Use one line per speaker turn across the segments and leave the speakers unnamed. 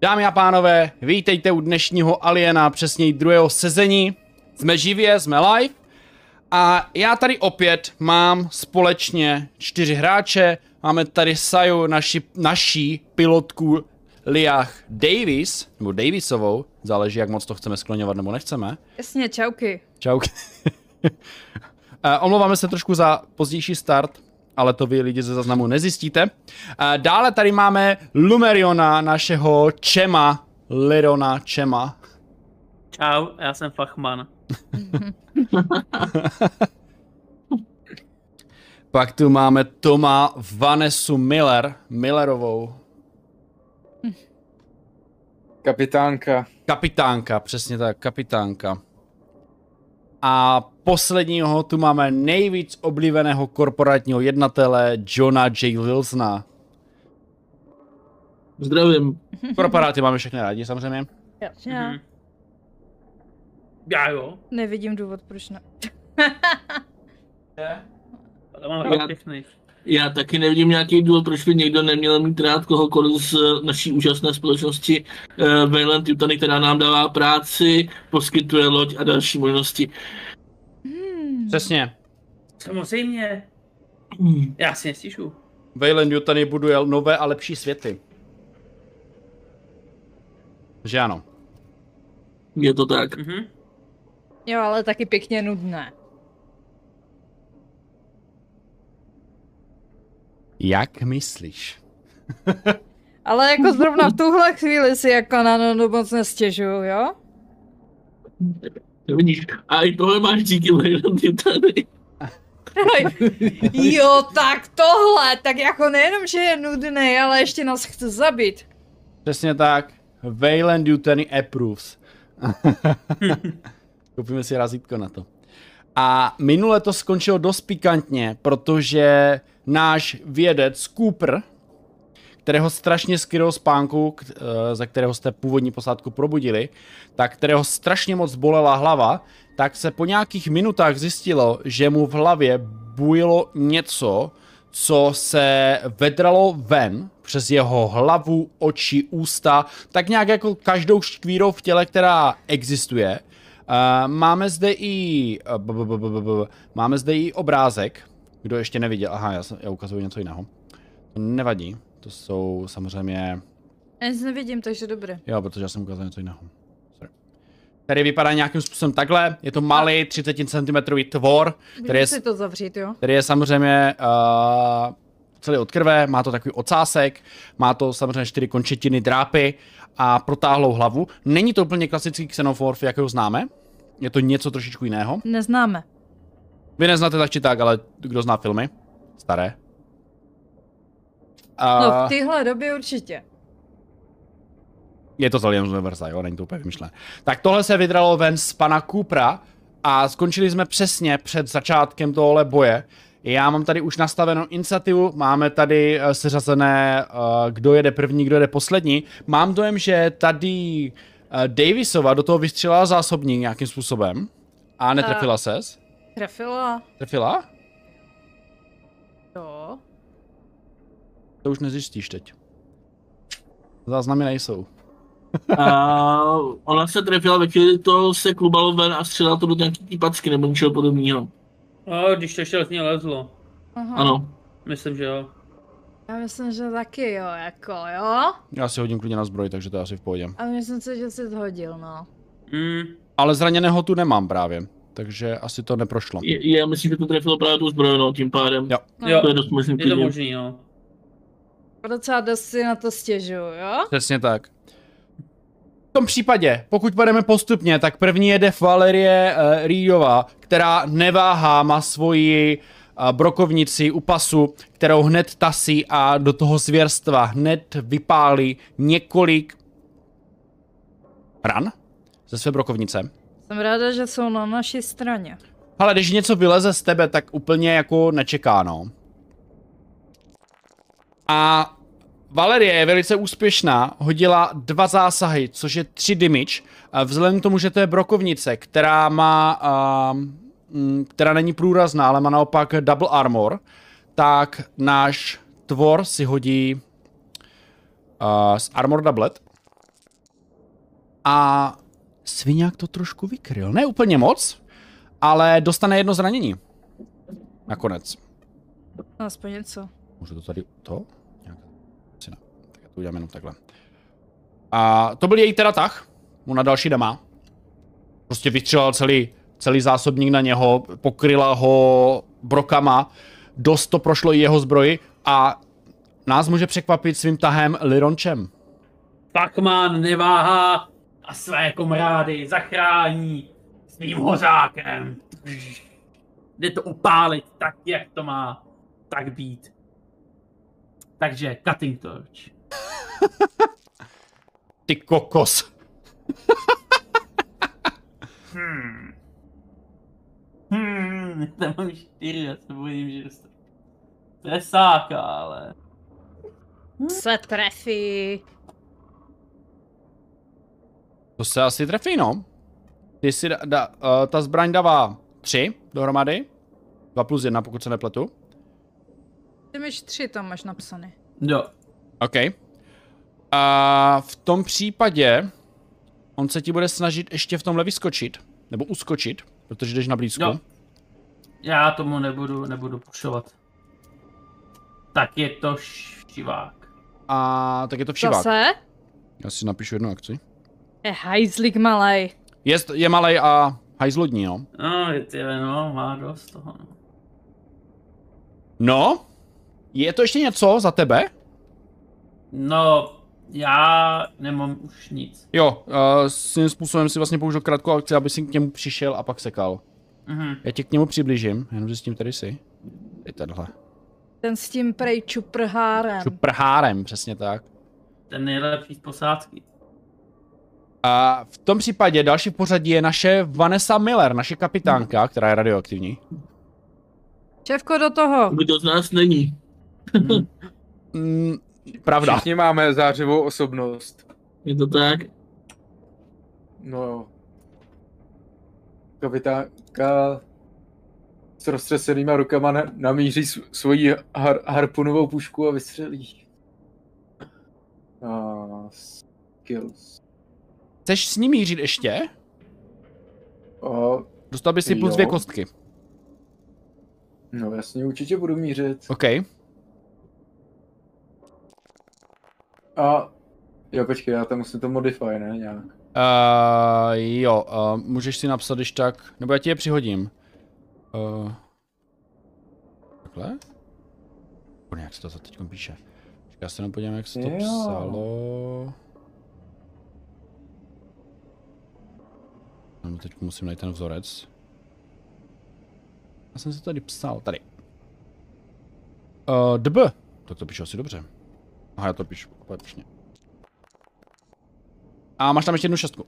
Dámy a pánové, vítejte u dnešního Aliena, přesněji druhého sezení. Jsme živě, jsme live. A já tady opět mám společně čtyři hráče. Máme tady Saju, naši, naší pilotku Liach Davis, nebo Davisovou, záleží, jak moc to chceme skloňovat nebo nechceme.
Jasně, čauky.
Čau. Eh, Omlouváme se trošku za pozdější start, ale to vy lidi ze záznamu nezjistíte. Eh, Dále tady máme Lumeriona, našeho Čema, Lerona Čema.
Čau, já jsem Fachman.
Pak tu máme Toma Vanesu Miller, Millerovou,
Kapitánka.
kapitánka, přesně tak, kapitánka. A posledního tu máme nejvíc oblíbeného korporátního jednatele Johna J. Wilsona.
Zdravím.
Korporáty máme všechny rádi samozřejmě.
Já
Mhm. Já jo.
nevidím důvod, proč ne.
To mám
Já-
rád všechny.
Já taky nevidím nějaký důvod, proč by někdo neměl mít rád kohokoliv z eh, naší úžasné společnosti uh, Valent Yutany, která nám dává práci, poskytuje loď a další možnosti.
Hmm.
Přesně.
Samozřejmě.
Hmm,
Já si nestíšu.
Wayland Yutani buduje nové a lepší světy. Že ano.
Je to tak.
Mhm.
Jo, ale taky pěkně nudné.
Jak myslíš?
Ale jako zrovna v tuhle chvíli si jako na nudu moc nestěžuju, jo?
Vidíš, a i tohle máš díky Valent Yutany.
jo, tak tohle, tak jako nejenom, že je nudný, ale ještě nás chce zabít.
Přesně tak. Wayland Yutani approves. Koupíme si razítko na to. A minule to skončilo dost pikantně, protože náš vědec Cooper, kterého strašně skryl spánku, k- eh, ze kterého jste původní posádku probudili, tak kterého strašně moc bolela hlava, tak se po nějakých minutách zjistilo, že mu v hlavě bujelo něco, co se vedralo ven přes jeho hlavu, oči, ústa, tak nějak jako každou štvírou v těle, která existuje. Eh, máme zde i... eh, b- b- b- b- b- Máme zde i obrázek. Kdo ještě neviděl? Aha, já, jsem- já ukazuju něco jiného. To nevadí. To jsou samozřejmě...
Já nic nevidím, takže dobré.
Jo, protože já jsem ukázal něco jiného. Sorry. Tady vypadá nějakým způsobem takhle. Je to malý 30 cm tvor, který je,
Můžu si to zavřít, jo?
který je samozřejmě uh, celý od krve, má to takový ocásek, má to samozřejmě čtyři končetiny drápy a protáhlou hlavu. Není to úplně klasický xenomorf, jak ho známe. Je to něco trošičku jiného.
Neznáme.
Vy neznáte tak či tak, ale kdo zná filmy? Staré. Eh,
No,
A
v téhle době určitě.
je to z Aliens Universa, jo, není to úplně vymyšlené. Tak tohle se vydralo ven z pana Kupra a skončili jsme přesně před začátkem tohle boje. Já mám tady už nastavenou iniciativu, máme tady eh, seřazené, eh, kdo jede první, kdo jede poslední. Mám dojem, že tady eh, Davisova do toho vystřelila zásobník nějakým způsobem a netrefila ses.
Trefila,
Trefila?
jo.
To už nezjistíš teď. Záznamy nejsou.
A ona se trefila ve chvíli, to se klubalo ven a střelila to do nějaký týpacky nebo něčeho podobného.
O, když to šel z něj lezlo.
Aha.
Ano.
Myslím, že jo.
Já myslím, že taky jo, jako jo.
Já si hodím klidně na zbroj, takže to je asi v pohodě.
A myslím si, že jsi zhodil, no.
Mm.
Ale zraněného tu nemám právě, takže asi to neprošlo.
Je, já myslím, že to trefilo právě tu zbrojnou tím pádem.
Jo.
no
Jo.
To je dost možný
Je to
klidně.
možný, no.
Docela dost si na to stěžuju, jo?
Přesně tak. V tom případě, pokud budeme postupně, tak první jede Valerie uh, Rídová, která neváhá, má svoji uh, brokovnici u pasu, kterou hned tasí a do toho zvěrstva hned vypálí několik ran ze své brokovnice.
Jsem ráda, že jsou na naší straně.
Ale když něco vyleze z tebe, tak úplně jako nečekáno. A Valerie je velice úspěšná, hodila dva zásahy, což je tři damage. A Vzhledem k tomu, že to je brokovnice, která má, ehm, mm, která není průrazná, ale má naopak double armor, tak náš tvor si hodí uh, s armor eh, doublet A Sviňák to trošku vykryl. Ne úplně moc, ale dostane jedno zranění. Nakonec.
No, Aspoň něco.
Můžu to tady, to? Nějak, asi ne. Tak já to udělám jenom takhle. A to byl její teda tah. Mu na další dama. Prostě vystřelal celý, celý zásobník na něho, pokryla ho brokama. Dost to prošlo i jeho zbroji a nás může překvapit svým tahem Lirončem.
Pacman neváhá a své komrády zachrání svým hořákem. Jde to upálit tak, jak to má tak být. Takže Cutting Torch.
Ty kokos.
Hmm. Hmm, tam mám čtyři, já se bojím, že dostanu. Tresáka, ale...
Se trefí.
To se asi trefí, no. Ty si da, da, uh, ta zbraň dává tři dohromady. 2 plus 1, pokud se nepletu.
Ty máš tři tam máš napsaný.
Jo.
OK. A v tom případě on se ti bude snažit ještě v tomhle vyskočit, nebo uskočit, protože jdeš na blízko.
Jo. Já tomu nebudu, nebudu pušovat. Tak je to šivák.
A tak je to všivák.
Zase?
Já si napíšu jednu akci.
Je hajzlik malej.
Je, je malej a hajzlodní, no.
No, je ty, no, má dost toho. No.
No, je to ještě něco za tebe?
no, já nemám už nic.
Jo, uh, svým způsobem si vlastně použil krátkou akci, aby si k němu přišel a pak sekal.
Mhm.
Já tě k němu přiblížím, jenom že s tím tady jsi. Tady tenhle.
Ten s tím prej čuprhárem.
Šuprhárem, přesně tak.
Ten nejlepší z posádky.
A v tom případě další v pořadí je naše Vanessa Miller, naše kapitánka, která je radioaktivní.
Šéfko do toho.
Kdo z nás není?
Mm, pravda.
Všichni máme zářivou osobnost.
Je to tak?
No jo. Kapitánka s roztřesenýma rukama na, namíří sv- svoji har, harpunovou pušku a vystřelí. A skills.
Chceš s ní mířit ještě?
A,
Dostal bys si plus
Jo.
dvě kostky.
no jasně, určitě budu mířit.
OK.
A jo, počkej, já tam musím to modify, ne? Nějak.
Uh, jo, uh, můžeš si napsat, když tak, nebo já ti je přihodím. Uh, takhle? Nebo jak se to za teď píše. Já se jenom podívám, jak se to
Jo.
psalo. No, teď musím najít ten vzorec. Já jsem se tady psal, tady. Uh, db. Tak to píšu asi dobře. Aha, já to píšu úplně přesně. A máš tam ještě jednu šestku.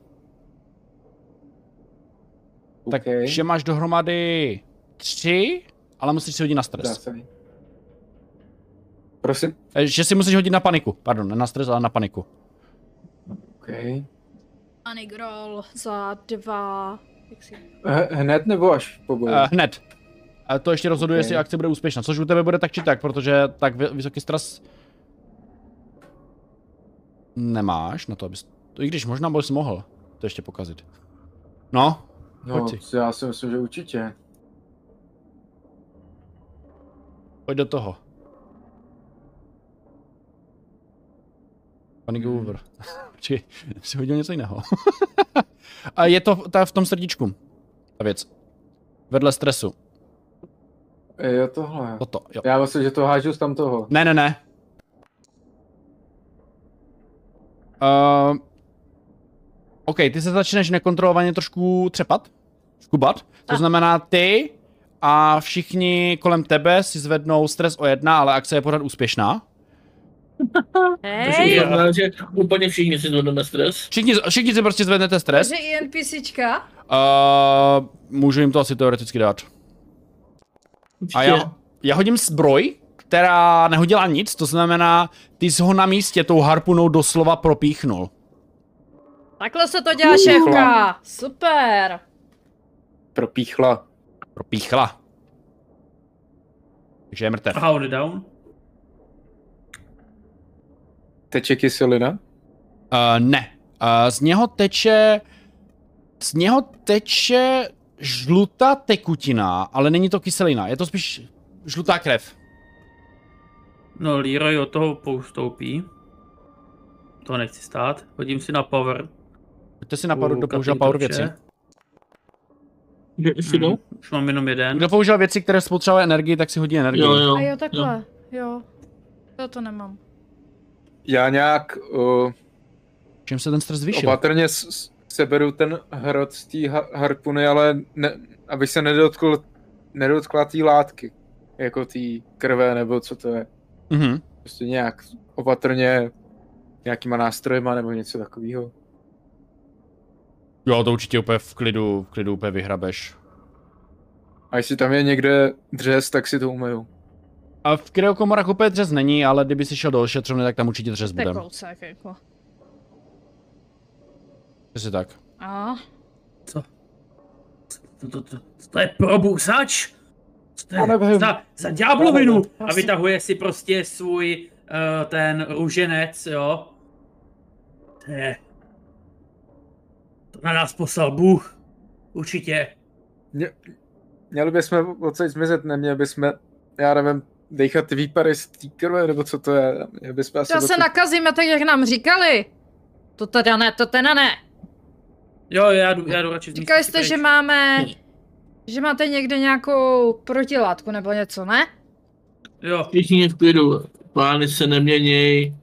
Tak
Okej,
že máš dohromady tři, ale musíš si hodit na
dá
stres.
se. Prosím,
Eh, Že si musíš hodit na paniku, pardon, ne na stres, ale na paniku.
okay.
Panic roll za dva. Jak si
H- hned nebo až po boji?
Uh, hned. A to ještě rozhoduje,
Ok.
jestli akce bude úspěšná, což u tebe bude tak či tak, protože tak vy- vysoký stres nemáš na to, abys... to- I když možná bys mohl to ještě pokazit. No,
No,
pojď
já si myslím, že určitě.
pojď do toho. Panic
Hmm.
over. Či si hodil něco jiného. A je to v- ta v tom srdíčku. Ta věc. Vedle stresu.
Jo, tohle.
Toto, jo.
Já myslím, že to hážu z tam toho.
Ne, ne, ne. Uh, OK, ty se začneš nekontrolovaně trošku třepat, škubat. To
Ah.
znamená ty a všichni kolem tebe si zvednou stres o jedna, ale akce je pořád úspěšná.
Takže to
Hej,
jo.
znamená, že úplně všichni si zvedneme stres.
Všichni, všichni si prostě zvednete stres.
že i NPCčka?
Uh, můžu jim to asi teoreticky dát. A já, já hodím zbroj, která nehodila nic, to znamená, ty jsi ho na místě tou harpunou doslova propíchnul.
Takhle se to dělá šéfka. Super.
Propíchla.
Propíchla. Takže je mrtev.
How the down?
Teče kyselina?
Uh, ne, A z něho teče... Z něho teče žlutá tekutina, ale není to kyselina, je to spíš žlutá krev.
No, Leroy od toho poustoupí. To nechci stát. Hodím si na power.
Pojďte si napadnout, kdo použil power věci.
Že ještě jdou?
Hmm. Už mám jenom jeden.
Kdo použil věci, které spotřebovaly energii, tak si hodí energii.
Jo, jo.
A jo, takhle, jo. Já to nemám.
Já nějak uh,
Čím se ten stres zvýšil?
opatrně s- s- seberu ten hrot z té ha- harpuny, ale ne, abych se nedotkl, nedotkla té látky. Jako té krve, nebo co to je.
Mhm.
Prostě nějak opatrně nějakýma nástrojema nebo něco takového.
Jo, to určitě úplně v klidu, v klidu úplně vyhrabeš.
A jestli tam je někde dřez, tak si to umeju.
A v kryokomorách úplně dřez není, ale kdyby si šel do ošetřovny, tak tam určitě dřez
To je
bude.
kousek, jako.
Přesně tak.
A?
To, to, to, to je probousač? Co to
Já
je
nevím.
za, za ďáblovinu? A
Asi-
vytahuje si prostě svůj uh, ten růženec, jo? To je... To na nás poslal Bůh. Určitě.
Měli bychom odsaď zmizet, neměli bychom, já nevím, dechat výpary z té krve, nebo co to je. Měli bychom asi
To se
odtud-
nakazíme tak, jak nám říkali. To teda ne, to teda ne.
Jo, já jdu, já jdu radši z
Říkali
místnosti
jste, že
pryč.
máme... Že máte někde nějakou protilátku nebo něco, ne?
Jo,
Všichni v klidu, plány se neměněj,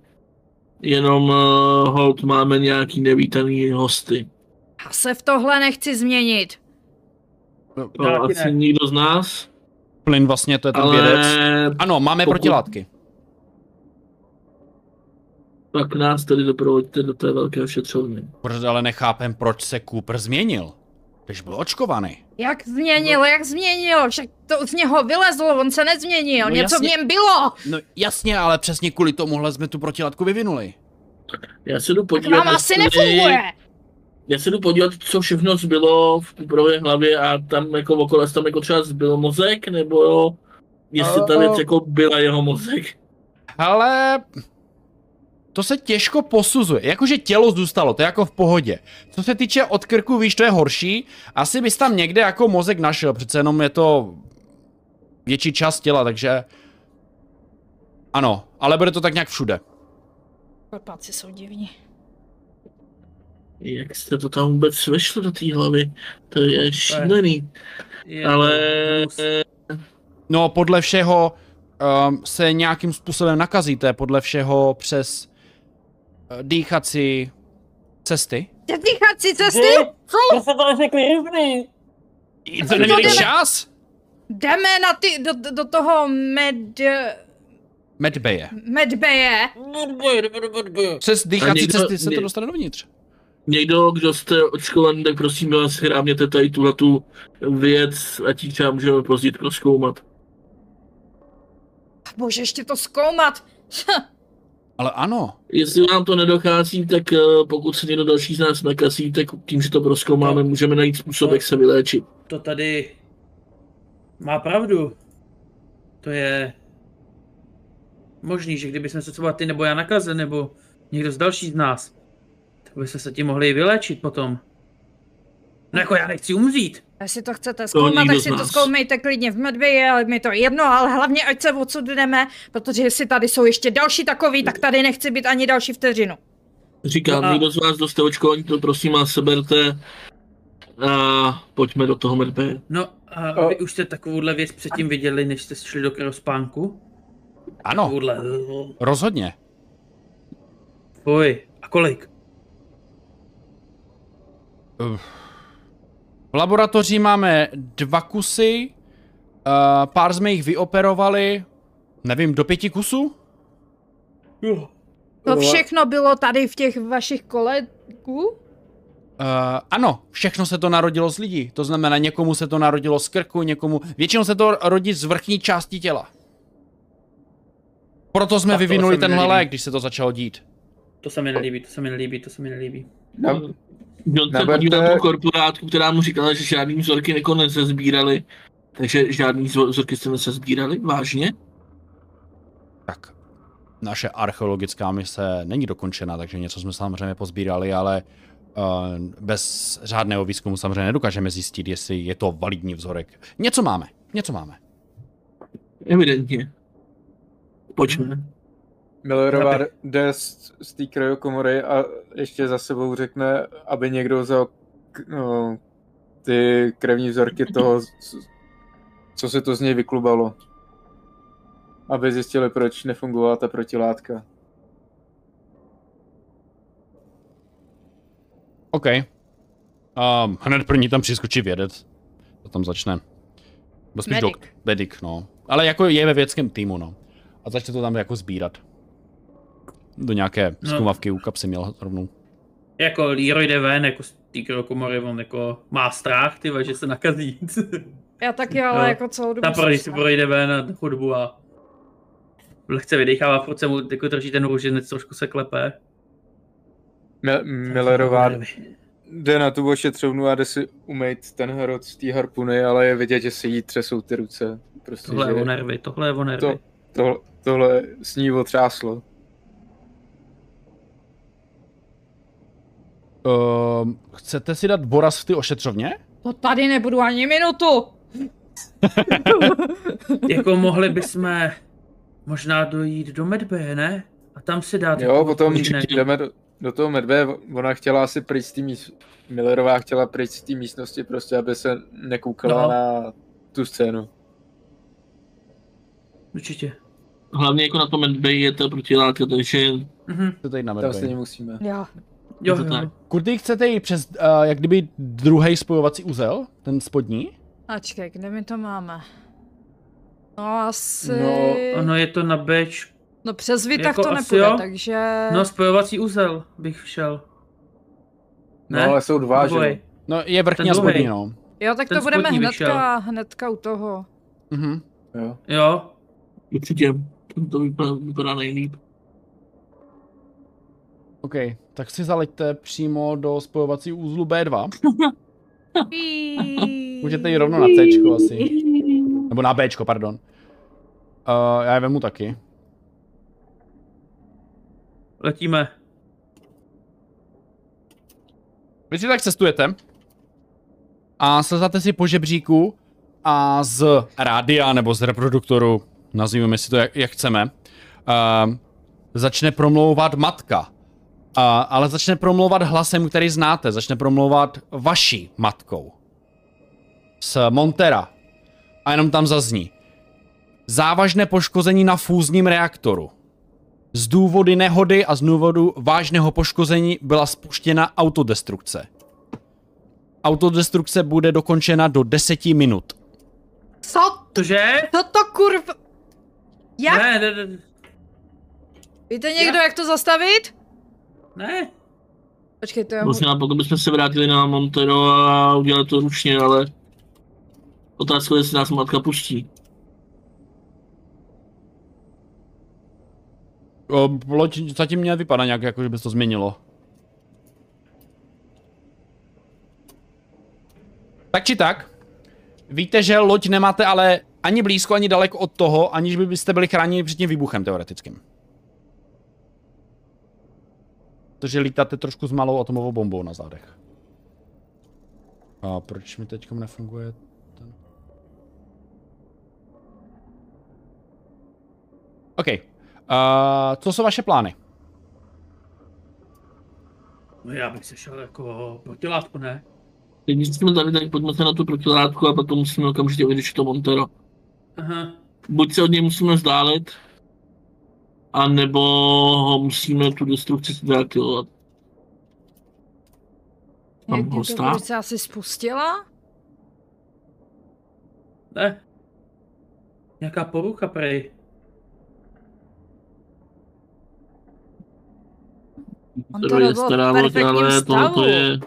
jenom uh, hold máme nějaký nevítaný hosty.
Já se v tohle nechci změnit.
To
Taky
asi
ne.
nikdo z nás,
Plyn vlastně, to je ten Ale... vědec.
ale
Ano, máme
Pokud-
protilátky.
tak nás tedy doprovodíte do té velké ošetřovny.
Proč ale nechápem, proč se Cooper změnil. Když byl očkovaný.
Jak
No.
změnil, jak změnil, však to z něho vylezlo, on se nezměnil,
No
něco
jasně.
v něm bylo.
No jasně, ale přesně kvůli tomuhle jsme tu protilátku vyvinuli.
Já se jdu
To
podívat,
nám asi
jestli-
nefunguje.
Já se jdu podívat, co všechno zbylo v Kuperově hlavě a tam jako okolo, jestli tam jako třeba zbyl mozek, nebo jestli ta
A-
věc jako byla jeho mozek.
Ale to se těžko posuzuje. Jakože tělo zůstalo, to je jako v pohodě. Co se týče od krku, víš, to je horší. Asi bys tam někde jako mozek našel, přece jenom je to větší část těla, takže... Ano, ale bude to tak nějak všude.
Klepáci jsou divní.
Jak jste to tam vůbec vešli do té hlavy? To je šílený.
je
Ale
to hnus.
No, podle všeho um, se nějakým způsobem nakazíte, podle všeho přes uh, dýchací cesty.
Ty dýchací cesty?
Hm?
To se to řekli různý.
To
neměli
neměli
jdeme.
čas?
Jdeme na ty, do, do toho med,
Medbeje.
medbeje.
Budby, budby, budby.
Přes dýchací
někdo-
cesty se to
ně-
dostane dovnitř.
Někdo, kdo jste očkovaný, tak prosím vás, hráměte tady tuhle tu věc, ať ji třeba můžeme později proskoumat.
Bože, ještě to zkoumat.
Ale ano.
Jestli vám to nedochází, tak eh, pokud se někdo další z nás nakazí, tak tím, že to proskoumáme,
No.
můžeme najít způsob, jak se vyléčit.
to tady má pravdu. To je možný, že kdyby jsme se třeba ty nebo já nakazili, nebo někdo z dalších z nás, tak bychom se tím mohli i vyléčit potom. No jako já nechci umřít.
Jestli to chcete zkoumat,
nikdo
tak
z
si to
nás.
zkoumejte klidně v medvěji, ale mi to je jedno, ale hlavně ať se odsud jdeme, protože jestli tady jsou ještě další takový, tak tady nechci být ani další vteřinu.
Říkám,
No a-
někdo z vás, kdo jste očkovaní, to prosím vás seberte a pojďme do toho medbe.
No a
A-
vy už jste takovouhle věc předtím viděli, než jste šli do krospánku?
Ano,
Takovouhle.
rozhodně.
Fuj, a kolik?
V laboratoři máme dva kusy, uh, pár jsme jich vyoperovali, nevím, do pěti kusů?
Jo.
To všechno bylo tady v těch vašich kolegů?
Uh, ano, všechno se to narodilo z lidí. To znamená, někomu se to narodilo z krku, někomu... Většinou se to rodí z vrchní části těla. Proto jsme
Tak to
vyvinuli
se mi
tenhle
nelíbí.
lék, když se to začalo dít.
To se mi nelíbí, to se mi nelíbí, to se mi nelíbí.
Na-
Eh, John se
Naberte-
podíval na tu korporátku, která mu říkala, že žádný vzorky jako nezezbírali. Takže žádný zvo- vzorky jste nezezbírali? Vážně?
Tak. Naše archeologická mise není dokončena, takže něco jsme samozřejmě pozbírali, ale eh, bez řádného výzkumu samozřejmě nedokážeme zjistit, jestli je to validní vzorek. Něco máme, něco máme.
Evidentně. Pojďme.
Millerová
Chápu.
jde z, z té krajokomory a ještě za sebou řekne, aby někdo vzal k- no, ty krevní vzorky toho, co- co se to z něj vyklubalo. Aby zjistili, proč nefungovala ta protilátka.
OK. Um, Eh, hned první tam přiskočí vědec. To tam začne. Bo spíš
Medic.
dok- medic, no. Ale jako je ve vědeckém týmu, no. A začne to tam jako sbírat. Do nějaké
No.
zkumavky u kapsy měl rovnou.
Jako Leroy jde ven, jako z té krokomory, on jako má strach, ty vole, že se nakazí.
Já taky, ale
Jo.
jako celou dobu...
Ta
jsem
pro, když si
strach.
projde ven na chodbu a lehce vydechává, furt se mu jako drží ten růženec, trošku se klepe.
Mil- Millerová jde na tu ošetřovnu a jde si umýt ten hrot z té harpuny, ale je vidět, že se jí třesou ty ruce. Prostě,
Tohle je
že
o nervy, tohle je o nervy.
to, tohle, tohle s ní otřáslo.
Um, chcete si dát boraz v ty ošetřovně?
To tady nebudu ani minutu!
Jako mohli bychom možná dojít do Medbay, ne? A tam si dát... jako
Jo, potom
Ne.
jdeme do, do toho medve, ona chtěla asi pryč z té místnosti, Millerová chtěla pryč z té místnosti prostě, aby se nekoukala
No.
no. na tu scénu.
Určitě.
Hlavně jako na tom medbay je ta protilátka, takže
Mhm.
Chcete jít na
Tam stejně
medbay.
musíme.
Já.
Jo,
to
jo,
tak.
jo.
Kurdy, chcete jít přes, uh, jak kdyby druhý spojovací uzel? Ten spodní?
Ačkej, kde my to máme? No asi...
No,
no,
Ono je to na beč.
no přes výtah
jako
to
asi
nepůjde,
jo.
takže...
No, spojovací úzel bych šel. Ne?
No, ale jsou dva, že?
Dvoj.
jo?
No, je vrchní
Ten
a spodní,
druhej.
no.
jo, tak
ten
to budeme
spodní
hnedka,
vyšel.
hnedka u toho.
Mhm.
Jo.
Jo,
určitě to vypadá, vypadá nejlíp.
OK, tak si zaleďte přímo do spojovací úzlu B2. Můžete jít rovno na C asi. Nebo na B, pardon. Uh, já je vemu taky.
letíme.
Vy si tak cestujete a slezáte si po žebříku a z rádia nebo z reproduktoru, nazýváme si to jak, jak chceme, uh, začne promlouvat matka. Uh, ale začne promlouvat hlasem, který znáte. Začne promlouvat vaší matkou. Z Montera. A jenom tam zazní. Závažné poškození na fúzním reaktoru. Z důvody nehody a z důvodu vážného poškození byla spuštěna autodestrukce. Autodestrukce bude dokončena do 10 minut.
Co?
Cože?
No To to kurv... Jak?
Ne, ne, ne,
Víte někdo, jak to zastavit?
ne.
Počkejte, já mu...
Možná potom bychom se vrátili na Montero a udělali to ručně, ale otázka je, jestli nás matka pustí.
O, Loď zatím mě vypadá nějak, jako že by se to změnilo. Tak či tak, víte, že loď nemáte ale ani blízko, ani daleko od toho, aniž by byste byli chráněni před tím výbuchem teoretickým. Protože lítáte trošku s malou atomovou bombou na zádech. A proč mi teďkom nefunguje ten... OK. Uh, co jsou vaše plány?
No já bych se šel jako protilátku, ne?
Teď když jsme tady, tak pojďme se na tu protilátku a potom musíme okamžitě vyřešit to Montero.
Aha.
Buď se od něj musíme vzdálit, anebo ho musíme tu destrukci deaktivovat. Mám
Někdy to
hosta?
se asi spustila?
Ne. Nějaká porucha prej.
Montero je
bylo v
stará loď,
perfektním
ale
stavu.
to je...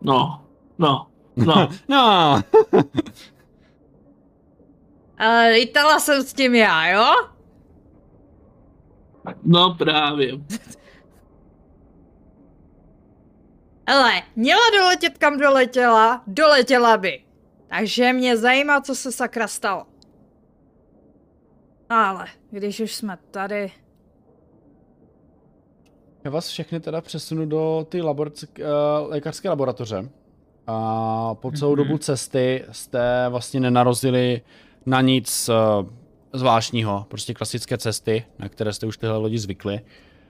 No, no, no.
No,
Ale lítala jsem s tím já, jo?
No právě.
Ale měla doletět kam doletěla, doletěla by. Takže mě zajímá, co se sakra stalo. Ale když už jsme tady,
Já vás všechny teda přesunu do ty labor, lékařské laboratoře. A po celou
Mhm.
dobu cesty jste vlastně nenarazili na nic eh, zvláštního. Prostě klasické cesty, na které jste už tyhle lodi zvykli.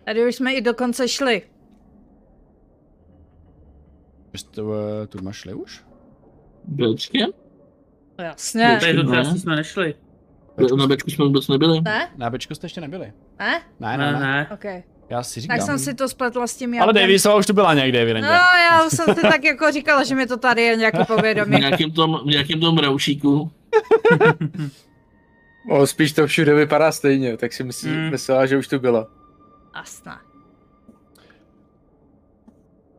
Tady už jsme i dokonce šli.
Vy Jste eh, tu šli už?
Bečkem?
No Jasně.
Tady do
Ne.
trasí jsme nešli.
Bečku-
Na bečku jsme vůbec nebyli.
Ne?
Na bečku jste ještě nebyli.
Ne?
Ne, ne,
Ne,
ne.
ne.
OK.
Já si říkám.
Tak jsem si to spletla s tím
Ale
jablem.
Davisova už tu byla někde, evidentně.
No, já už jsem si tak jako říkala, že mi to tady je nějaký
V
povědomí.
nějakém tom, v nějakém tom raušíku.
O, spíš to všude vypadá stejně, tak si myslí,
Mm.
myslela, že už tu byla.
Asna.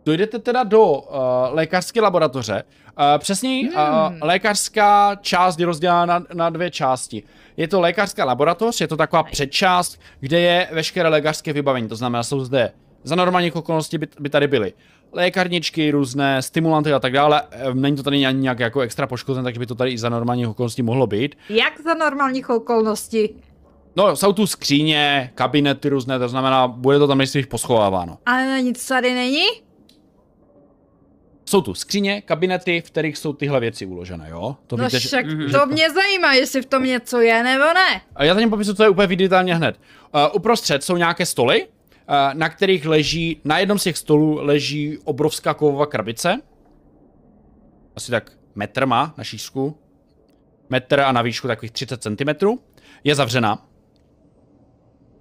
Dojdete teda do uh, lékařské laboratoře. Uh, přesněji, hmm. uh,
Hmm.
lékařská část je rozdělena na, na dvě části. Je to lékařská laboratoř, je to taková předčást, kde je veškeré lékařské vybavení. To znamená, jsou zde za normálních okolností by, by tady byly lékarničky, různé stimulanty a tak dále. Ehm, Není to tady ani nějak jako extra poškozené, takže by to tady i za normálních okolností mohlo být.
Jak za normálních okolností?
No, jsou tu skříně, kabinety různé, to znamená, bude to tam nejspíš poschováváno.
Ale nic tady není?
Jsou tu skříně, kabinety, v kterých jsou tyhle věci uložené, jo? To
No
víte, že-
však
Mhm.
to mě zajímá, jestli v tom něco je nebo ne.
A Já tady popisu, co je úplně viditelně hned. Uh, uprostřed jsou nějaké stoly, uh, na kterých leží, na jednom z těch stolů leží obrovská kovová krabice. Asi tak metr má na šířku. Metr a na výšku takových 30 cm. Je zavřená.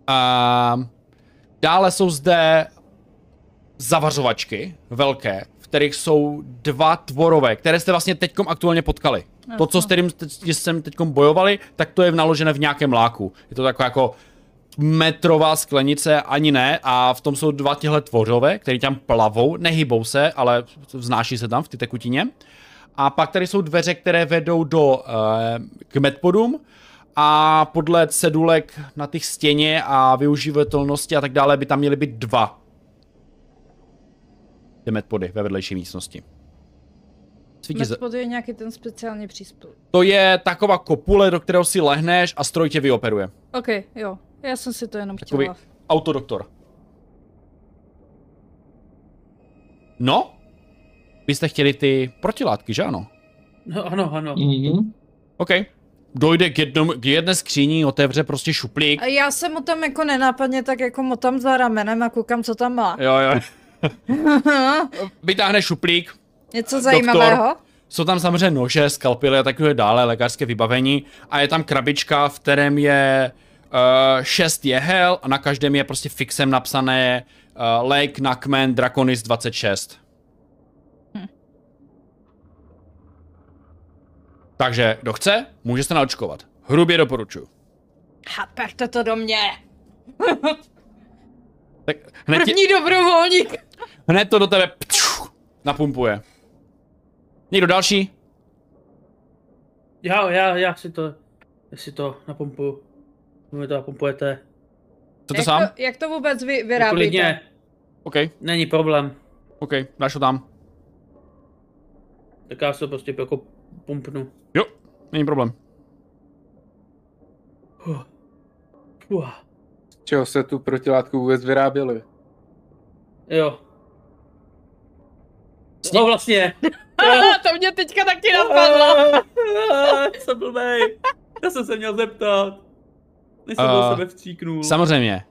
A dále jsou zde zavařovačky velké, v kterých jsou dva tvorové, které jste vlastně teďkom aktuálně potkali. To, co s kterým teď, jsem teďkom bojovali, tak to je naložené v nějakém láku. Je to taková jako metrová sklenice, ani ne, a v tom jsou dva tihle tvořové, které tam plavou, nehybou se, ale vznáší se tam v ty tekutině. A pak tady jsou dveře, které vedou do, eh, k medpodům a podle cedulek na těch stěně a využivatelnosti a tak dále by tam měly být dva ty medpody ve vedlejší místnosti. Svítí ze-
Medpod je nějaký ten speciální přístup.
to je taková kopule, do kterého si lehneš a stroj tě vyoperuje.
OK, jo. Já jsem si to jenom
Takový
chtěla.
autodoktor. No? Vy jste chtěli ty protilátky, že ano?
No ano, ano.
Mhm.
OK. Dojde k, jednom, k jedné skříni, otevře prostě šuplík.
A já se mu tam jako nenápadně tak jako motám za ramenem a koukám, co tam má.
Jo, jo. Eh. Vytáhne šuplík,
Něco zajímavého?
Jsou tam samozřejmě nože, skalpily a takové dále, lékařské vybavení a je tam krabička, v kterém je uh, šest jehel a na každém je prostě fixem napsané uh, lék na kmen Draconis 26.
Hm.
Takže, kdo chce, může se naočkovat. Hrubě doporučuji.
Chápete to do mě.
Tak hned, ti,
První dobrovolník.
hned to do tebe pču, napumpuje. Někdo další?
Já, já, já si to, já si to napumpuju. Vy mi to napumpujete.
Chcete
jak,
sám?
To, jak to vůbec vy, vyrábíte?
Jako Klidně,
OK,
není problém.
OK, dáš ho tam.
Tak já se to prostě jako pumpnu.
Jo, není problém.
Huh. Puh.
Z čeho se tu protilátku vůbec vyráběly?
Jo. No vlastně.
to mě teďka taky napadlo.
Jsem blbej. Já jsem se měl zeptat. Než jsem
Eh,
do sebe vstříknul.
Samozřejmě.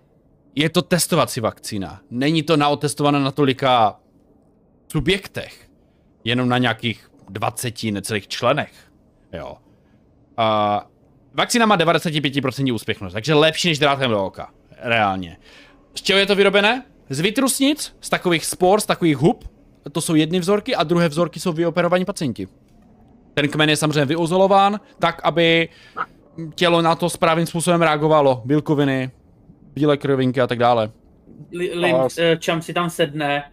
Je to testovací vakcína. Není to naotestované na tolika subjektech. Jenom na nějakých 20 necelých členech. Jo. A vakcína má 95% úspěšnost, takže lepší než drátem do oka. Reálně. Z čeho je to vyrobené? Z vytrusnic, z takových spor, z takových hub. To jsou jedny vzorky a druhé vzorky jsou vyoperovaní pacienti. Ten kmen je samozřejmě vyozolován, tak aby tělo na to správným způsobem reagovalo. Bílkoviny, bílé krvinky a tak dále.
Li- Lim,
A-
eh, čam si tam sedne.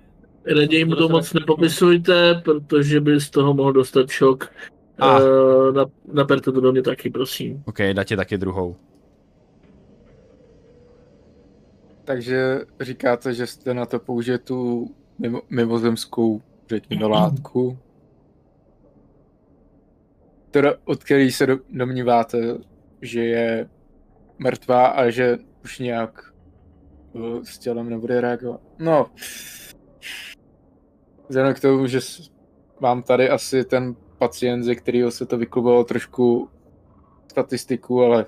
Raději mu to moc nepopisujte, protože by z toho mohl dostat šok.
A.
A. Na, naperte to do mě taky, prosím.
OK, dá ti taky druhou.
Takže říkáte, že jste na to použije tu mimo, mimozemskou, řekněme, látku. Teda, od který se do- domníváte, že je mrtvá a že už nějak eh, s tělem nebude reagovat. No, vzhledem k tomu, že s- vám tady asi ten pacient, ze kterého se to vyklubalo trošku statistiku, ale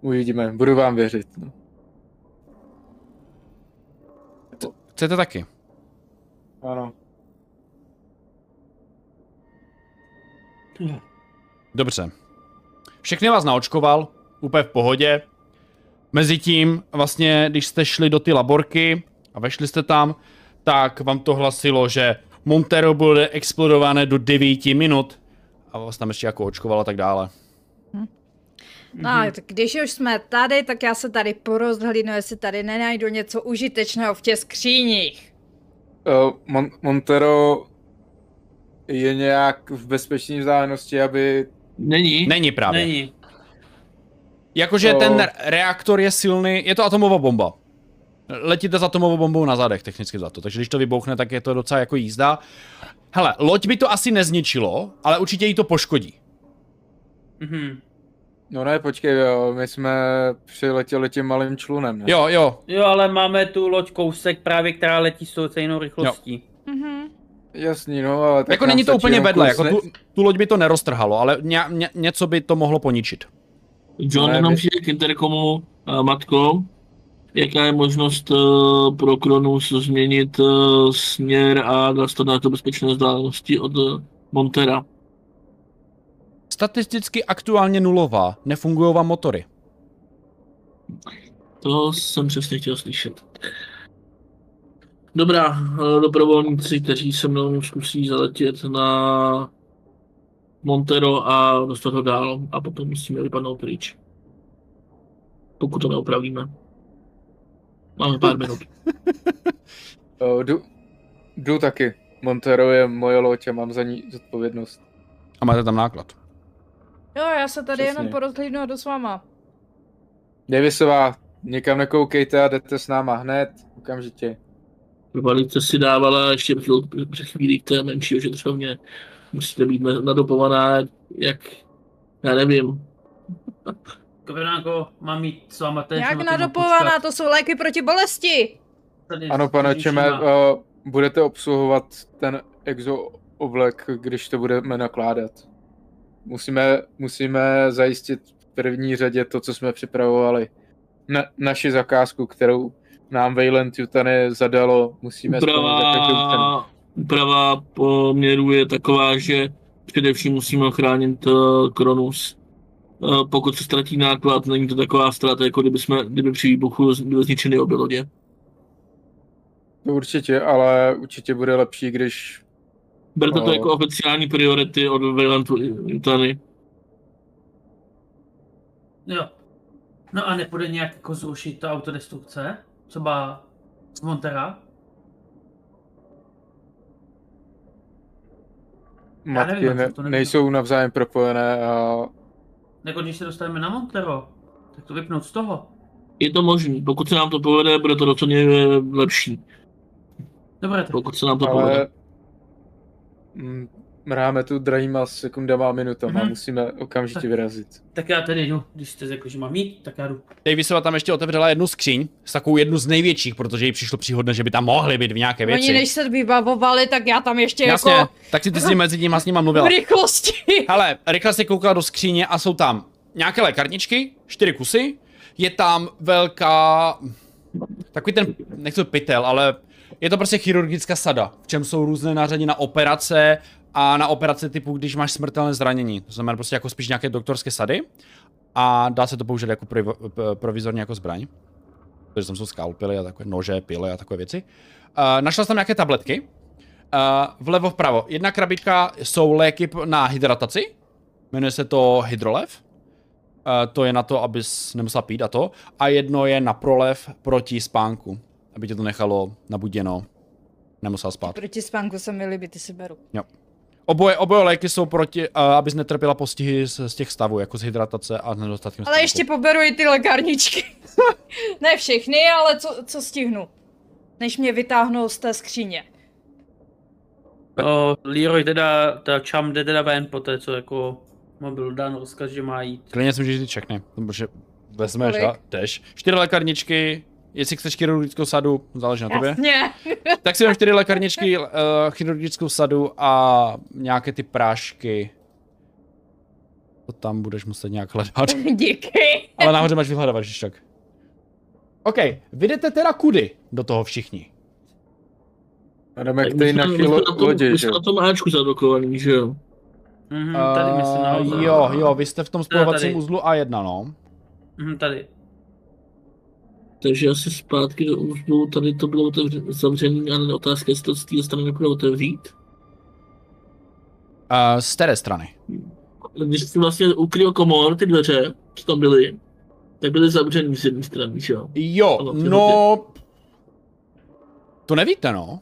uvidíme, budu vám věřit. No.
Chcete taky?
Ano.
Dobře. Všechny vás naočkoval, úplně v pohodě. Mezitím, vlastně, když jste šli do ty laborky a vešli jste tam, tak vám to hlasilo, že Montero bude explodované do 9 minut. A vás tam ještě jako očkoval a tak dále.
No, mm tak když už jsme tady, tak já se tady porozhlídnu, jestli tady nenajdu něco užitečného v těch skříních.
Eh, Mon- Montero je nějak v bezpečné vzdálenosti, aby
Není?
Není právě.
Není.
Jakože
To-
ten reaktor je silný, je to atomová bomba. Letíte s atomovou bombou na zadech, technicky za to. Takže když to vybouchne, tak je to docela jako jízda. Hele, loď by to asi nezničilo, ale určitě jí to poškodí.
Mhm.
No ne, počkej, jo, my jsme přiletěli tím malým člunem, ne?
Jo, jo,
Jo, ale máme tu loď kousek právě, která letí s tou stejnou rychlostí.
Mhm.
Jasný, no, ale tak
jako
nám
není to
stačí
úplně
jenom
vedle,
kus
jako
ne-
tu, tu loď by to neroztrhalo, ale ně, ně, něco by to mohlo poničit.
John
Ne,
jenom
my-
přijde k Interkomu a matko. Jaká je možnost eh, pro Kronus změnit eh, směr a dostat na to bezpečné vzdálenosti od eh, Montera?
Statisticky aktuálně nulová, nefungují vám motory.
To jsem přesně chtěl slyšet. Dobrá, eh, dobrovolníci, kteří se mnou zkusí zaletět na Montero a dostat ho dál a potom musíme vypadnout pryč. Pokud to neopravíme. Máme pár minut.
Jo, jdu, jdu taky. Montero je moje loď a mám za ní zodpovědnost.
A máte tam náklad.
Jo, já se tady
Přesně.
jenom porozhlídnu a jdu s váma.
Davisová, nikam nekoukejte a jdete s náma hned, okamžitě.
Valice si dávala ještě chvil- před chvílí k té menší ošetřovně. Musíte být na- nadopovaná, jak, já nevím.
Kovrnánko, mám jít s váma teď.
Jak nadopovaná, to jsou léky proti bolesti.
Ano, pane Čeme, eh, budete obsluhovat ten exo oblek, když to budeme nakládat. Musíme, musíme zajistit v první řadě to, co jsme připravovali. Na, naši zakázku, kterou nám Wayland Jutany zadalo, musíme splnit za každou cenu.
Úprava, úprava poměru je taková, že především musíme ochránit eh, Kronus. Eh, Pokud se ztratí náklad, není to taková ztráta, jako kdyby, jsme, kdyby při výbuchu z- byly zničeny obě lodě.
To určitě, ale určitě bude lepší, když...
Berte to
No.
jako oficiální priority od Vejlantu Tany.
Jo. No a nepůjde nějak jako zrušit to autodestrukce? Třeba z Montera?
Matky
nevím,
ne,
jak to nevím.
nejsou navzájem propojené a
Nebo Jako když se dostaneme na Montero, tak to vypnout z toho.
Je to možné, pokud se nám to povede, bude to rozhodně eh, lepší.
Dobré, tak
Pokud se nám to povede.
ale... Mm, Mráme tu drahýma sekundama a minutama,
Mhm.
mm-hmm. musíme okamžitě vyrazit.
Tak já tady jdu, když jste řekl, že mám jít, tak já jdu.
Davisova tam ještě otevřela jednu skříň, s takovou jednu z největších, protože jí přišlo příhodné, že by tam mohly být v nějaké věci.
Oni než se vybavovali, tak já tam ještě
Jasně,
jako
tak si ty s ním mezi nima s nima mluvila.
v rychlosti.
Hele, rychle si koukala do skříně a jsou tam nějaké lékarničky, čtyři kusy, je tam velká, takový ten, nechci pytel, ale je to prostě chirurgická sada, v čem jsou různé nářadí na operace a na operace typu, když máš smrtelné zranění, to znamená prostě jako spíš nějaké doktorské sady a dá se to použít jako provi- p- provizorně jako zbraň. Takže tam jsou skalpely a takové nože, pile a takové věci. Uh, našla jsem tam nějaké tabletky, Uh, vlevo vpravo. Jedna krabička jsou léky p- na hydrataci. Jmenuje se to Hydrolev. Uh, to je na to, abys nemusela pít a to. A jedno je na prolev proti spánku. Aby tě to nechalo nabuděno. Nemusela spát.
Proti spánku se mi líbí, ty si beru.
Oboje, oboje léky jsou proti, uh, abys netrpěla postihy z, z těch stavů, jako z hydratace a nedostatkem
Ale
spánku.
ještě poberu i ty lékárničky. ne všechny, ale co, co stihnu. Než mě vytáhnou z té skříně.
O, Leroy teda, ta Cham jde teda ven po té, co jako mu byl dán rozkaz, že má jít.
Klidně si můžeš říct všechny, protože vezmeš
Kolik?
a jdeš. Čtyři lékarničky, Jestli chceš chirurgickou sadu, záleží na tobě.
Jasně.
Tak si dáš čtyři lékárničky, uh, chirurgickou sadu a nějaké ty prášky. To tam budeš muset nějak hledat.
Díky.
Ale nahoře máš vyhledávač, když tak. OK, vy jdete teda kudy do toho všichni?
A jdeme
Tak
k
my
té
jsme- my
naší
jsme
lo-
na tom-
lodi, že
My jsme
jo?
na tom Ačku zablokovaný, že jo?
Mhm, tady myslím
Eh,
nahoře.
Jo, jo, vy jste v tom spojovacím
tady.
uzlu A1, no.
Mhm, tady.
Takže asi zpátky do úzdu, tady to bylo otevře- zavřený, ale otázka, jestli to z té strany nebude otevřít.
Uh, z té strany.
Když jsi vlastně ukryl komor, ty dveře, co tam byly, tak byly zavřený z jedné strany, že jo?
Jo,
Ano, ty
no... To nevíte, no.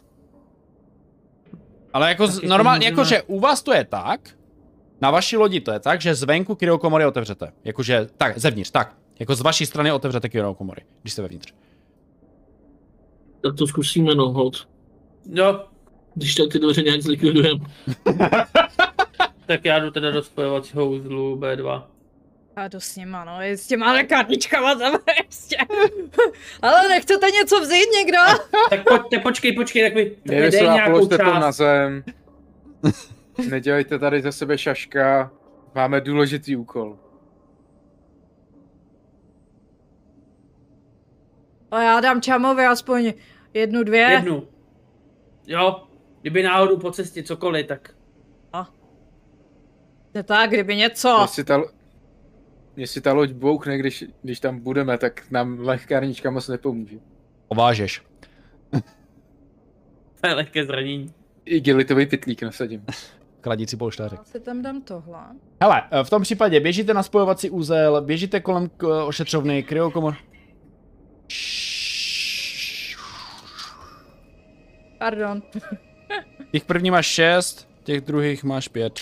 Ale jako
Tak
z,
je to
normálně,
možná-
jakože u vás to je tak, na vaší lodi to je tak, že zvenku kryokomory otevřete. Jakože, tak, zevnitř, tak. Jako z vaší strany otevřete kryokomory, když jste vevnitř.
Tak to zkusíme, no, hod.
Jo,
Když tak ty dveře nějak zlikvidujeme.
tak já jdu teda do spojovacího uzlu B2.
Já jdu s nima, no, je s těma lékárničkama tam ještě. Ale nechcete něco vzít někdo?
Tak pojďte, počkej, počkej, tak vy tak mi
Nevím,
dej
se vám
nějakou
položte to na
část.
zem. Nedělejte tady ze sebe šaška. Máme důležitý úkol.
A já dám Čamovi aspoň jednu, dvě.
Jednu. Jo, kdyby náhodou po cestě cokoliv, tak
Ne tak, kdyby
No.
něco.
Jestli ta, lo- jestli ta loď bouchne, když, když tam budeme, tak nám lehkárnička moc nepomůže.
Ovážeš.
to je lehké zranění.
I gelitový pitlík nasadím.
Kladící polštářek.
Já si tam dám tohle.
Hele, eh, v tom případě běžíte na spojovací úzel, běžíte kolem k, ošetřovny, kryokomor...
Pardon.
Těch první máš šest, těch druhých máš pět.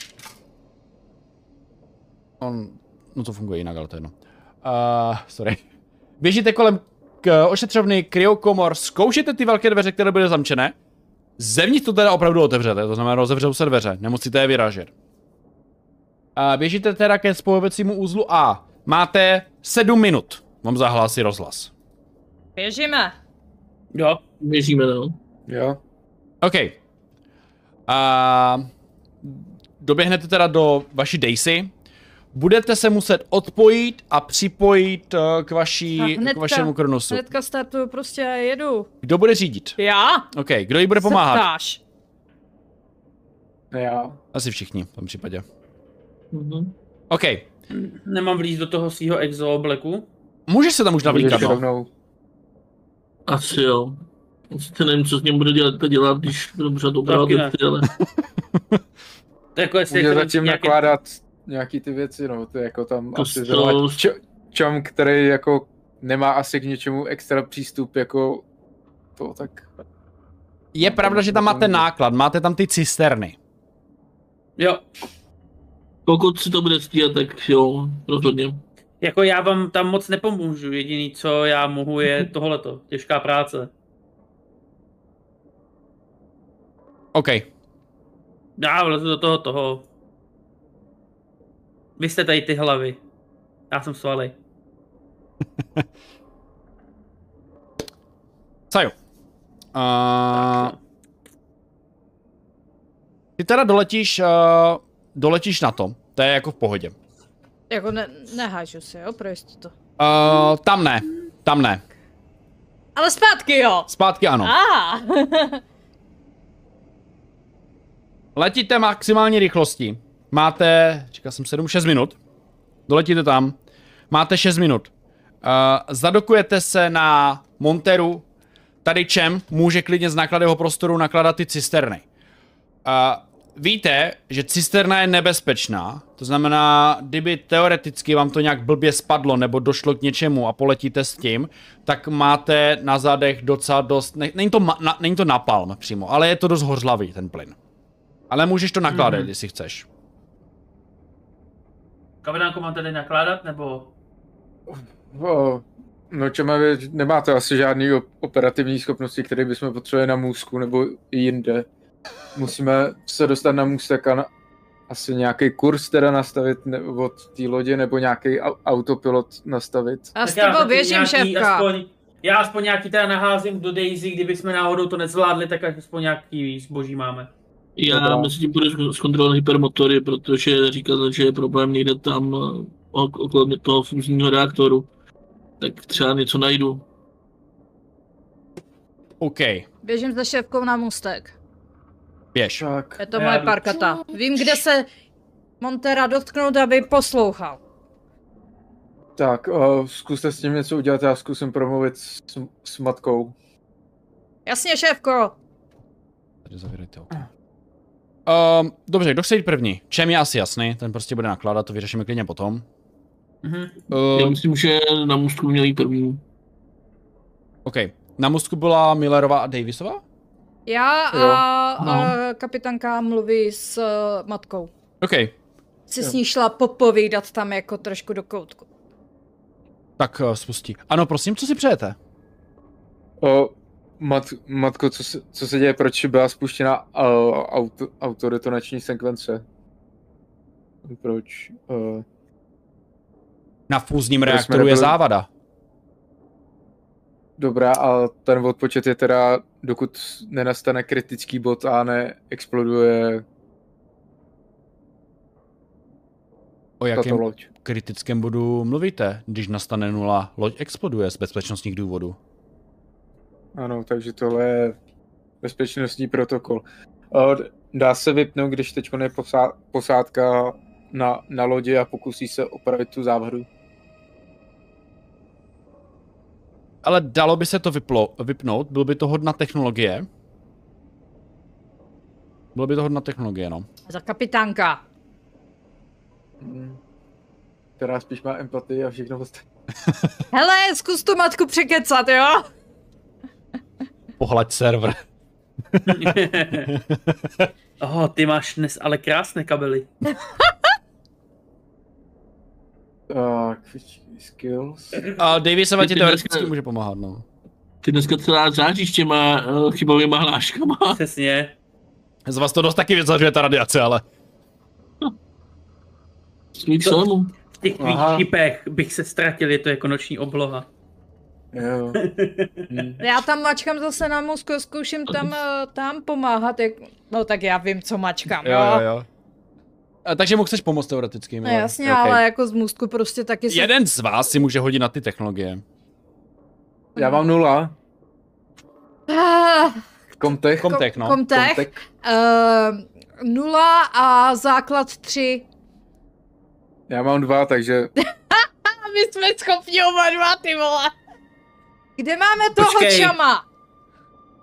On, no to funguje jinak, ale to je jedno. Uh, sorry. Běžíte kolem k ošetřovny kryokomor, zkoušíte ty velké dveře, které byly zamčené. Zevnitř to teda opravdu otevřete, to znamená rozevřou se dveře, nemusíte je vyrážet. Uh, běžíte teda ke spojovacímu úzlu A. Máte sedm minut, vám zahlásí rozhlas.
Běžíme.
Jo,
Věříme, no.
Jo?
OK. A doběhnete teda do vaší Daisy. Budete se muset odpojit a připojit eh, k, vaší,
A
k
hnedka-
vašemu kronosu.
Hnedka startuju, prostě jedu.
Kdo bude řídit?
Já?
OK, kdo jí bude pomáhat?
Ptáš.
Ne, já.
Asi všichni v tom případě.
Mhm.
OK,
nemám vlíz do toho svého exo obleku.
můžeš se tam už navlíkat,
Můžeš
no.
rovnou.
Asi jo. Sice nevím, co s ním bude dělat, to dělat, když budu pořád obrávat
Taky ne.
věci, ale
To je jako jestli
Může
je to
zatím
nějaký-
nakládat nějaký ty věci, no. To je jako tam
To
asi
jsou-
zrovna č- čom, který jako nemá asi k něčemu extra přístup, jako to, tak
Je pravda, že tam máte náklad, máte tam ty cisterny.
Jo,
pokud si to bude stíhat, tak jo, rozhodně.
jako já vám tam moc nepomůžu, jediný co já mohu je tohleto, těžká práce.
OK,
Já vlezu do toho toho. Vy jste tady ty hlavy. Já jsem svaly.
Saju. Uh, ty teda doletíš, uh, doletíš na to, to je jako v pohodě.
Jako ne, nehážu se, jo, pro jistotu.
Uh, tam ne, tam ne.
Ale zpátky jo!
Zpátky ano.
A,
Letíte maximální rychlostí. Máte, říkal jsem 7, 6 minut. Doletíte tam. Máte 6 minut. Uh, zadokujete se na Monteru. Tady čem může klidně z nákladného prostoru nakladat ty cisterny. Uh, víte, že cisterna je nebezpečná. To znamená, kdyby teoreticky vám to nějak blbě spadlo nebo došlo k něčemu a poletíte s tím, tak máte na zádech docela dost... Ne, není, to ma, na, není to napalm přímo, ale je to dost hořlavý ten plyn. Ale můžeš to nakládat, mm. jestli chceš.
Kapitánko, mám tady nakládat, nebo...
O, no čema vy nemáte asi žádný op- operativní schopnosti, které bychom potřebovali na můzku nebo i jinde. Musíme se dostat na můstek a na, asi nějaký kurz teda nastavit ne, od té lodi nebo nějaký au- autopilot nastavit.
a s
Tak já
tebou
zatím
běžím,
nějaký
šéfka.
Aspoň Já aspoň nějaký teda naházím do Daisy, kdyby jsme náhodou to nezvládli, tak aspoň nějaký zboží máme.
Já
Dobrá.
mezi tím půjdu zkontrolovat hypermotory, protože říkal, že je problém někde tam eh, ok- okolo toho fúzního reaktoru. Tak třeba něco najdu.
OK,
Běžím za šéfkou na můstek.
běž.
Tak,
Je to
Já
moje
jdu.
parkata. Vím, kde se Montera dotknout, aby poslouchal.
tak uh, zkuste s tím něco udělat, já zkusím promluvit s, s matkou.
Jasně, šéfko.
Tady zavírejte okno. Um, dobře, kdo chce jít první? Čem je asi jasný, ten prostě bude nakládat, to vyřešíme klidně potom.
Mhm.
Já
Um,
myslím, že na můstku měl jít první.
OK, na mostku byla Millerová a Davisová?
Já
Jo,
a, a
no.
kapitanka mluví s eh, matkou.
OK,
Si
Jo.
s ní šla popovídat tam jako trošku do koutku.
tak uh, spustí. Ano, prosím, co si přejete?
O, Eh, mat, matko, co se, co se děje, proč byla spuštěna uh, auto, autoretonační sekvence? Proč? Uh,
Na fúzním
Proč jsme
reaktoru je
nebyli-
závada.
dobrá, a ten odpočet je teda, dokud nenastane kritický bod a neexploduje
O jakém
tato loď.
kritickém bodu mluvíte? Když nastane nula, loď exploduje z bezpečnostních důvodů.
Ano, takže tohle je bezpečnostní protokol. O, d- Dá se vypnout, když teď je posá- posádka na, na lodi a pokusí se opravit tu závadu?
Ale dalo by se to vyplo, vypnout, byl by to hodna technologie. Bylo by to hodna technologie, no.
Za kapitánka.
Která Hmm. spíš má empatii a všechno ostatní.
Hele, zkus tu matku překecat, jo?
Pohlaď server.
Oho, ty máš dnes ale krásné kabely.
Tak, skills.
A Davy se vám ti
Ty- ty
teoreticky
dneska-
může pomáhat, no.
Ty dneska celá záříš těma uh, chybovýma hláškama.
Přesně.
Z vás to dost taky vyzařuje ta radiace, ale...
Smít svému.
V těch tvých
Aha.
šipech bych se ztratil, je to jako noční obloha.
Jo. Hm.
Já tam mačkám zase na mozku, zkouším tam, eh, tam pomáhat. Jak... No tak já vím, co mačkám, jo?
jo. A, takže mu chceš pomoct teoreticky,
No
Miller.
jasně,
OK.
ale jako z můstku prostě taky se...
Jeden z vás si může hodit na ty technologie.
Já mám nula.
Ah,
Komtech.
Komtech, no.
Komtech.
Komtech.
Uh, nula a základ tři.
Já mám dva, takže
A my jsme schopni oba dva, ty vole. Kde máme toho
Počkej.
čama?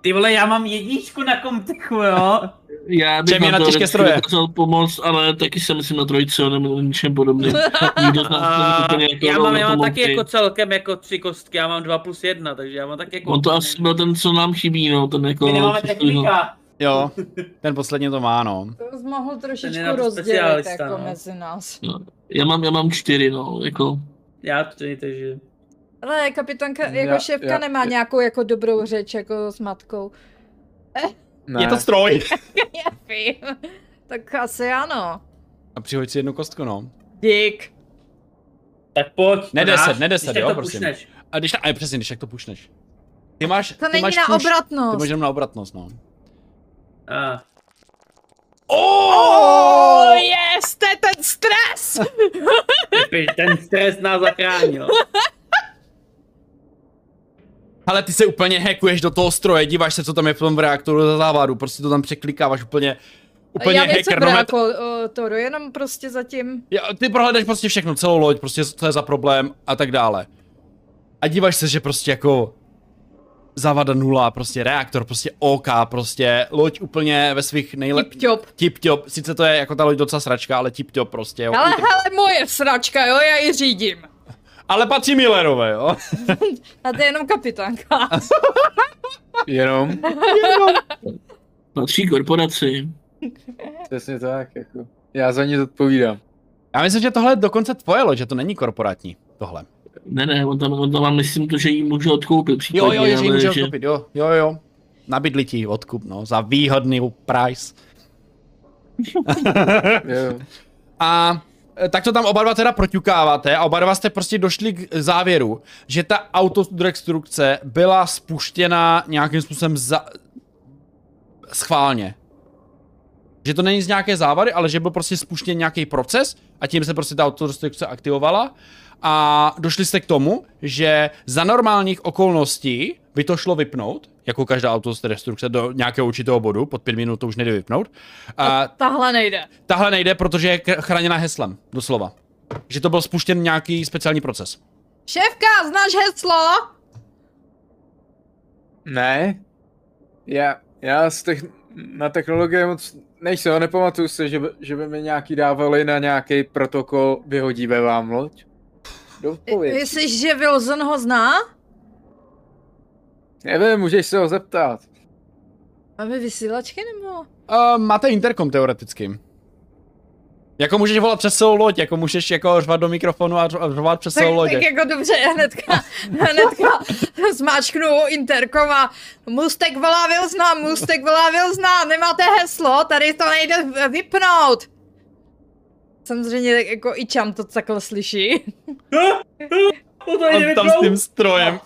Ty vole, já mám jedničku na komtechu, jo?
Já bych
Čem je
vám
na těžké
teoreticky
stroje?
dokázal pomoct, ale taky jsem myslím na trojici nebo na něčem podobným. Nikdo z nás není
A,
úplně jako
já mám,
na
já mám
tom
taky
opti.
jako celkem jako tři kostky, já mám dva plus jedna, takže já mám taky jako...
On to asi byl ten, co nám chybí, no, ten jako...
My nemáme
co-
technika.
Jo, ten posledně to má, no.
To jsi mohl
Ten je
trošičku
na to
rozdělit
specialista,
jako
no.
mezi nás.
Já mám, já mám čtyři, no, jako...
Já tři, takže...
Ale kapitanka,
Já-
jako šéfka
já-
nemá
já-
nějakou jako dobrou řeč jako s matkou.
ne.
Je to stroj.
Já vím. Tak asi ano.
A přihoď si jednu kostku, no.
Dík.
Tak pojď.
Ne
to
deset,
dáš,
ne deset,
když tak
jo,
to
prosím.
pusneš.
A když tak, a přesně, když tak to pušneš. Ty máš,
To
ty
není
máš
na
push, Ty
obratnost.
máš jenom na obratnost, no.
A,
Oh, yes, to je ten stres!
Typiš, ten stres nás zachránil.
Ale ty se úplně hackuješ do toho stroje, díváš se, co tam je v tom reaktoru za závadu, prostě to tam překlikáváš úplně, úplně no,
Já nejsem
no,
hackernomet.
bráko, o, Toru, jenom prostě zatím.
Jo, ty prohlédneš prostě všechno, celou loď, prostě co je za problém a tak dále. A díváš se, že prostě jako závada nula, prostě reaktor, prostě OK, prostě loď úplně ve svých nejlepších...
Tip-top.
Tip-top, sice to je jako ta loď docela sračka, ale tip-top prostě, jo.
Ale hele, moje sračka, jo, já ji řídím.
ale patří Millerové, jo.
A to je jenom kapitánka.
Jenom,
Patří korporaci.
přesně tak, jako. Já za ní odpovídám.
Já myslím, že tohle je dokonce tvoje loď, že to není korporátní, tohle.
Ne, ne, on tam, on tam má, myslím to, že ji může odkoupit
Jo,
případně,
jo, je, že ji
ale
můžeme koupit, jo, jo, jo. Na bydlití odkup, no, za výhodný price.
Jo.
A eh, tak to tam oba dva teda proťukáváte a oba dva jste prostě došli k závěru, že ta autodestrukce byla spuštěna nějakým způsobem za... schválně. Že to není z nějaké závady, ale že byl prostě spuštěn nějaký proces a tím se prostě ta autodestrukce aktivovala a došli jste k tomu, že za normálních okolností by to šlo vypnout, jako každá autodestrukce do nějakého určitého bodu, pod pět minut to už nejde vypnout. A
Tahle nejde.
Tahle nejde, protože je k- chráněna heslem, doslova. Že to byl spuštěn nějaký speciální proces.
Šéfka, znáš heslo?
Ne. Já, já z tech, na technologie moc nejsem, nepamatuju se, že by, že by mi nějaký dávali na nějaký protokol, vyhodíme vám loď. Dopověď.
Myslíš, že Wilson ho zná?
Nevím, můžeš se ho zeptat.
Máme vysílačky nebo?
Uh, máte interkom teoreticky. Jako můžeš volat přes celou loď, jako můžeš jako řvat do mikrofonu a ř- a řvat přes
Tak,
celou loď.
tak jako dobře, já hnedka, hnedka zmáčknu interkom a Mustek volá Vilzna, Mustek volá Vilzna, nemáte heslo, tady to nejde vypnout. Samozřejmě tak jako i Čam to takhle slyší.
O to jde
tam s tím strojem.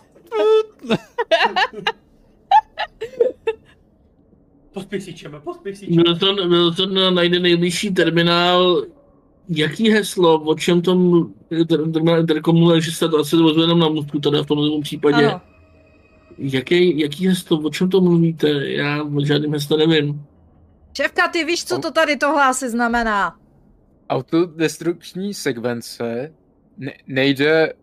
Podpis si čeme, podpis si čeme.
Milton, Milton no, najde nejbližší terminál. Jaký heslo, o čem tom Derko mluví, že se to asi ozve jenom na mutku, teda v tomto případě.
Ano.
Jaký, jaký heslo, o čem to mluvíte? Já o žádným hesle nevím.
Šéfka, ty víš, co to tady tohle asi znamená?
Autodestrukční sekvence ne- nejde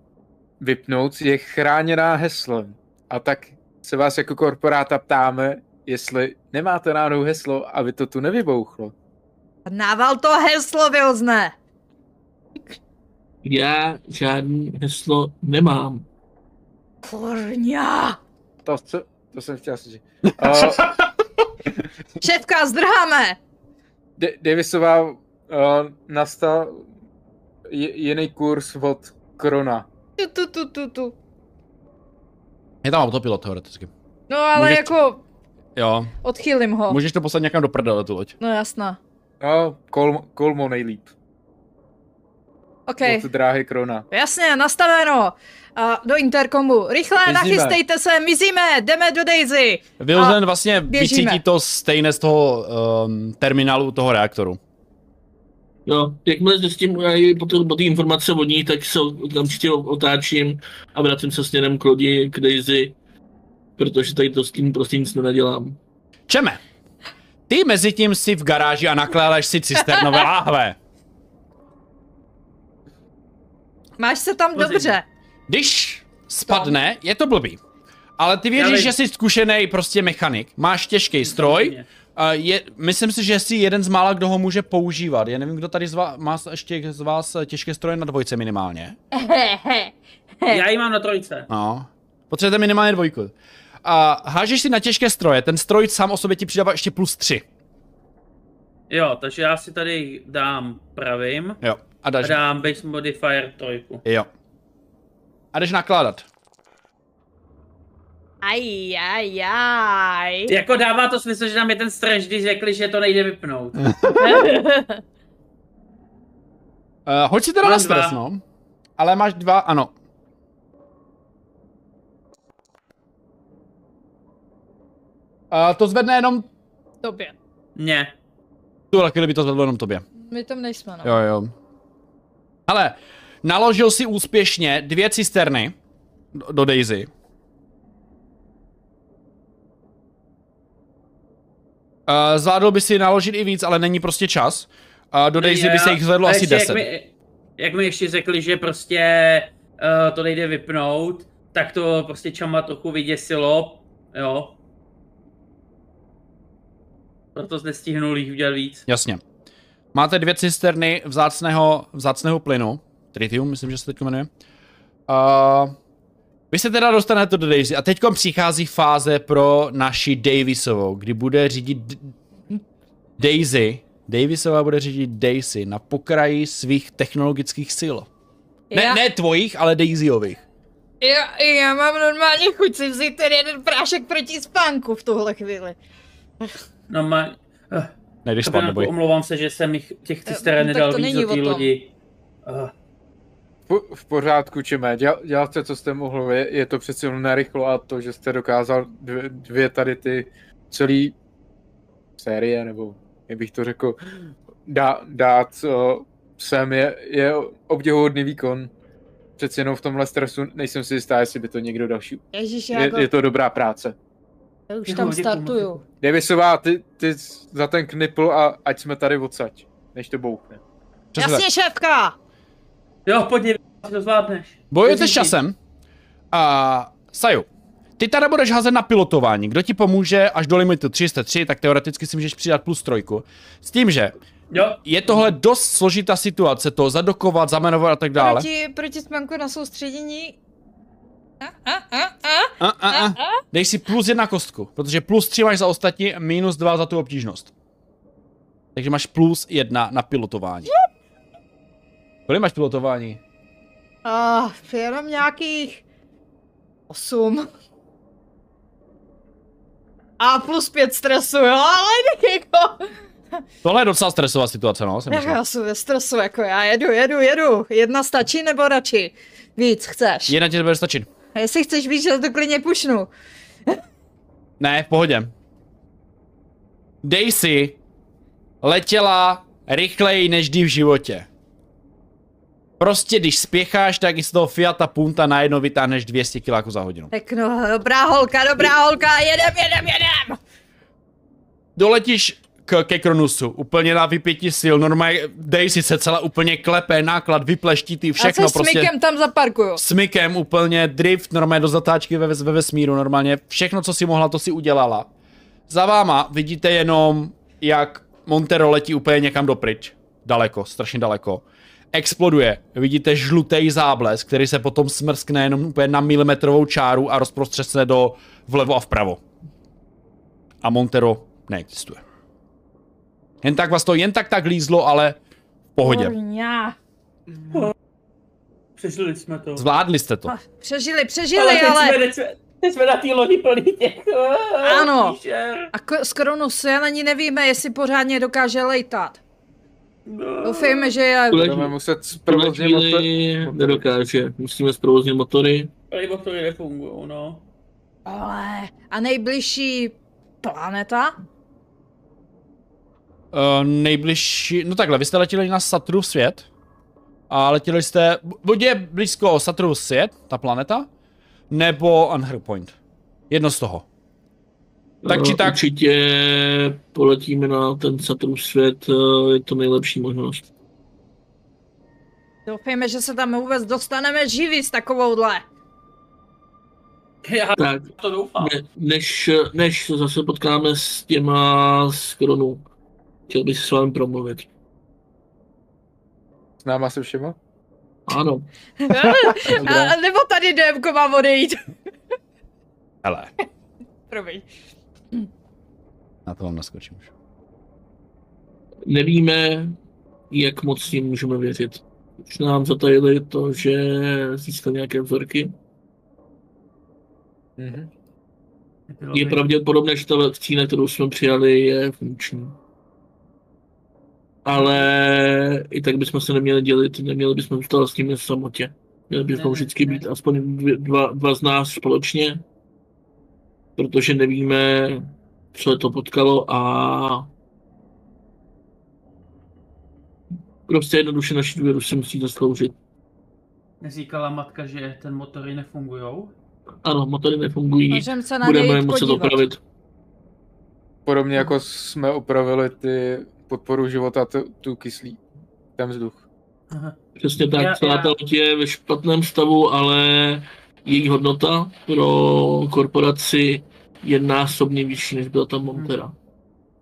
vypnout, je chráněná heslem. A tak se vás jako korporáta ptáme, jestli nemáte náhodou heslo, aby to tu nevybouchlo.
Nával to heslo, Vilzne.
Já žádný heslo nemám.
Kurňa.
To, co, to jsem chtěl říct. Uh,
Šéfka, zdrháme.
D- Davisová uh, nastal j- jiný kurz od Krona.
Tu, tu, tu, tu, tu.
Je tam autopilot teoreticky.
No ale
Můžeš-
jako
Jo,
odchýlím ho.
můžeš to poslat někam do prdele tu loď.
No jasná.
No, Kolmo, Kolmo nejlíp.
Okej.
Od dráhy Krona.
Jasně, nastaveno. A do interkomu. Rychle,
Mizíme.
nachystejte se, mizíme, jdeme do Daisy.
Wilson vlastně
běžíme.
vycítí to stejné z toho um, terminálu toho reaktoru.
Jo, jakmile zjistím eh, po té- po té informace od ní, tak se určitě otáčím a vracím se směrem k lodi, k Daisy, protože tady to s tím prostě nic nenadělám.
Čeme, ty mezi tím si v garáži a nakládáš si cisternové láhve.
Máš se tam
Prosím.
dobře.
Když spadne, je to blbý. Ale ty
Já
věříš,
vím.
že jsi zkušený prostě mechanik. Máš těžký stroj.
Samozřejmě.
a Je, myslím si, že jsi jeden z mála, kdo ho může používat. Já nevím, kdo tady z vás, má ještě z vás těžké stroje na dvojce minimálně.
Já ji mám na trojce.
No. Potřebujete minimálně dvojku. A hážeš si na těžké stroje, ten stroj sám o sobě ti přidává ještě plus tři.
Jo, takže já si tady dám pravým
Jo. A
a
dáš.
dám base modifier trojku.
Jo. A jdeš nakládat.
Aj, aj, aj.
Jako dává to smysl, že nám je ten straš, když řekli, že to nejde vypnout.
Uh, hoď si teda
Mám
na stres,
dva.
no. Ale máš dva, ano. Uh, to zvedne jenom,
Tobě.
Ne.
tuhle chvíli by to zvedlo jenom tobě.
My tam nejsme, no.
Jo, jo. Ale naložil si úspěšně dvě cisterny do, do Daisy. Uh, zvládl by si naložit i víc, ale není prostě čas. Uh, do Daisy by se jich zvedlo
A
asi
ještě
10.
Jak mi, jak mi ještě řekli, že prostě uh, to nejde vypnout, tak to prostě Čama trochu vyděsilo, jo. Proto nestihnul jich udělat víc.
Jasně. Máte dvě cisterny vzácného, vzácného plynu, tritium, myslím, že se teď jmenuje. Uh, vy se teda dostanete do Daisy a teď přichází fáze pro naši Davisovou, kdy bude řídit D- Daisy. Davisová bude řídit Daisy na pokraji svých technologických sil. Ne,
já,
ne tvojich, ale Daisyových.
Já, já mám normálně chuť si vzít ten jeden prášek proti spánku v tuhle chvíli.
No ma, eh,
Nejdeš spát,
Fabiánku,
neboj.
omlouvám se, že jsem jich těch cisteren
Eh, no, tak
nedal
to
víc
není
do té
o tom.
lodi. Uh,
Po- V pořádku, Čime, děl, děláte, co jste mohl, je, je to přece jenom narychlo a to, že jste dokázal dvě, dvě tady ty celý série, nebo jak bych to řekl, dá, dát o, sem, je, je obdivuhodný výkon. Přeci jenom v tomhle stresu nejsem si jistá, jestli by to někdo další...
Ježíš, já,
Je,
jako,
je to dobrá práce.
já už
Děkuju,
tam
děkuju,
startuju.
Devisová, ty, ty za ten knipl a ať jsme tady odsaď, než to bouchne.
Přesně tak.
Jasně, šéfka!
jo, podívej, to zvládneš.
Bojujete s
Ježíši.
časem. A Saju, ty teda budeš házet na pilotování. Kdo ti pomůže až do limitu 303, tak teoreticky si můžeš přidat plus trojku. S tím, že
Jo,
je tohle dost složitá situace, to zadokovat, zamanovat a tak dále.
Proti, proti spanku na soustředění. A, a, a, a,
A, a, a.
a, a.
Dej si plus jedna kostku, protože plus tři máš za ostatní, minus dva za tu obtížnost. Takže máš plus jedna na pilotování. Kolik máš pilotování?
Ah, jenom nějakých osm. A plus pět stresu, jo, ale tak jako...
Tohle je docela stresová situace, no, jsem
Tak
myslel.
já jsem ve stresu, jako já jedu, jedu, jedu. Jedna stačí nebo radši? Víc chceš.
Jedna ti bude stačit.
A Jestli chceš víc, já to klidně pušnu.
Ne, v pohodě. Daisy letěla rychleji než kdy v životě. Prostě když spěcháš, tak i z toho Fiata Punta najednou vytáhneš 200 kg za hodinu.
Tak no, dobrá holka, dobrá holka, jedem, jedem, jedem!
Doletíš k, ke Kronusu, úplně na vypětí sil, normálně Daisy se celá úplně klepe, náklad, vypleští ty všechno
a se
prostě.
smykem tam zaparkuju.
smykem úplně, drift, normálně do zatáčky ve, ve vesmíru, normálně všechno, co si mohla, to si udělala. Za váma vidíte jenom, jak Montero letí úplně někam dopryč. Daleko, strašně daleko. Exploduje. Vidíte žlutý záblesk, který se potom smrskne jenom úplně na milimetrovou čáru a rozprostře se do vlevo a vpravo. A Montero neexistuje. Jen tak vás to jen tak tak lízlo, ale v pohodě.
Kurňa.
přežili jsme to.
Zvládli jste to.
Přežili, přežili, ale...
Teď jsme, teď jsme, teď jsme na té lodi plný těch. Eh,
Ano.
Píše.
A ko- s koronusem ani nevíme, jestli pořádně dokáže lejtat. Doufejme, že je...
Tuhle
Budeme muset
tuhle
zprovoznit motor.
chvíli nedokáže. Musíme zprovoznit motory.
Libo to nefungují, no.
Ale... A nejbližší planeta?
Uh, nejbližší, no takhle, vy jste letěli na Saturnův svět a letěli jste, bu- buď je blízko Saturnův svět, ta planeta, nebo Anhru Point. Jedno z toho. Tak či
Eh,
tak.
Určitě poletíme na ten Saturn svět, eh, je to nejlepší možnost.
Doufejme, že se tam vůbec dostaneme živí s takovouhle.
Já
Tak,
to doufám.
ne, než, eh, než se zase potkáme s těma z Kronu, chtěl bych se s vámi promluvit.
S náma se všema?
Ano,
A, a nebo tady DMko mám odejít.
Hele,
Promiň.
na to vám naskočím už.
nevíme, jak moc jim můžeme věřit. Už nám zatajili to, že získali nějaké vzorky.
Mhm.
Je pravděpodobné, že ta vakcína, kterou jsme přijali, je funkční. Ale i tak bychom se neměli dělit, neměli bychom zůstat s nimi v samotě. Měli bychom
Ne,
vždycky
ne.
být aspoň dvě, dva, dva z nás společně, protože nevíme, co je to potkalo a prostě jednoduše naši důvěru si musí zasloužit.
Neříkala matka, že ten motory nefungují?
Ano, motory nefungují,
Můžeme se na něj
budeme
jít
muset
podívat.
opravit.
Podobně jako jsme opravili ty podporu života, tu, tu kyslí, ten vzduch.
Hmm.
Aha.
Přesně tak,
Já-
celá
já-
ta loď je ve špatném stavu, ale její hodnota pro korporaci je násobně vyšší, než byla ta Montera.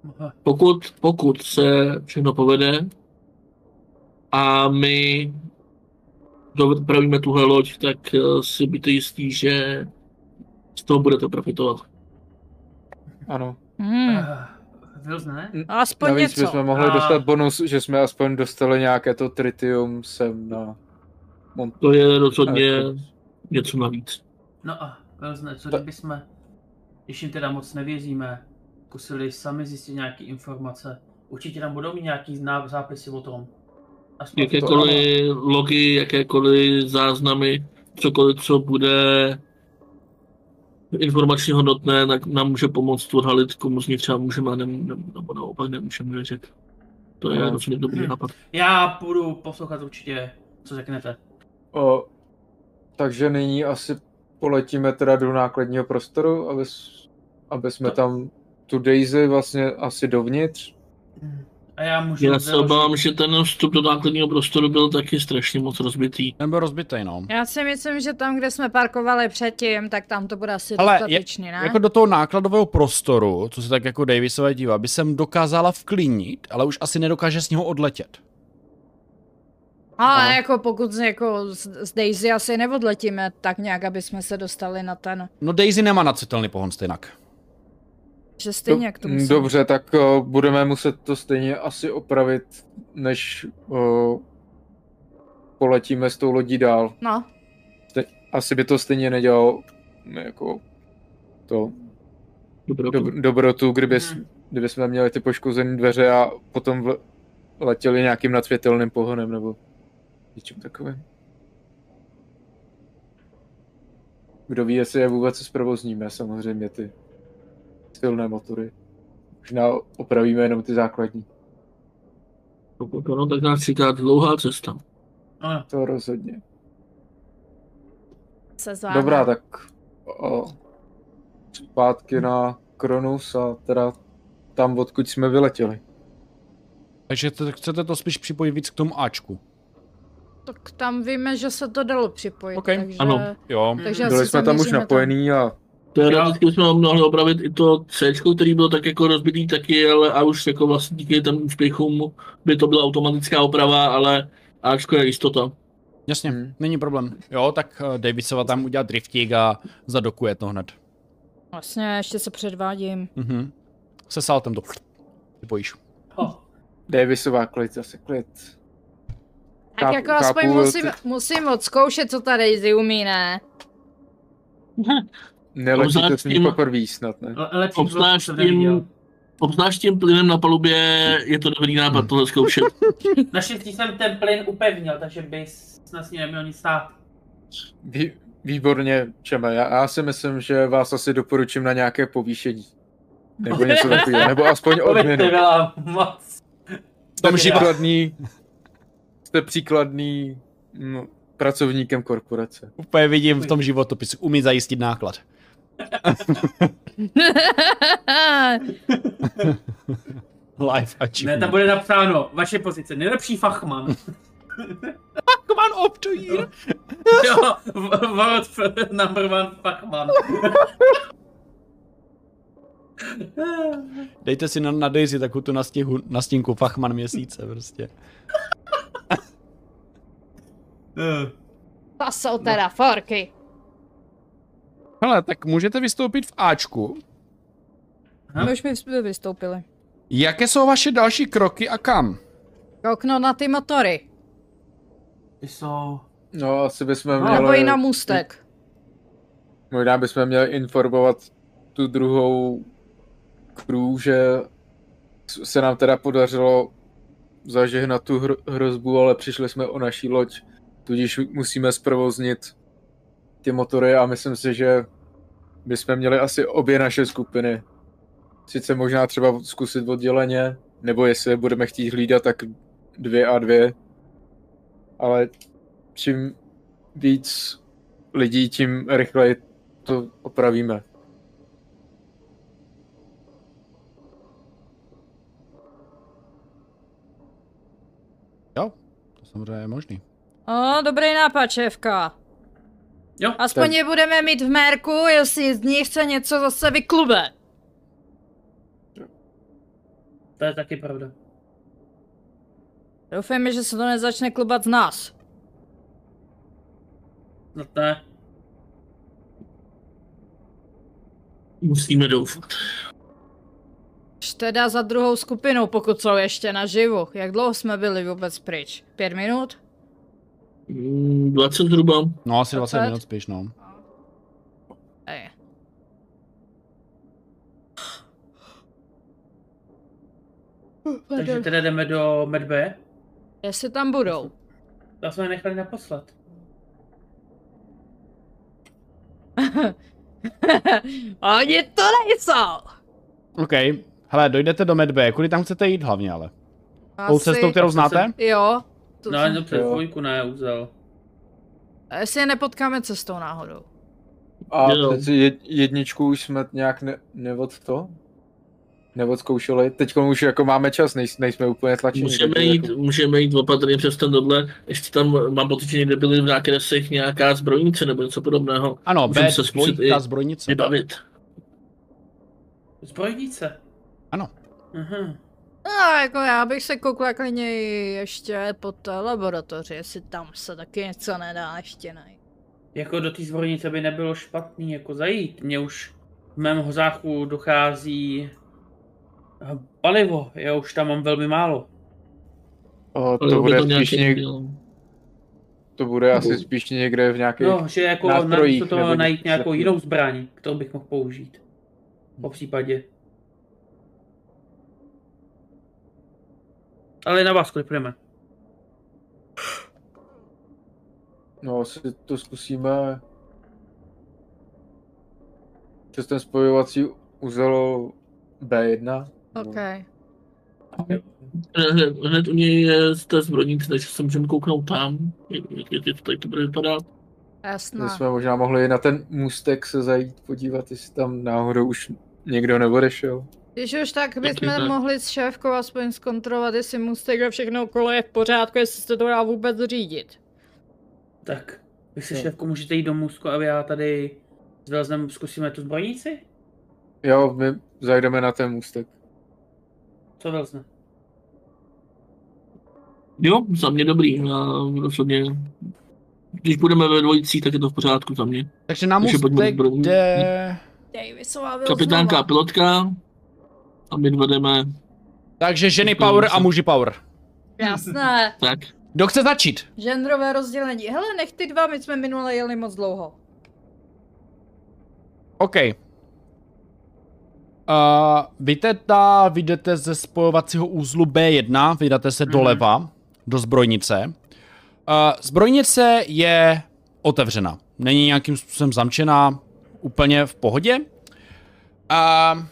Hmm. Aha.
Pokud, pokud se všechno povede a my dopravíme tuhle loď, tak eh, si buďte jistí, že z toho budete profitovat.
Ano.
Hmm.
Ah, Vils ne?
Aspoň
Navíc
něco.
bychom mohli
A-
dostat bonus, že jsme aspoň dostali nějaké to tritium sem na Mont.
To je rozhodně
Ale-
něco navíc.
No a Vils ne, co kdyby jsme, když jim teda moc nevěříme, zkusili sami zjistit nějaké informace. Určitě tam budou mít nějaký zná- zápisy o tom. Aspoň to-
jakékoliv logy, jakékoliv záznamy, cokoliv, co bude informačně hodnotné, tak nám může pomoct odhalit, komu z nich třeba můžeme, a nem, nem, nebo naopak nemůžeme věřit. To je
No.
rozhodně dobrý nápad.
Já půjdu poslouchat určitě, co řeknete.
O, takže nyní asi poletíme teda do nákladního prostoru, aby, s- aby jsme tam tu Daisy vlastně asi dovnitř.
A já můžu...
Já se
založit-
obávám, že ten vstup do nákladního prostoru byl taky strašně moc rozbitý.
Ten byl rozbitý, no.
Já si myslím, že tam, kde jsme parkovali předtím, tak tam to bude asi
Ale je-
dostatečný, ne?
Jako do toho nákladového prostoru, co se tak jako Davisové dívá, by jsem dokázala vklínit, ale už asi nedokáže s něho odletět.
Ale
No.
Aha.
jako pokud z- jako z, z Daisy asi neodletíme, tak nějak, aby jsme se dostali na ten,
No Daisy nemá nacitelný pohon stejnak.
že stejně k tomu se-
Mm, Dobře, tak o, budeme muset to stejně asi opravit, než o, poletíme s tou lodí dál.
No,
Asi by to stejně nedělalo ne, jako to
Dobrý,
dob- dobrotu, kdyby, s-
Hmm.
kdyby jsme měli ty poškozené dveře a potom vl- letěli nějakým nadsvětelným pohonem nebo něčím takovým. Kdo ví, jestli je vůbec zprovozníme, samozřejmě ty silné motory. Možná opravíme jenom ty základní.
Pokud ano, tak nás čeká dlouhá cesta.
Ano.
To rozhodně.
se zvládne.
Dobrá, tak o, zpátky na Kronus a teda tam, odkud jsme vyletěli.
Takže t- chcete to spíš připojit víc k tomu Ačku.
Tak tam víme, že se to dalo připojit,
Ok,
takže...
ano.
Jo.
Takže
Byli
asi
jsme tam už
zaměříme
napojený a
Teoreticky jsme mohli opravit i to C, který bylo tak jako rozbitý taky, ale a už jako vlastně díky těm úspěchům by to byla automatická oprava, ale Ačko je jistota.
Jasně,
Hmm.
není problém. Jo, tak eh, Davisova tam udělá driftík a zadokuje to hned.
Vlastně ještě se předvádím.
Mhm. Se saltem to připojíš.
Oh.
Davisová klid, zase klid.
Tak
Chápu-
jako aspoň
chápu,
musím,
ty-
musím odzkoušet, co ta Daisy umí, ne?
Neletí to
Obzvlášť
s ní
tím-
poprvé snad, ne?
Le- Lepší blok
Obzvlášť
jsem neviděl.
tím, obzvlášť tím plynem na palubě je to dobrý
Hmm.
nápad tohle zkoušet.
Naštěstí jsem ten plyn upevnil, takže by snad s ní neměl nic stát.
Vý, výborně, Čeme, já, já si myslím, že vás asi doporučím na nějaké povýšení. Nebo něco takového, nebo aspoň
To
odměnu.
by byla moc.
Jste
Tom život.
příkladný, jste příkladný no, pracovníkem korporace.
Úplně vidím v tom životopisu, umí zajistit náklad. Life
Ne, tam
achievement.
bude napsáno, vaše pozice, nejlepší fachman.
Come on, up to here.
jo, v- world f- number one fachman.
Dejte si na, na Daisy takovou tu nastěhu, nastínku fachman měsíce prostě.
To jsou teda forky.
Hele, tak můžete vystoupit v Ačku.
Aha.
My už mi vys- vystoupili.
Jaké jsou vaše další kroky a kam?
Kouknout na ty motory.
Ty jsou...
No, asi bychom
No,
Nebo i
měli,
na můstek.
možná bychom měli informovat tu druhou crew, že s- se nám teda podařilo zažehnat tu hr- hrozbu, ale přišli jsme o naší loď, tudíž musíme zprovoznit ty motory a myslím si, že bychom měli asi obě naše skupiny. Sice možná třeba zkusit odděleně, nebo jestli je budeme chtít hlídat, tak dvě a dvě. Ale čím víc lidí, tím rychleji to opravíme.
Jo, to samozřejmě je možný.
O, dobrý nápad, šéfka.
Jo,
Aspoň
Tak-
je budeme mít v mérku, jestli z ní chce něco zase vyklube.
to je taky pravda.
Doufejme, že se to nezačne klubat z nás.
No to ne.
Musíme doufat.
Už Teda za druhou skupinu, pokud jsou ještě naživu. Jak dlouho jsme byli vůbec pryč? Pět minut?
Mm, 20 zhruba.
No asi 20
Dvacet?
minut spíš, no.
Ej.
Takže teda jdeme do Medbe.
Jestli tam budou.
Já jsme je nechali naposled.
Oni to nejsou!
OK. Hele, dojdete do Medbay, kudy tam chcete jít hlavně ale? Tou
Asi-
cestou, kterou znáte?
Jo. To
No,
no,
ani dobře,
Jo.
dvojku ne, uzal.
Jestli je nepotkáme cestou náhodou.
A
Jo.
přeci jed, jedničku už jsme nějak ne, neod to? Neodzkoušeli. Teď už jako máme čas, nejs, nejsme úplně tlačení.
Můžeme
takže
jít,
Jako,
můžeme jít opatrně přes ten doble, ještě tam mám pocit, že někde byly v nákresech nějaká zbrojnice nebo něco podobného
Ano,
Můžeme
B,
se zkusit
dvojka,
i-
zbrojnice.
vybavit.
Zbrojnice.
Ano.
Aha.
No, jako já bych se koukla klidně i ještě po té laboratoři, jestli tam se taky něco nedá ještě najít.
Jako do té zbrojnice by nebylo špatný jako zajít. Mně už v mém hozáku dochází eh, palivo, já už tam mám velmi málo.
o,
Ale
to, bude
by
spíš
nějaký-
něk, to bude asi spíš někde v nějakých...
No, že jako
nástrojích
namísto
nebo
toho najít
něco
nějakou
takového. Hm.
jinou zbraň, kterou bych mohl použít. Po případě. Ale na vás klipneme.
No, asi to zkusíme přes ten spojovací uzel B1.
OK.
Hned, hned u něj je z té zbrojnice, takže se můžeme kouknout tam, jak, jak, jak to tady to bude vypadat.
No,
Jasná.
že jsme možná mohli na ten můstek se zajít podívat, jestli tam náhodou už někdo neodešel.
Když už tak
Taky
bychom
tak.
mohli s šéfkou aspoň zkontrolovat, jestli musíte kdo všechno okolo je v pořádku, jestli se to dá vůbec řídit.
Tak, vy se
Jo.
šéfku můžete jít do Musko a já tady s Velznem zkusíme tu zbrojnici?
Jo, my zajdeme na ten můstek.
Co Velzne?
Jo, za mě dobrý, já rozhodně, když budeme ve dvojicí, tak je to v pořádku za mě.
Takže na
Takže pojďme
můstek
do zbrojnice.
jde...
Davisová
Kapitánka a pilotka, a my vedeme,
Takže ženy power a muži power.
Jasné.
tak,
Kdo chce začít?
Genderové rozdělení. Hele, nech ty dva, my jsme minule jeli moc dlouho.
OK. Uh, vy teda vyjdete ze spojovacího úzlu B1, vydáte se
Mhm.
doleva do zbrojnice. Uh, zbrojnice je otevřena, není nějakým způsobem zamčená, úplně v pohodě. Uh,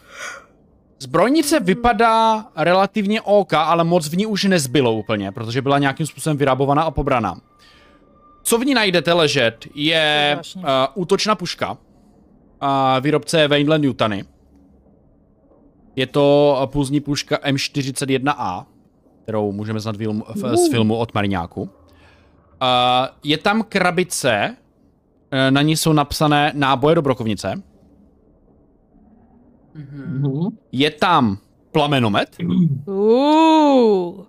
zbrojnice vypadá relativně OK, ale moc v ní už nezbylo úplně, protože byla nějakým způsobem vyrábovaná a pobraná. Co v ní najdete ležet, je
Strašně.
uh, útočná puška a výrobce Wayne Newtony. Je to eh, pulzní puška M41A, kterou můžeme znát film, v, z filmu od Mariňáku. A je tam krabice, eh, na ní jsou napsané náboje do brokovnice.
mhm.
Je tam plamenomet
Uuu.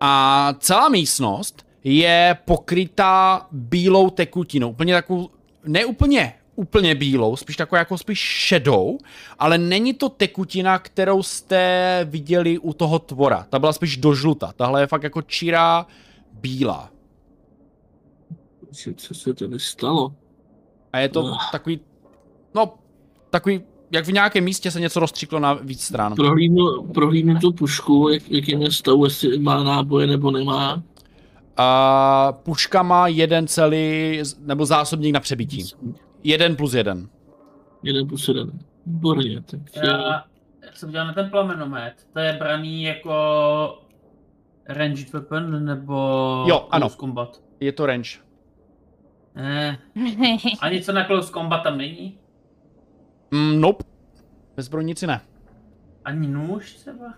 a celá místnost je pokrytá bílou tekutinou. Úplně takovou, ne úplně, úplně bílou, spíš takovou jako spíš šedou, ale není to tekutina, kterou jste viděli u toho tvora. Ta byla spíš dožluta, tahle je fakt jako čirá bílá.
Co- co se tady stalo?
A je to
Ugh.
takový, no, takový, jak v nějakém místě se něco rozstříklo na víc stran.
Prohlídnu, prohlídnu tu pušku, jak, jakým je stavu, jestli má náboje nebo nemá.
A puška má jeden celý, nebo zásobník na přebití. Jeden plus jeden.
Jeden plus jeden. Výborně, tak já...
Já jsem dělal na ten plamenomet. To je braný jako ranged weapon nebo
Jo, ano.
close combat.
Je to range.
Ne. A něco na close combat tam není?
Mm, nope. Ve zbrojnici ne.
Ani nůž třeba?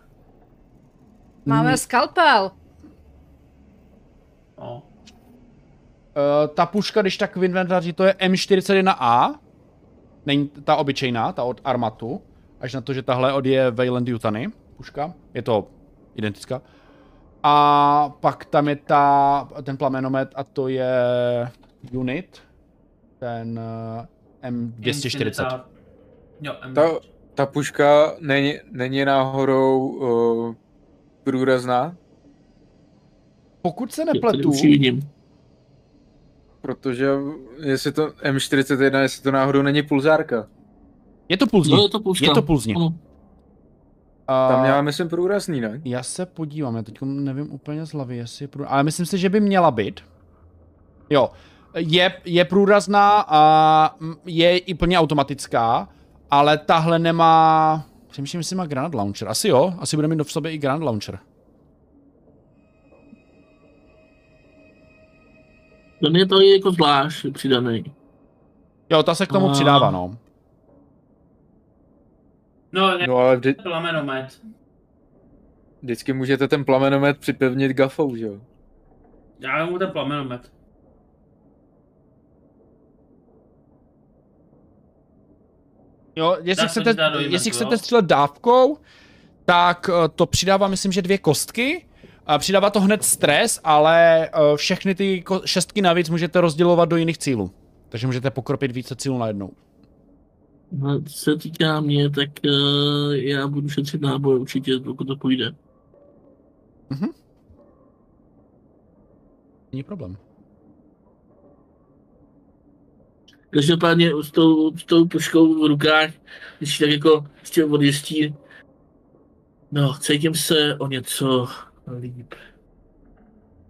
Máme skalpel.
No.
Uh, ta puška, když tak v inventáři, to je M41A. Není ta obyčejná, ta od Armatu. Až na to, že tahle od je Wayland Yutany. Puška. Je to identická. A pak tam je ta, ten plamenomet a to je unit. Ten eh, M240.
Infinita- Jo, M-
Ta, ta puška není, není náhodou uh, průrazná,
Pokud se
já tady
nepletu,
už ji vidím.
protože jestli to M41, jestli to náhodou není pulzárka.
je to pulzní.
No, je to puška.
Je to pulzní.
Ano.
A
Tam já myslím průrazný, ne?
Já se podívám, já teď nevím úplně z hlavy, jestli je průrazná, ale myslím si, že by měla být. Jo, je, je průrazná a mm, je i plně automatická, ale tahle nemá... Přemýšlím, jestli má granat launcher. Asi jo, asi bude mít v sobě i granat launcher.
Ten je tady jako zvlášť přidaný.
Jo, ta se k tomu
A.
přidává, no.
No, ne,
No ale vždy,
plamenomet.
vždycky můžete ten plamenomet připevnit gafou, že jo?
Já mu ten plamenomet.
Jo, jestli
Dá se
chcete,
dát do
jestli
eventu,
chcete
jo?
střílet dávkou, tak eh, to přidává, myslím, že dvě kostky. A přidává to hned stres, ale eh, všechny ty ko- šestky navíc můžete rozdělovat do jiných cílů. Takže můžete pokropit více cílů najednou.
No, Co se týká mě, tak uh, já budu šetřit náboj určitě, pokud to půjde.
Není problém.
Každopádně s tou, s tou puškou v rukách, když tak jako ještě odjistí, no, cítím se o něco líp.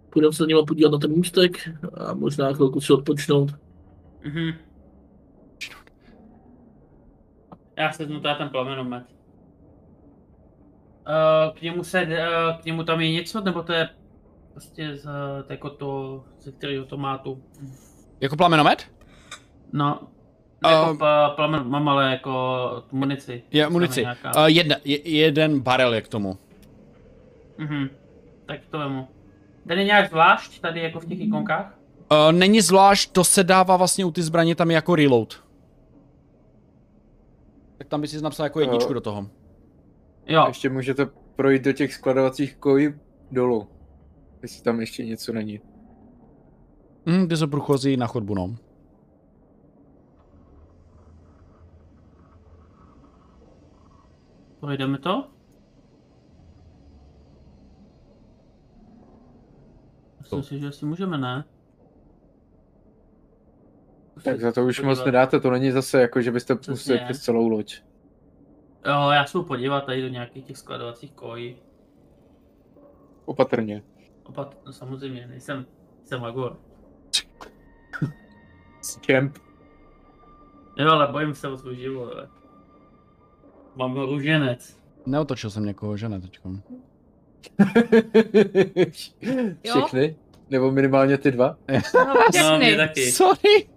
Půjdeme se na něma podívat na ten můstek a možná chvilku si odpočnout.
Mhm. Já se teda ten plamenomet. Uh, k němu se, uh, k němu tam je něco, nebo to je prostě z, eh, to jako to, ze kterého to má tu.
Jako plamenomet?
No,
Eh,
ne jako uh, plamen, mám ale jako tu munici.
Je
Tam
munici.
nějaká.
Uh, jedna, je, jeden barel je k tomu.
Mhm, tak to vemu. Ten je nějak zvlášť tady jako v těch ikonkách?
Uh, není zvlášť, to se dává vlastně u ty zbraně tam je jako reload. Tak tam by si napsal jako jedničku
Jo.
do toho.
A
Jo,
ještě můžete projít do těch skladovacích kojí dolů. Jestli tam ještě něco není.
Mhm, kde jsou průchozí na chodbu, no.
projdeme to. Myslím si, že asi můžeme, ne?
Tak za to už
Podívat.
moc nedáte, to není zase jako, že byste
Přesně.
museli přes celou loď.
Jo, já se jdu podívat tady do nějakých těch skladovacích kojí.
Opatrně.
Opat, no samozřejmě, nejsem, jsem magor.
Kemp.
Jo, ale bojím se o svůj život, ale. Mám růženec.
Neotočil jsem někoho, že ne teďkom.
Všechny? Nebo minimálně ty dva?
No,
No, mě
všechny.
taky.
Sorry.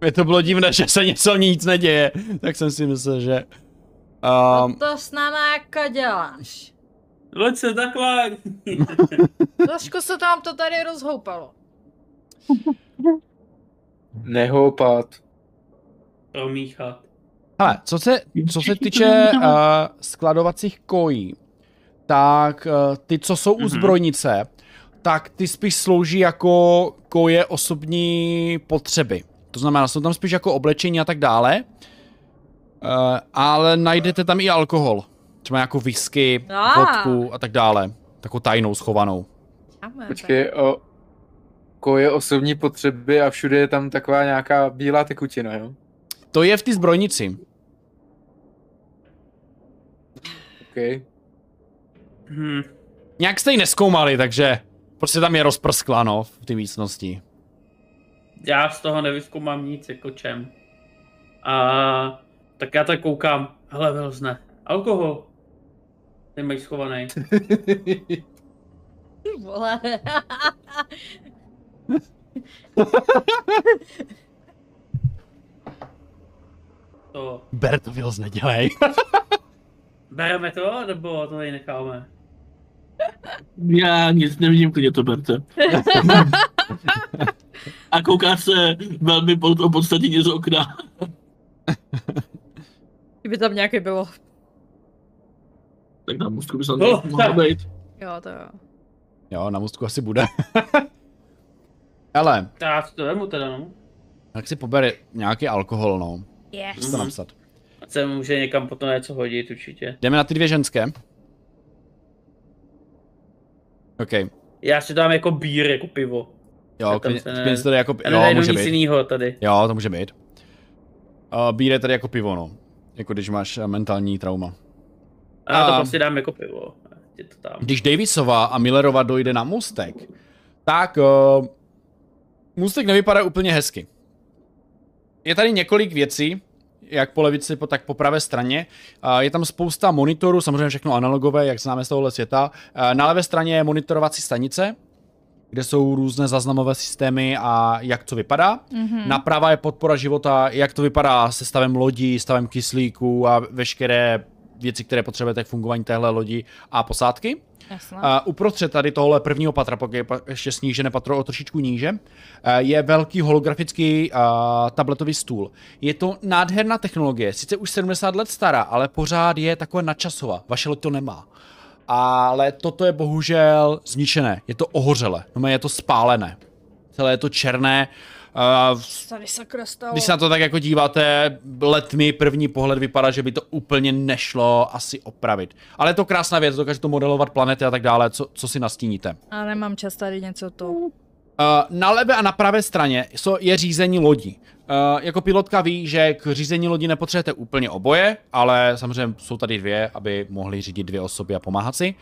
Mě to bylo divné, že se něco nic neděje, tak jsem si myslel, že... Um,
No to s náma jako děláš.
Loď se takhle.
Trošku se tam to tady rozhoupalo.
Nehoupat.
Promíchat.
hele, co se, co se týče uh, skladovacích kojí, tak uh, ty, co jsou u
Mhm.
zbrojnice, tak ty spíš slouží jako koje osobní potřeby. To znamená, jsou tam spíš jako oblečení a tak dále, uh, ale najdete tam i alkohol. Třeba jako whisky,
Ah.
vodku a tak dále. Takovou tajnou, schovanou.
Cháme,
Počkej, o koje osobní potřeby a všude je tam taková nějaká bílá tekutina, jo?
To je v té zbrojnici.
OK.
Hm.
Nějak jste ji neskoumali, takže prostě tam je rozprskla, no, v té místnosti.
Já z toho nevyzkoumám nic, jako čem. A tak já tak koukám. Hele, velzne. Alkohol. Ty máš schovaný.
Ty vole.
To.
Ber to Wills, nedělej.
Bereme to, nebo to tady necháme?
Já nic nevidím, klidně to berte. a kouká se velmi pod, o podstatě z okna.
Kdyby tam nějaké bylo.
Tak na mostku by se
No,
no, mohlo
tak.
být.
Jo, to jo.
Jo, na mostku asi bude. Ale,
Tak já si to vemu teda, no.
tak si pobere nějaký alkohol, no.
Yes.
Co to napsat?
Ať se může někam potom něco hodit určitě.
Jdeme na ty dvě ženské. OK.
Já si dám jako bír, jako pivo.
Jo,
Tak tam
klidně-
se ne-
klidně se tady jako...
A
Jo,
nenajdu
může
nic
být.
jiného tady.
Jo, to může být. Uh, bír je tady jako pivo, no. Jako když máš eh, mentální trauma.
A já to
A-
prostě dám jako pivo. Je to tam.
Když Davisová a Millerova dojde na Mustek, tak uh, Mustek nevypadá úplně hezky. Je tady několik věcí, jak po levici, po- tak po pravé straně. Uh, je tam spousta monitorů, samozřejmě všechno analogové, jak známe z tohohle světa. Uh, na levé straně je monitorovací stanice, kde jsou různé zaznamové systémy a jak to vypadá.
Mhm.
Naprava je podpora života, jak to vypadá se stavem lodí, stavem kyslíku a veškeré věci, které potřebujete k fungování téhle lodi a posádky.
Jasné.
A uprostřed tady tohle prvního patra, pokud je pa- ještě snížené patro o trošičku níže, eh, je velký holografický a, tabletový stůl. Je to nádherná technologie, sice už 70 let stará, ale pořád je takové nadčasová. Vaše loď to nemá. Ale toto je bohužel zničené, je to ohořelé, no je to spálené. Celé je to černé, eh, v-
Tady sakra stalo.
když se na to tak jako díváte, letmi první pohled vypadá, že by to úplně nešlo asi opravit. Ale je to krásná věc, dokáže to modelovat planety a tak dále, co, co si nastíníte.
A nemám čas tady něco to.
Uh, na levé a na pravé straně jsou, je řízení lodí. Uh, jako pilotka ví, že k řízení lodí nepotřebujete úplně oboje, ale samozřejmě jsou tady dvě, aby mohly řídit dvě osoby a pomáhat si. Uh,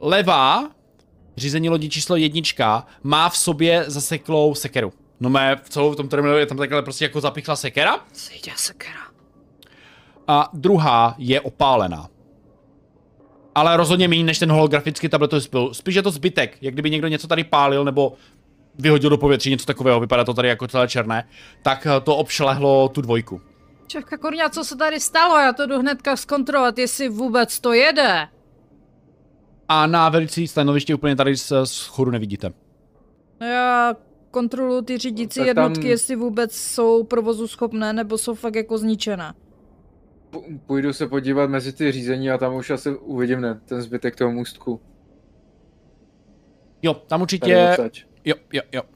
levá, řízení lodí číslo jednička, má v sobě zaseklou sekeru. No mé, v celou v tom terminálu je tam takhle prostě jako zapichla sekera.
Sejde sakra.
A druhá je opálená. Ale rozhodně méně než ten holografický tabletový spil. Spíš je to zbytek, jak kdyby někdo něco tady pálil nebo vyhodil do povětří něco takového, vypadá to tady jako celé černé, tak eh, to obšlehlo tu dvojku.
Čevka kurňa, co se tady stalo? Já to jdu hnedka zkontrolovat, jestli vůbec to jede.
A na velicí stanoviště úplně tady z z chodu nevidíte.
No Já kontroluji ty řídící
No, Tak tam-
jednotky, jestli vůbec jsou provozu schopné, nebo jsou fakt jako zničené.
P- Půjdu se podívat mezi ty řízení a tam už asi uvidím ne, ten zbytek toho můstku.
Jo, tam
Tady
určitě...
odsaď.
Jo, jo, jo. Uh,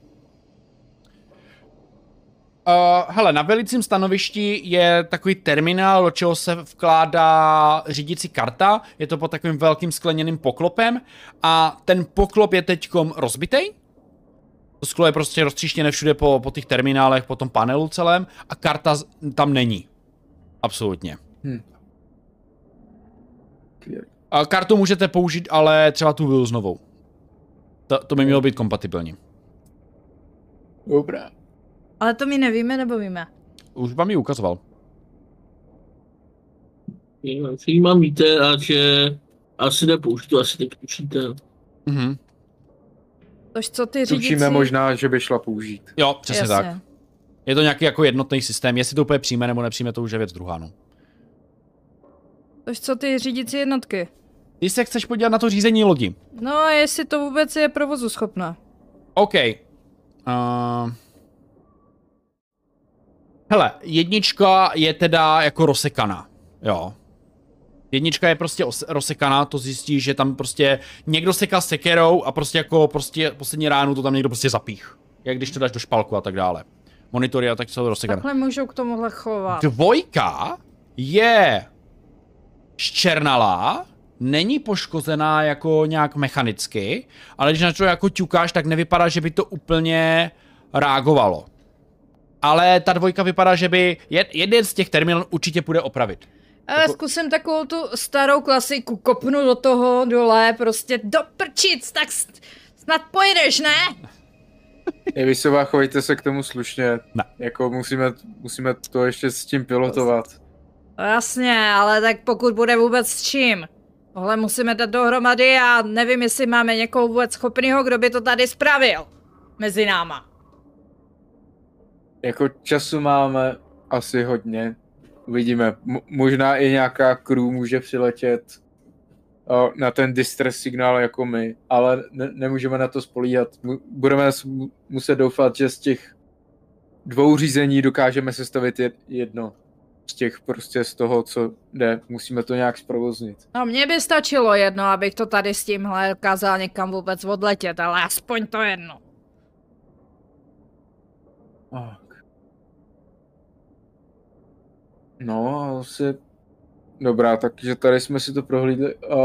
hele, na velicím stanovišti je takový terminál, do čeho se vkládá řídící karta. Je to pod takovým velkým skleněným poklopem a ten poklop je teďkom rozbitej. To sklo je prostě roztříštěné všude po, po těch terminálech, po tom panelu celém a karta z- tam není. Absolutně. A Eh, kartu můžete použít, ale třeba tu byl znovu. To, to by mělo být kompatibilní.
Dobrá.
Ale to my nevíme, nebo víme?
Už vám ji ukazoval.
Přijímám víte a že asi nepoužít, to asi teď učíte.
Mhm.
Tož co ty řídící...
Tušíme možná, že by šla použít.
Jo, přesně
Jasně.
Jasně. tak. Je to nějaký jako jednotný systém, jestli to úplně přijme nebo nepřijme, to už je věc druhá, no.
Tož co ty řídící jednotky?
Ty se chceš podívat na to řízení lodi.
No a jestli to vůbec je provozu schopné.
OK. Eh. Uh... Hele, jednička je teda jako rozsekaná. Jo. Jednička je prostě os- rozsekaná, to zjistí, že tam prostě někdo seká sekerou a prostě jako prostě poslední ránu to tam někdo prostě zapích. Jak když to dáš do špalku a tak dále. Monitory a tak jsou rozsekané.
Takhle můžou k tomuhle chovat.
Dvojka je ščernalá, není poškozená jako nějak mechanicky, ale když na to jako ťukáš, tak nevypadá, že by to úplně reagovalo. Ale ta dvojka vypadá, že by jed- jeden z těch terminálů určitě půjde opravit.
jako-
Ale zkusím takovou tu starou klasiku, kopnu do toho dole, prostě do prčic, tak s- snad pojedeš, ne?
Evisová, chovejte se k tomu slušně.
Ne.
Jako musíme, musíme to ještě s tím pilotovat.
No Jasně, ale tak pokud bude vůbec s čím. Tohle musíme dát dohromady a nevím, jestli máme někoho vůbec schopného, kdo by to tady spravil. Mezi náma.
Jako času máme asi hodně. Uvidíme. M- možná i nějaká crew může přiletět o, na ten distress signál jako my, ale ne- nemůžeme na to spolíhat. Mu- budeme s- mu- muset doufat, že z těch dvou řízení dokážeme sestavit jed- jedno. Z těch prostě z toho, co jde. Musíme to nějak zprovoznit.
No mně by stačilo jedno, abych to tady s tímhle kázal někam vůbec odletět, ale aspoň to jedno.
Tak. No, asi... Dobrá, takže tady jsme si to prohlídli. A...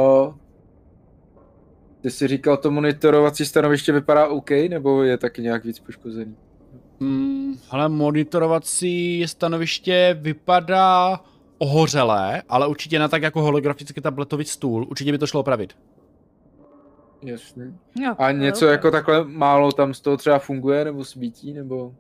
Ty jsi říkal, to monitorovací stanoviště vypadá OK, nebo je taky nějak víc poškozený?
Hmm, ale monitorovací stanoviště vypadá ohořelé, ale určitě ne tak jako holografický tabletový stůl. Určitě by to šlo opravit.
Jasně.
Jo,
A něco jako takhle málo tam z toho třeba funguje, nebo svítí, nebo...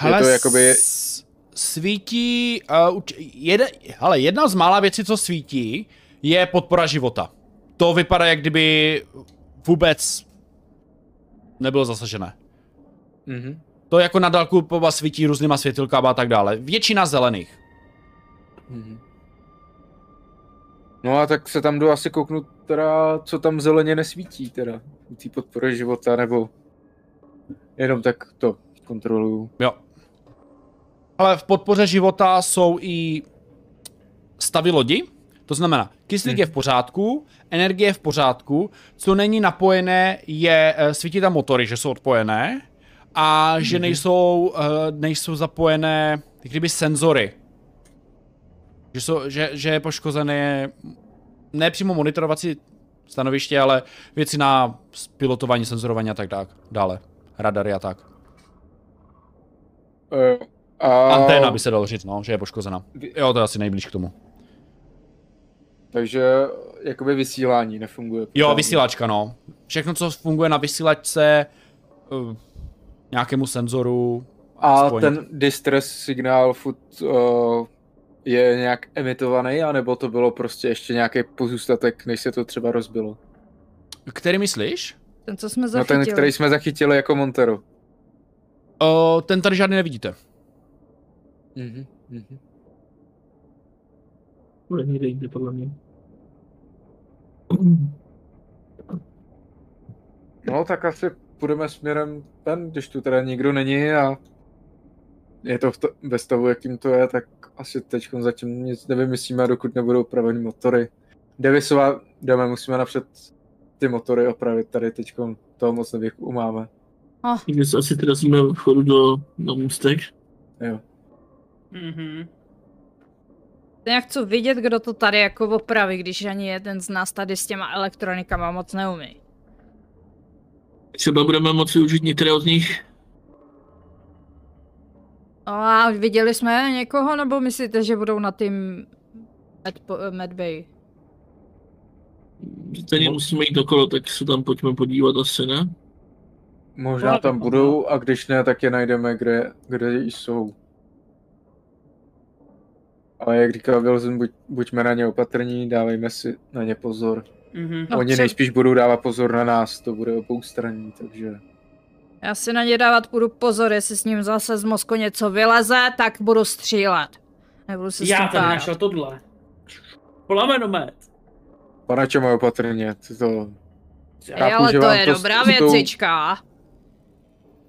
to jakoby-
s- Svítí... Uh, uč- jede, hele, jedna z mála věcí, co svítí, je podpora života. To vypadá, jak kdyby vůbec nebylo zasažené.
Mhm.
To jako na dálku po vás svítí různýma světilkama a tak dále. Většina zelených.
Mhm. No a tak se tam jdu asi kouknout teda, co tam zeleně nesvítí teda, u té podpory života, nebo jenom tak to kontroluju.
Jo. Ale v podpoře života jsou i stavy lodi. To znamená, kyslík
Mhm.
je v pořádku, energie je v pořádku, co není napojené je, eh, svítí tam motory, že jsou odpojené a že nejsou, eh, nejsou zapojené jak kdyby senzory. Že, jsou, že, že je poškozené ne přímo monitorovací stanoviště, ale věci na pilotování, senzorování a tak dá- dále. Radary a tak.
Eh, A...
Anténa by se dalo říct, no, že je poškozena. Jo, to je asi nejblíž k tomu.
Takže jakoby vysílání nefunguje.
Jo,
pořádně.
vysílačka, no. Všechno, co funguje na vysílačce, eh, nějakému senzoru,
A
Aspoň.
ten distress signál furt uh, je nějak emitovaný, anebo to bylo prostě ještě nějaký pozůstatek, než se to třeba rozbilo?
který myslíš?
Ten, co jsme
No
zachytili.
ten, který jsme zachytili jako Montero.
O, Eh, ten tady žádný nevidíte.
Mm-hmm, mm-hmm.
Bude někde jinde, podle mě.
No tak asi půjdeme směrem ten, když tu teda nikdo není a je to v to, ve stavu, jakým to je, tak asi teď zatím nic nevymyslíme, dokud nebudou opraveny motory. Devisová, jdeme, musíme napřed ty motory opravit tady teď, toho moc nevyumáme.
Někde se asi teda zíme v chodu do, do můstek.
Jo.
Mhm.
Já chci vidět, kdo to tady jako opraví, když ani jeden z nás tady s těma elektronikama moc neumí.
Třeba budeme moci užít některé od nich.
No a viděli jsme někoho, nebo myslíte, že budou na tým Medpo- Medbay?
Stejně
No.
musíme jít okolo, tak se tam pojďme podívat asi, ne?
Možná tam budou a když ne, tak je najdeme, kde, kde jsou. Ale jak říkal Wilson, buď, buďme na ně opatrní, dávejme si na ně pozor.
Mhm.
No,
No, Oni
třeba-
nejspíš budou dávat pozor na nás, to bude oboustranní, takže...
Já si na ně dávat budu pozor, jestli s ním zase z mozku něco vyleze, tak budu střílet. Nebudu se s
Já
tím
tady
párat.
našel tohle. Plamenomet.
Pane čemu opatrně, ty to...
Ej, ale
že
to
vám
je
to s-
dobrá
s tou-
věcička.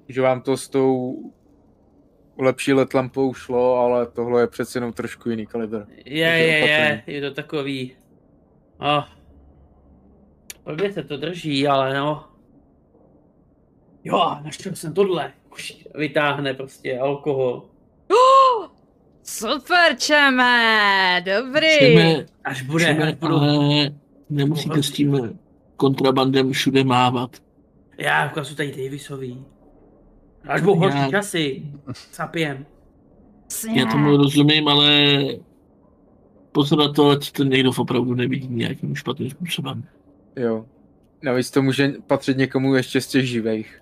Že vám to s tou lepší letlampou šlo, ale tohle je přeci jenom trošku jiný kalibr.
Je,
Takže
je, je,
opatrně.
je to takový. A. Blbě se to drží, ale no. Jo, našel jsem tohle. Kuš, Vytáhne prostě alkohol.
Super, Čeme, dobrý.
Chceme,
Až bude, až
chceme,
budu.
ale nemusíte s tím kontrabandem všude mávat.
Já ukazu tady Davisový. Až budou horší
Já-
časy. Sapijem.
Já tomu rozumím, ale pozor na to, ať to někdo opravdu nevidí nějakým špatným způsobem.
Jo. Navíc to může patřit někomu ještě z těch živejch.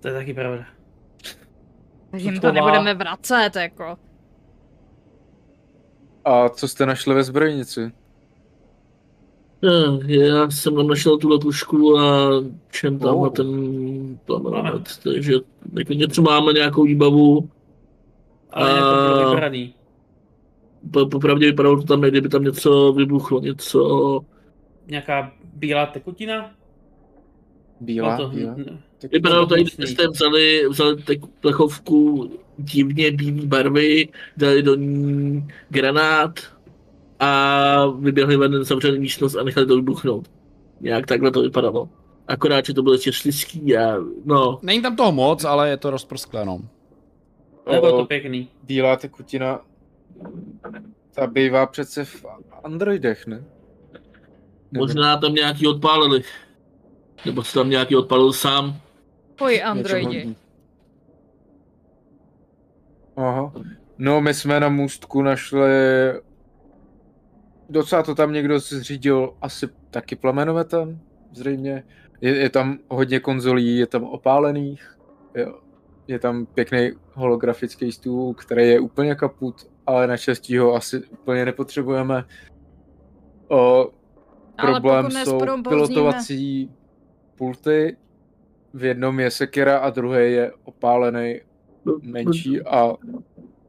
To je taky pravda.
Tak jim to
Taková-
nebudeme vracet, jako.
A co jste našli ve zbrojnici?
Eh, Já jsem našel tuhle pušku a čem tam na
Oh.
ten plamenomet, takže jako něco máme, nějakou výbavu.
Ale je to
A-
bylo vybraný.
Po, popravdě vypadalo to tam, jak kdyby tam něco vybuchlo, něco...
Nějaká bílá tekutina?
Bílá?
Bylo No to-
bílá? Tak
Vypadalo to, jak
Jasný.
jste vzali, vzali tak plechovku divně bílé barvy, dali do ní granát a vyběhli ven zavřeli místnost a nechali to vybuchnout. Nějak takhle to vypadalo. Akorát, že to bylo ještě sliský a no,
Není tam toho moc, ale je to rozprosklé, no.
Nebylo to
o,
pěkný.
bílá tekutina, ta bývá přece v Androidech, ne? Nebo-
možná tam nějaký odpálili. Nebo se tam nějaký odpálil sám.
Poj,
Něco
androidi.
hodí. No, my jsme na můstku našli... Docela to tam někdo zřídil asi taky plamenometem, zřejmě. Je, je tam hodně konzolí, je tam opálených. Je, je tam pěkný holografický stůl, který je úplně kaput, ale naštěstí ho asi úplně nepotřebujeme. O,
Ale
problém
pokud
jsou
nesprobozníme-
pilotovací pulty. V jednom je sekera a druhý je opálený menší a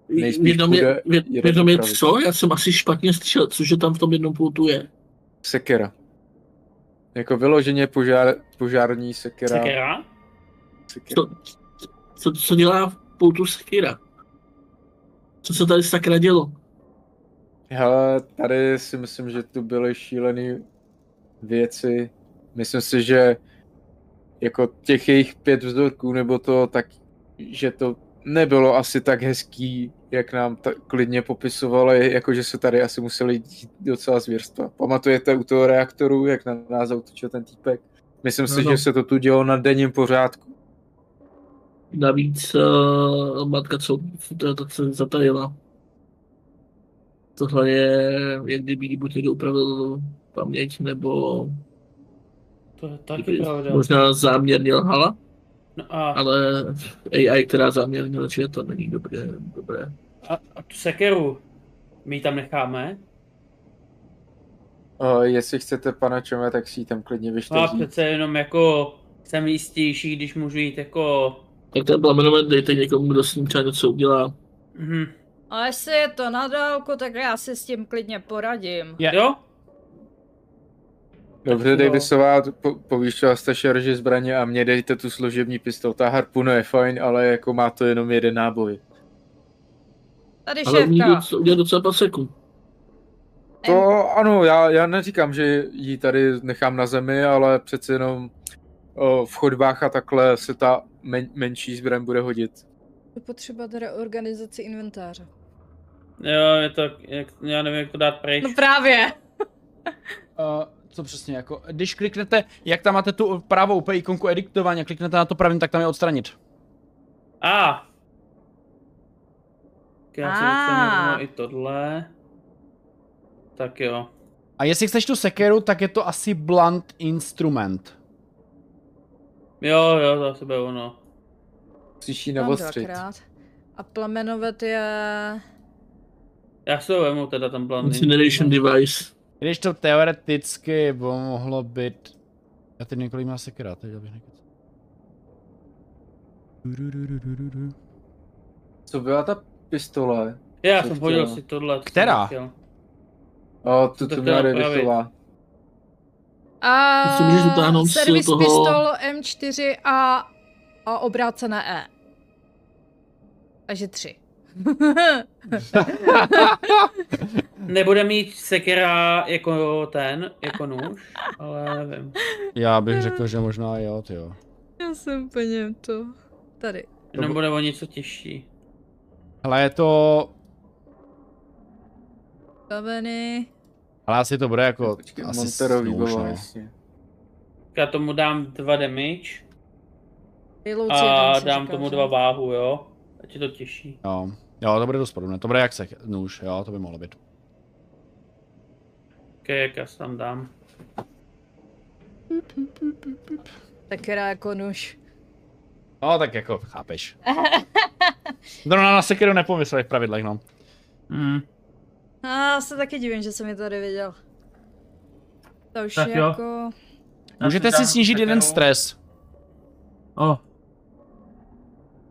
nejspíš
Vědom je,
bude
vě-
jeden
vědom je
opravdu.
co? Já jsem asi špatně střel, cože tam v tom jednom pultu je.
sekera. Jako vyloženě požár, požární sekera.
Sekera?
sekera.
Co, co, co dělá v pultu Sekira? Co se tady sakra dělo?
Hele, tady si myslím, že tu byly šílené věci. Myslím si, že jako těch jejich pět vzorků nebo to, tak že to nebylo asi tak hezký, jak nám ta, klidně popisovali, jako že se tady asi museli dít docela zvěrstva. Pamatujete u toho reaktoru, jak na nás zautočil ten týpek? Myslím si,
No, no.
že se to tu dělo na denním pořádku.
Navíc uh, matka co ta, ta se zatajila. Tohle je, jak kdyby jí buď někdo upravil paměť, nebo
To je taky pravda.
možná záměrně lhala,
No a,
ale AI, která záměrně lže, to není dobré. dobré.
a, a tu sekeru, my ji tam necháme?
O, Eh, jestli chcete pana Čome, tak si ji tam klidně
No a
vyštěží.
přece jenom jako jsem jistější, když můžu jít jako...
Tak ten plamenomet dejte někomu, kdo s ním třeba něco udělá.
Mhm.
A jestli je to na dálku, tak já si s tím klidně poradím.
Je-
Jo?
Dobře, Davisová, po, povýšila jste šarži zbraně a mě dejte tu služební pistol. Ta harpuna je fajn, ale jako má to jenom jeden náboj.
Tady
Ale umí
šéfka.
doc- udělat docela paseku.
To ano, já, já neříkám, že ji tady nechám na zemi, ale přece jenom o, v chodbách a takhle se ta men, menší zbraň bude hodit.
Je potřeba teda organizaci inventáře.
Jo, je to, jak, já nevím, jak to dát pryč.
No právě.
Uh, co přesně, jako, když kliknete, jak tam máte tu pravou úplně ikonku ediktování a kliknete na to pravým, tak tam je odstranit.
A. Já si
A.
myslím, i tohle. Tak jo.
A jestli chceš tu sekeru, tak je to asi blunt instrument.
Jo, jo, to asi bylo ono.
Slyší
Mám
nebo střed.
dvakrát. A plamenovet je...
Já si ho vemu teda ten plan.
Incineration device.
Když to teoreticky by mohlo být... Já teď několik má sekera, teď abych nekecal. Du-du-du-du-du-du.
Co byla ta pistole?
Já
Co
jsem
chtěla?
hodil si tohle. co jsem
Která?
chtěl.
O, tu,
To
tu
chtěla
měla
opravit.
Davisová.
A
Jestli Prostě můžeš dotáhnout si
servis
toho-
pistol M4 a, a obrácené E. Takže tři.
Nebude mít sekera jako ten, jako nůž, ale nevím.
Já bych řekl, že možná jo, jo.
Já jsem úplně to. Tady.
Jenom bude o něco těžší.
Hele, je to...
Staveny.
Ale asi to bude jako...
Počkej,
asi
Montero
snouš,
výbava,
no.
jasně.
Já tomu dám dva damage
Reload jeden
a
si
dám
říkal,
tomu
že?
dva váhu, jo? Ať je to těžší.
Jo. Jo, to bude dost podobné. To bude jak se nůž, jo, to by mohlo být.
Ok, jak já si tam dám.
Tak teda jako nůž.
No, tak jako, chápeš. Zrovna na sekeru nepomysleli v pravidlech, no.
Mm.
A já se taky divím, že jsem je tady viděl. To už
Tak
je
jo.
jako...
Můžete si snížit jeden stres.
O,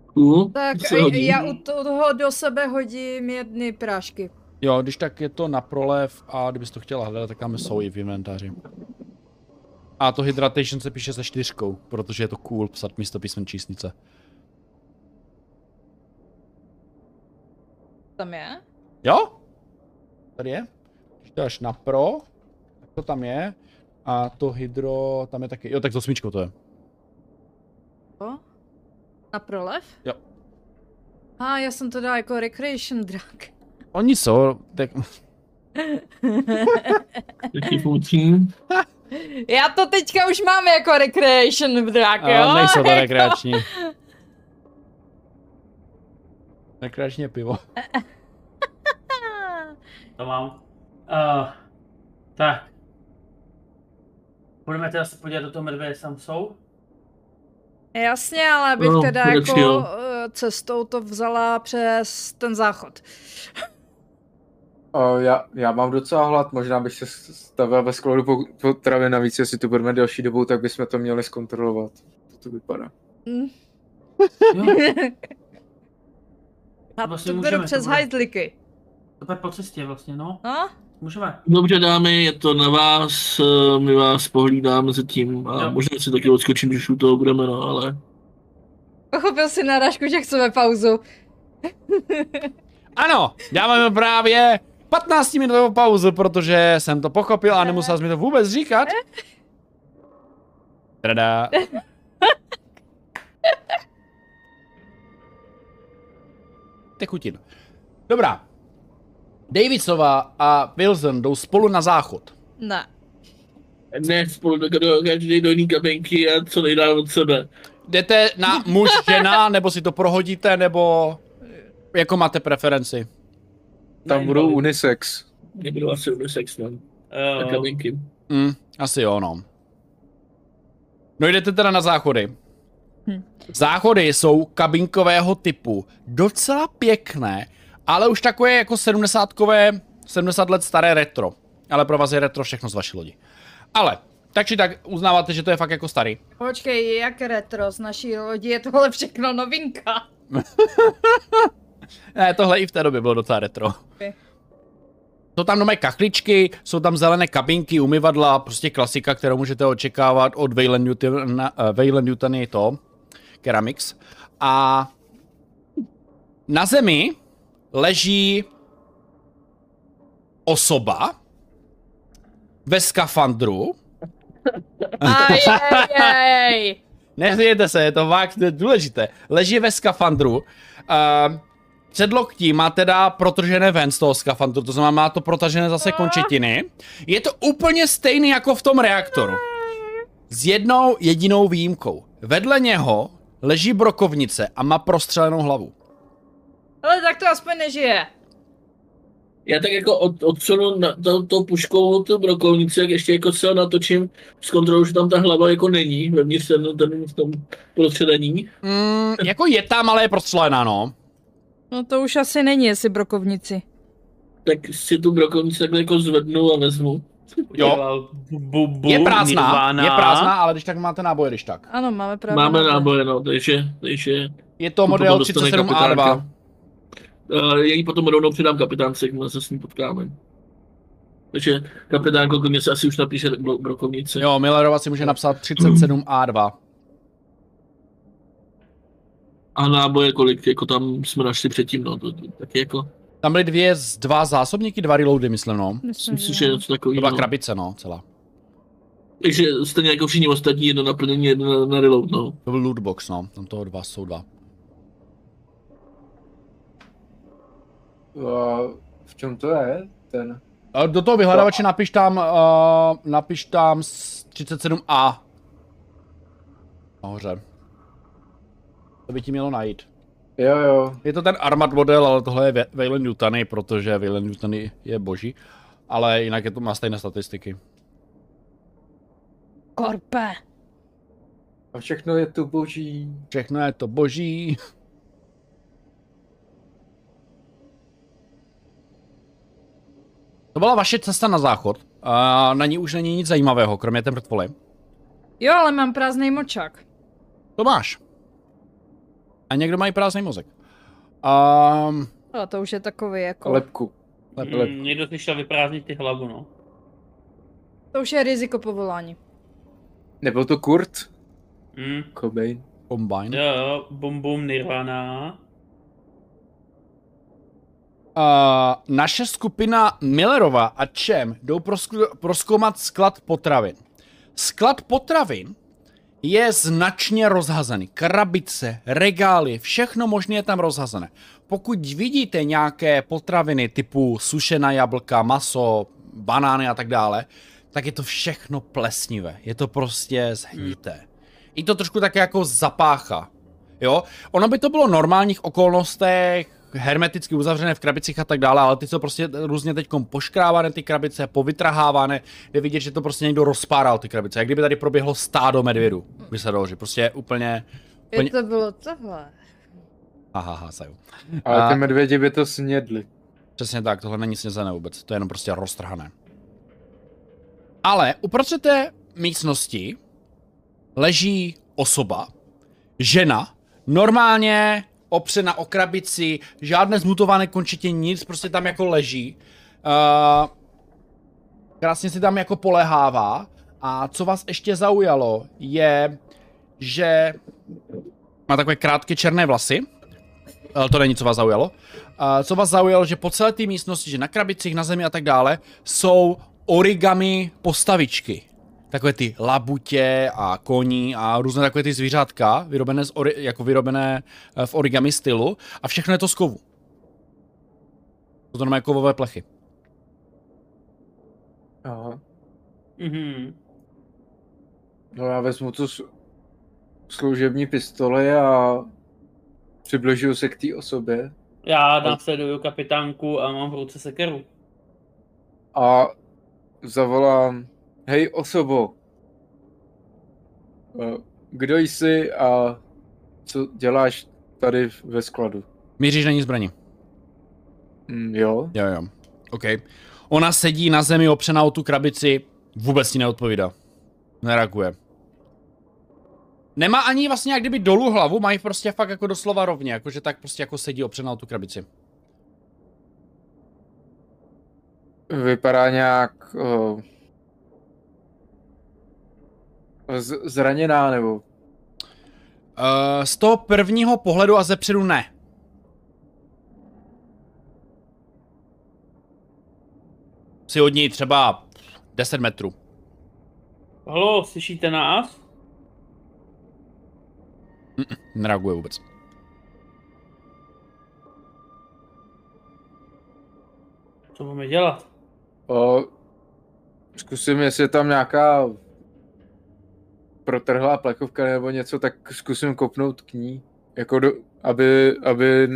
Cool.
Tak
Co
a-
hodí?
já u toho do sebe hodím jedny prášky.
Jo, když tak je to na prolev a kdybys to chtěla hledat, tak tam jsou i v inventáři. A to hydratation se píše se čtyřkou, protože je to cool psat místo písmen čísnice.
Tam je?
Jo? Tady je. Když dáš na pro, tak to tam je. A to hydro, tam je taky, jo tak s osmičkou to je.
To? Na prolev?
Jo.
A já jsem to dala jako recreation drug.
Oni jsou, tak
Jaký funkční?
Já to teďka už mám jako recreation drug, jo?
ale nejsou to
Jako-
rekreační. Rekreačně pivo.
To mám. Uh, tak. Budeme teda se podívat do toho medvěda, jestli tam jsou.
Jasně, ale bych
No,
teda
radši
jako
jo.
eh, cestou to vzala přes ten záchod.
O, Eh, já, já mám docela hlad, možná bych se s- stavil ve skladu po, po travě navíc, jestli tu budeme delší dobou, tak bychom to měli zkontrolovat. To to vypadá.
Hm.
Jo,
A
Vlastně
to
můžeme,
beru
to
přes
bude.
hajzliky.
to bude po cestě vlastně, no.
No?
Můžeme.
Dobře dámy, je to na vás, eh, my vás pohlídáme zatím a
Jo.
možná si taky odskočím, když u toho budeme, no ale...
Pochopil si narážku, že chceme pauzu.
Ano, dáváme právě 15 minutovou pauzu, protože jsem to pochopil a nemusel jsi mi to vůbec říkat. Tada. Tekutin. Dobrá. Davidsova a Wilson jdou spolu na záchod.
Ne.
Ne, spolu do, do každý do jiný kabinky a co nejdál od sebe.
Jdete na muž, žena, nebo si to prohodíte, nebo jako máte preferenci?
Tam
Ne,
budou
baví.
unisex.
Nebudu asi unisex, no.
Jo,
Na
jo.
kabinky.
Mm, asi jo, no. No jdete teda na záchody.
Hm.
Záchody jsou kabinkového typu. Docela pěkné, ale už takové jako 70 70 let staré retro. Ale pro vás je retro všechno z vaší lodi. Ale, tak či tak uznáváte, že to je fakt jako starý.
Počkej, jak retro z naší lodi je tohle všechno novinka.
Ne, tohle i v té době bylo docela retro.
Ok.
Jsou tam nové kachličky, jsou tam zelené kabinky, umyvadla, prostě klasika, kterou můžete očekávat od Wayland Newton, eh, Wayland Newton je to, Keramics. A na zemi leží osoba ve skafandru.
Aj, aj, aj.
Nezvějte se, je to fakt důležité. Leží ve skafandru. Uh, předloktí má teda protržené ven z toho skafandru, to znamená, má to protažené zase končetiny. Je to úplně stejný jako v tom reaktoru. S jednou jedinou výjimkou. Vedle něho leží brokovnice a má prostřelenou hlavu.
Ale tak to aspoň nežije.
Já tak jako od, odsunu na, to, to puškou tu brokovnici, jak ještě jako se natočím, zkontroluji, že tam ta hlava jako není, vevnitř ten, ten v tom prostředení.
Mm, jako je tam, ale je prostřelená, no.
No to už asi není, jestli brokovnici.
Tak si tu brokovnici takhle jako zvednu a vezmu.
Jo.
Bu, bu, bu, Hmm,
Je prázdná,
nirvana.
je prázdná, ale když tak máte náboje, když tak.
Ano, máme
Právě
pravdu.
Máme náboje, no, takže, takže
Je to
Tu
model
potom dostane
37A2.
kapitánka. uh, já ji potom rovnou předám kapitánce, jakmile se s ním potkáme. Takže kapitánko, klidně se asi už napíše bro- brokovnice.
Jo, Millerova si může napsat 37A2.
A náboje, kolik jako tam jsme našli předtím, no, to, to, taky jako,
Tam byly dvě, z- dva zásobníky, dva reloady, myslím, no.
Myslím,
myslím si, že něco
To
takového.
byla krabice, no, celá.
Takže stejně jako všichni ostatní, jedno na plnění, jedno na, na reload, no.
To byl lootbox, no. Tam toho dva jsou dva.
A Eh, v čem to je? Ten.
A Do toho vyhledavače napiš tam, uh, napiš tam s- 37A. Nahoře. To by ti mělo najít.
Jo, jo.
Je to ten Armad model, ale tohle je Ve- Wayland Newtony, protože Wayland Newtony je boží. Ale jinak je to má stejné statistiky.
Korpe.
A všechno je tu boží.
Všechno je to boží. To byla vaše cesta na záchod. A na ní už není nic zajímavého, kromě té mrtvoly.
Jo, ale mám prázdný močák.
To máš. A někdo mají prázdný mozek. A
Ale to už je takový jako...
Lepku.
Mm, někdo si šel vyprázdnit ty hlavu, no.
To už je riziko povolání.
Nebyl to Kurt?
Mm.
Cobain.
combine.
Jo, jo, bum bum nirvana.
A naše skupina Millerova a Čem jdou prosku- proskoumat sklad potravin. Sklad potravin je značně rozhazený. Krabice, regály, všechno možné je tam rozhazené. Pokud vidíte nějaké potraviny typu sušená jablka, maso, banány a tak dále, tak je to všechno plesnivé. Je to prostě zhnité. I to trošku tak jako zapácha. Jo? Ono by to bylo v normálních okolnostech hermeticky uzavřené v krabicích a tak dále, ale ty jsou prostě různě teď poškrávané ty krabice, povytrahávané, je vidět, že to prostě někdo rozpáral ty krabice, jak kdyby tady proběhlo stádo medvědů, by se dalo říct, prostě úplně,
Je to bylo tohle.
aha, aha, saju. A-
Ale ty medvědi by to snědli.
Přesně tak, tohle není snězené vůbec, to je jenom prostě roztrhané. Ale uprostřed té místnosti leží osoba, žena, normálně opřena o krabici, žádné zmutované končetě, nic, prostě tam jako leží. Uh, krásně si tam jako polehává. A co vás ještě zaujalo, je, že má takové krátké černé vlasy, ale to není, co vás zaujalo. A co vás zaujalo, že po celé té místnosti, že na krabicích, na zemi a tak dále, jsou origami postavičky. Takové ty labutě a koní a různé takové ty zvířátka, vyrobené z ori- jako vyrobené eh, v origami stylu. A všechno je to z kovu. Jsou to normálně kovové plechy.
Aha.
Mhm.
No já vezmu tu s- služební pistoli a přibližuju se k té osobě
Já následuju kapitánku a mám v ruce sekeru.
a zavolám, hej osobo, Eh, kdo jsi a co děláš tady ve skladu?
Míříš na ní zbraní.
Mm, jo,
Jo, jo. OK. Ona sedí na zemi opřená o tu krabici, vůbec ti neodpovídá. Nereaguje. Nemá ani vlastně jak kdyby dolů hlavu, mají prostě fakt jako doslova rovně, jakože tak prostě jako sedí opřená o tu krabici.
vypadá nějak uh, z- zraněná nebo
Uh, z toho prvního pohledu a zepředu ne. Jsi od ní třeba 10 metrů.
Halo, slyšíte nás?
Nereaguje vůbec.
Co máme dělat?
O, zkusím, jestli je tam nějaká protrhlá plechovka nebo něco, tak zkusím kopnout k ní, jako do, aby, aby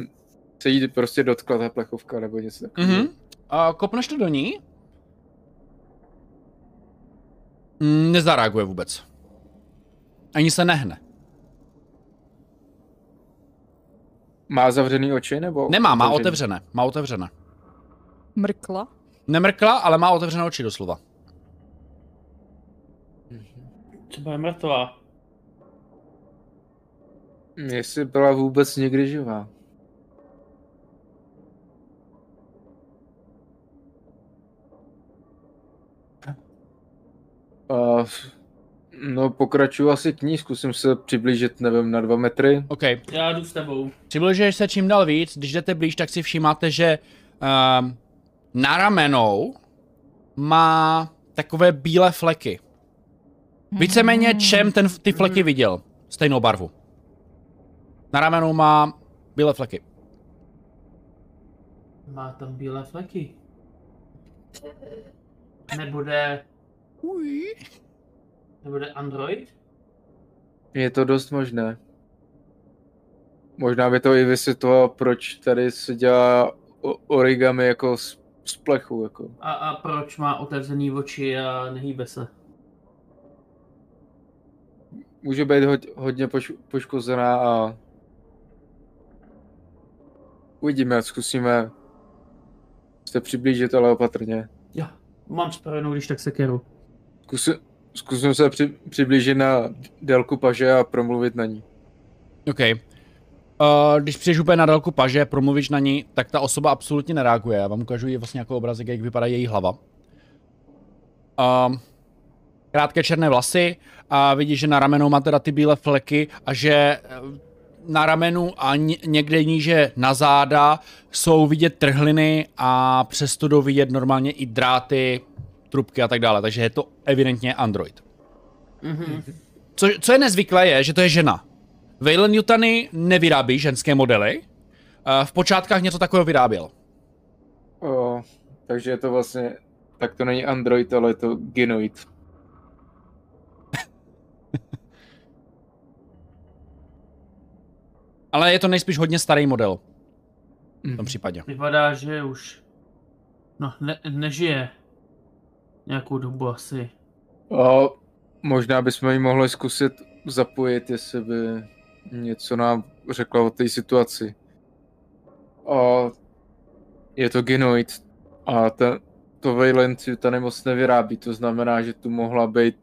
se jí prostě dotkla ta plechovka nebo něco takového.
Mhm. A kopneš to do ní? Mm, Nezareaguje vůbec. Ani se nehne.
Má zavřený oči nebo?
Nemá, má
otevřený?
otevřené. Má otevřené.
Mrkla?
Nemrkla, ale má otevřené oči doslova.
Třeba je mrtvá.
Hm, Jestli byla vůbec někdy živá. A, no pokračuju asi k ní, zkusím se přiblížit, nevím, na dva metry.
OK.
Já jdu s tebou.
Přibližuješ se čím dál víc, když jdete blíž, tak si všimáte, že um, na ramenou má takové bílé fleky. Víceméně čem ten, ty fleky viděl? Stejnou barvu. Na ramenou má bílé fleky.
Má tam bílé fleky. Nebude, nebude Android?
Je to dost možné. Možná by to i vysvětlovalo, proč tady se dělá o- origami jako z, z plechu. Jako.
A, a proč má otevřený oči a nehýbe se?
Může být hod, hodně poš, poškozená a uvidíme, zkusíme se přiblížit, ale opatrně.
Jo, mám spravenou když tak sekeru.
Zkusím, zkusím se při, přiblížit na délku paže a promluvit na ní.
OK. Uh, když přijdeš úplně na dálku paže, promluvíš na ní, tak ta osoba absolutně nereaguje. Já vám ukážu jí vlastně jako obrazek, jak vypadá její hlava. Uh, krátké černé vlasy a vidíš, že na ramenu má teda ty bílé fleky a že eh, na ramenu a ně- někde níže na záda jsou vidět trhliny a přesto jdou vidět normálně i dráty, trubky a tak dále. Takže je to evidentně android.
Mhm.
Co, co je nezvyklé, je, že to je žena. Wayland Newtony nevyrábí ženské modely. eh, V počátkách něco takového vyráběl.
O, takže je to vlastně, tak to není android, ale je to genoid.
Ale je to nejspíš hodně starý model. v tom případě.
Vypadá, že už no, ne, nežije nějakou dobu asi.
A možná bychom ji mohli zkusit zapojit, jestli by něco nám řekla o té situaci. A je to genoid a ta, to vejlenci ta nemoc nevyrábí, to znamená, že tu mohla být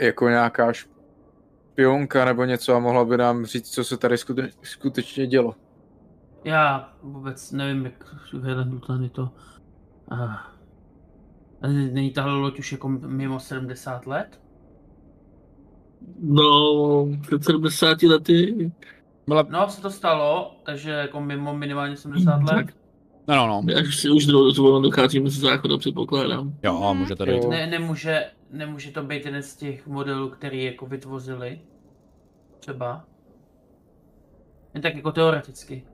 jako nějaká špionka nebo něco a mohla by nám říct, co se tady skute- skutečně dělo.
Já vůbec nevím, jak vyhlednu tady to. Ah. A n- Není tahle loď už jako mimo 70 let?
No, před 70 lety.
Byla,
No, se to stalo, takže jako mimo minimálně 70 let.
no, no, no.
Až si už do, zvolna docházíme ze záchodu, předpokládám.
Jo, můžete dojít.
Jo.
Ne, nemůže, nemůže to být jeden z těch modelů, který jako vytvořili? Třeba? Jen tak jako teoreticky.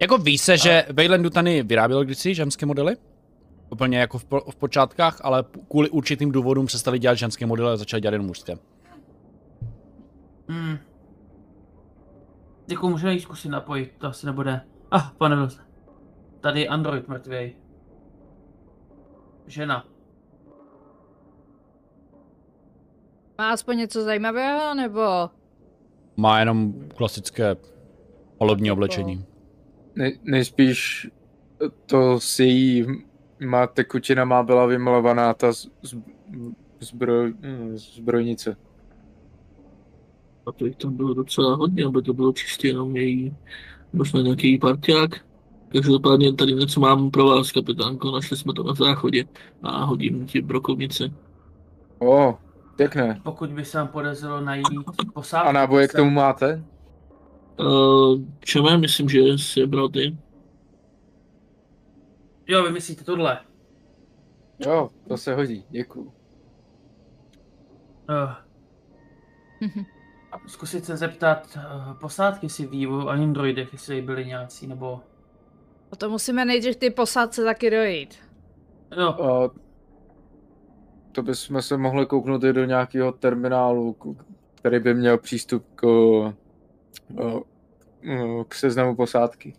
Jako ví se, že Weyland Dutany vyráběl kdysi ženské modely? Úplně jako v, po, v počátkách, ale p- kvůli určitým důvodům přestali dělat ženské modely a začali dělat jen mužské.
Hmm. Jako můžeme ji zkusit napojit, to asi nebude. Ah, pane Vilse. Tady je android mrtvej. Žena.
Má aspoň něco zajímavého, nebo?
Má jenom klasické holubní oblečení.
Nej, nejspíš to s její má tekutina má byla vymalovaná ta z, z, zbroj, mm, zbrojnice.
A to jich tam bylo docela hodně, aby to bylo čistě jenom její, možná nějaký parťák. Každopádně tady něco mám pro vás, kapitánko, našli jsme to na záchodě a hodím ti brokovnice.
O, oh, pěkné.
Pokud by se vám podařilo najít posádku.
A náboje k
se-
tomu máte?
Uh, čeme, myslím, že jsi je bral ty.
Jo, vy myslíte tohle.
Jo, to se hodí, děkuju.
Uh, zkusit se zeptat uh, posádky si ví o androidech, jestli byli nějací, nebo...
A to musíme nejdřív ty posádce taky dojít.
Jo,
A to bychom se mohli kouknout i do nějakého terminálu, k- který by měl přístup k, o, o, k seznamu posádky.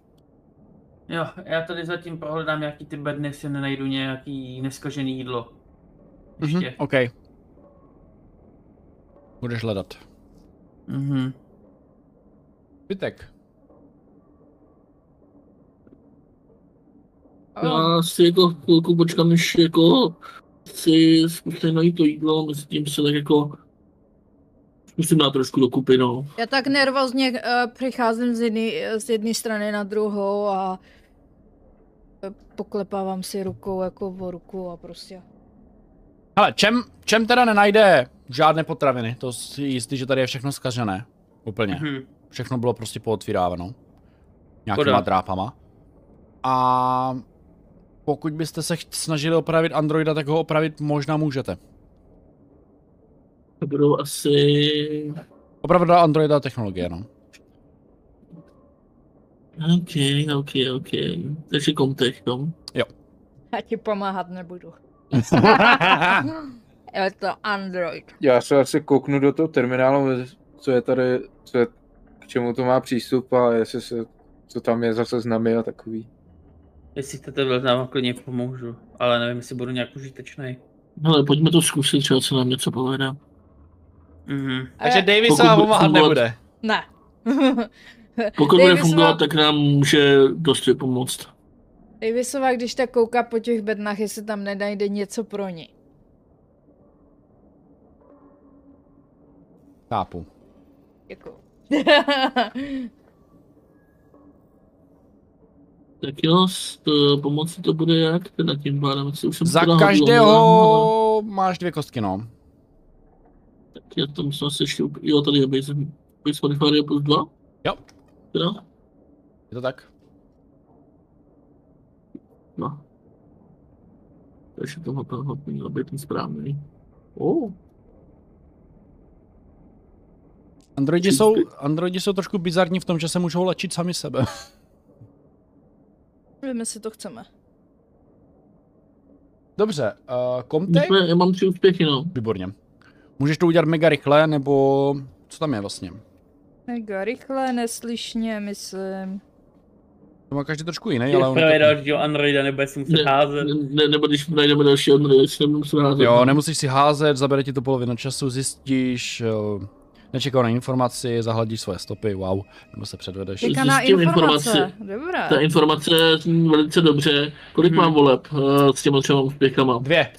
jo, já tady zatím prohledám nějaký ty bedny, jestli nenajdu nějaký neskažený jídlo. Ještě.
Mhm, OK. Budeš hledat.
Mhm.
Zbytek.
Já si jako chvilku počkám, než jako si zkusím najít to jídlo, mezi tím se tak jako zkusím dát trošku dokupy, no.
Já tak nervózně uh, přicházím z jedné z jedné strany na druhou a eh, poklepávám si rukou jako o ruku a prostě.
Hele, čem, čem teda nenajde žádné potraviny? To si jistý, že tady je všechno zkažené. Úplně.
Mhm.
Všechno bylo prostě pootvíráváno. Nějakýma
Škoda.
drápama. A pokud byste se cht- snažili opravit Androida, tak ho opravit možná můžete.
To budou asi...
Opravda Androida technologie, no.
OK, OK, OK. Takže komtech, no.
Já ti pomáhat nebudu. Je to Android.
Já se asi kouknu do toho terminálu, co je tady, co je, k čemu to má přístup a jestli se, co tam je zase znamy a takový.
Jestli chcete vylez, já vám klidně pomůžu, ale nevím, jestli budu nějak užitečný.
Hele, pojďme to zkusit, třeba se nám něco povede.
Mhm.
Takže
Eh,
Davy
Pokud
se vám
bude
pomáhat
fungovat-
nebude.
Ne.
Pokud bude
Davisova-
fungovat, tak nám může dost pomoct.
Davisova, když tak kouká po těch bednách, jestli tam nenajde něco pro ní.
Chápu.
Děkuju.
Tak jo, s eh, pomocí to bude jak teda tím pádem, si už jsem
Za
teda hodil, ale-
každého máš dvě kostky, no.
Tak já to musím asi ještě, up- jo tady je base, base modifier je plus 2.
Jo.
Teda?
Je to tak?
No. Takže tohle to mělo být ten správný. Oh.
Androidi jsou, androidi jsou trošku bizarní v tom, že se můžou léčit sami sebe.
Víme, si to chceme.
Dobře, uh, Comtech?
Nicméně, já mám tři úspěchy, no.
Výborně. Můžeš to udělat mega rychle, nebo co tam je vlastně?
Mega rychle, neslyšně, myslím.
To má každý trošku jiný, ale
Jo,
on
právě
je to...
dalšího androida nebude si muset
Ne,
házet.
ne, nebo když najdeme další Andrej, si nebudu se házet.
Jo, nemusíš si házet, zabere ti to polovina času, zjistíš eh, nečekanou informaci, zahladíš svoje stopy, wow, nebo se předvedeš.
Ty-
Čeká na
Zjistím
informace.
informaci.
Dobré.
Ta informace zní velice dobře. Kolik
Hmm.
mám voleb eh, s těma třema úspěchama?
Dvě.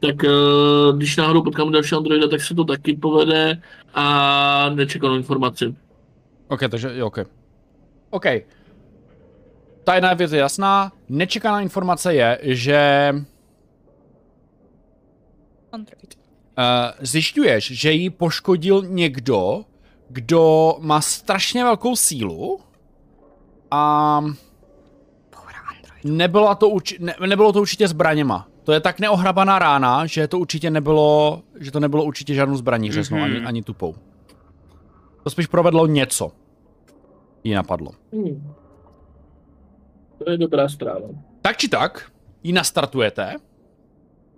Tak eh, když náhodou potkám další Androida, tak se to taky povede a nečekanou informaci.
OK, takže jo, OK. OK. Ta jedna věc je jasná. Nečekaná informace je, že
Android.
Uh, zjišťuješ, že ji poškodil někdo, kdo má strašně velkou sílu a
Pohoda Android.
nebyla to uči- ne, nebylo to určitě zbraněma. To je tak neohrabaná rána, že to určitě nebylo, že to nebylo určitě žádnou zbraní řeznou,
Mhm.
ani, ani tupou. To spíš provedlo něco. Jí napadlo.
Hmm. To je dobrá zpráva.
Tak či tak, ji nastartujete,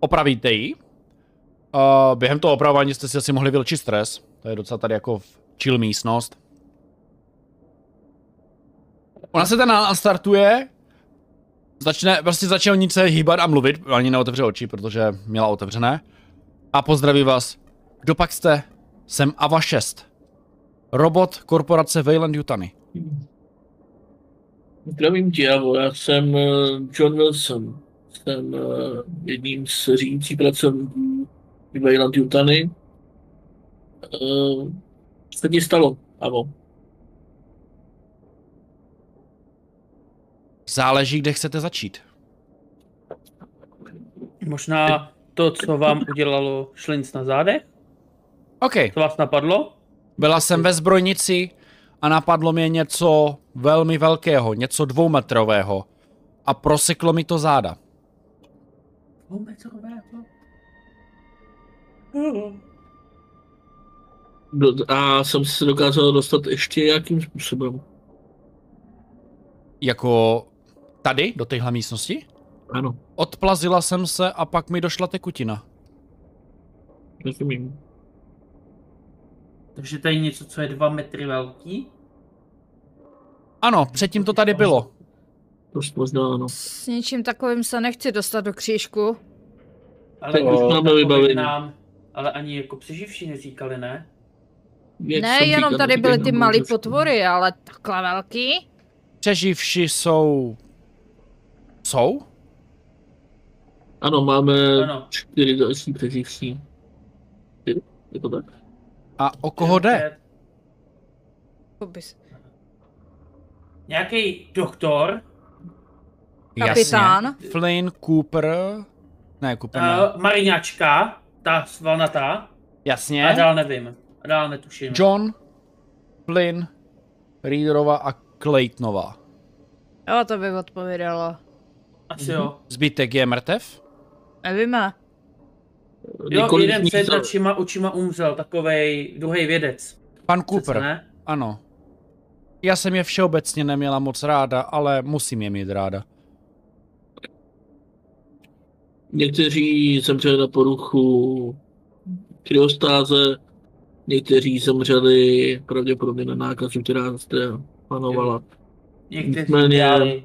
opravíte ji. Uh, během toho opravování jste si asi mohli vylčit stres. To je docela tady jako v chill místnost. Ona se teda nastartuje, začne, prostě začne nic se hýbat a mluvit, ani neotevře oči, protože měla otevřené. A pozdraví vás. Kdo pak jste? Jsem Ava 6. Robot korporace Wayland Yutani.
Zdravím tě, Javo, já jsem eh, John Wilson. Jsem eh, jedním z řídících pracovníků Wayland Yutany. Eh, Co se ti stalo, Avo?
Záleží, kde chcete začít.
Možná to, co vám udělalo šlinc na zádech?
OK,
Co vás napadlo?
Byla jsem ve zbrojnici a napadlo mě něco velmi velkého, něco dvoumetrového. A proseklo mi to záda.
Do- No, A jsem se dokázal dostat ještě jakým způsobem?
Jako tady, do téhle místnosti?
Ano,
Odplazila jsem se a pak mi došla tekutina.
rozumím.
Takže tady něco, co je dva metry velký?
Ano, předtím to tady bylo.
To s- možná ano.
S něčím takovým se nechci dostat do křížku.
Ale
Tak už
to
máme
takový
vybavení.
Nám, ale ani jako přeživší neříkali, ne?
Jak
ne,
jsem
jenom
říkal,
tady byly ty
neříkej nám,
malý
Jožku.
potvory, ale takhle velký?
Přeživši jsou... Jsou?
Ano, máme
Ano.
čtyři další přeživší. Čtyři? Je to tak?
A o koho jde?
To bys-
Nějaký doktor,
Kapitán.
Jasně. Flynn, Cooper... Ne, Cooper ne.
uh, mariňačka, ta svalnatá, a
Jasně.
dál nevím. A dál netuším.
John, Flynn, Reederova a Claytonová.
Jo, to by odpovědalo.
Asi jo.
Mhm. Zbytek je mrtev?
Nevíme.
Jo,
Několik z
jeden
nich
před
za-
našima očima umřel, takovej druhý vědec.
Pan
Přece
Cooper,
ne?
ano. Já jsem je všeobecně neměla moc ráda, ale musím je mít ráda.
Někteří zemřeli na poruchu kryostáze, někteří zemřeli pravděpodobně na nákazu, která zde panovala.
Někteří
Nicméně-
dělali.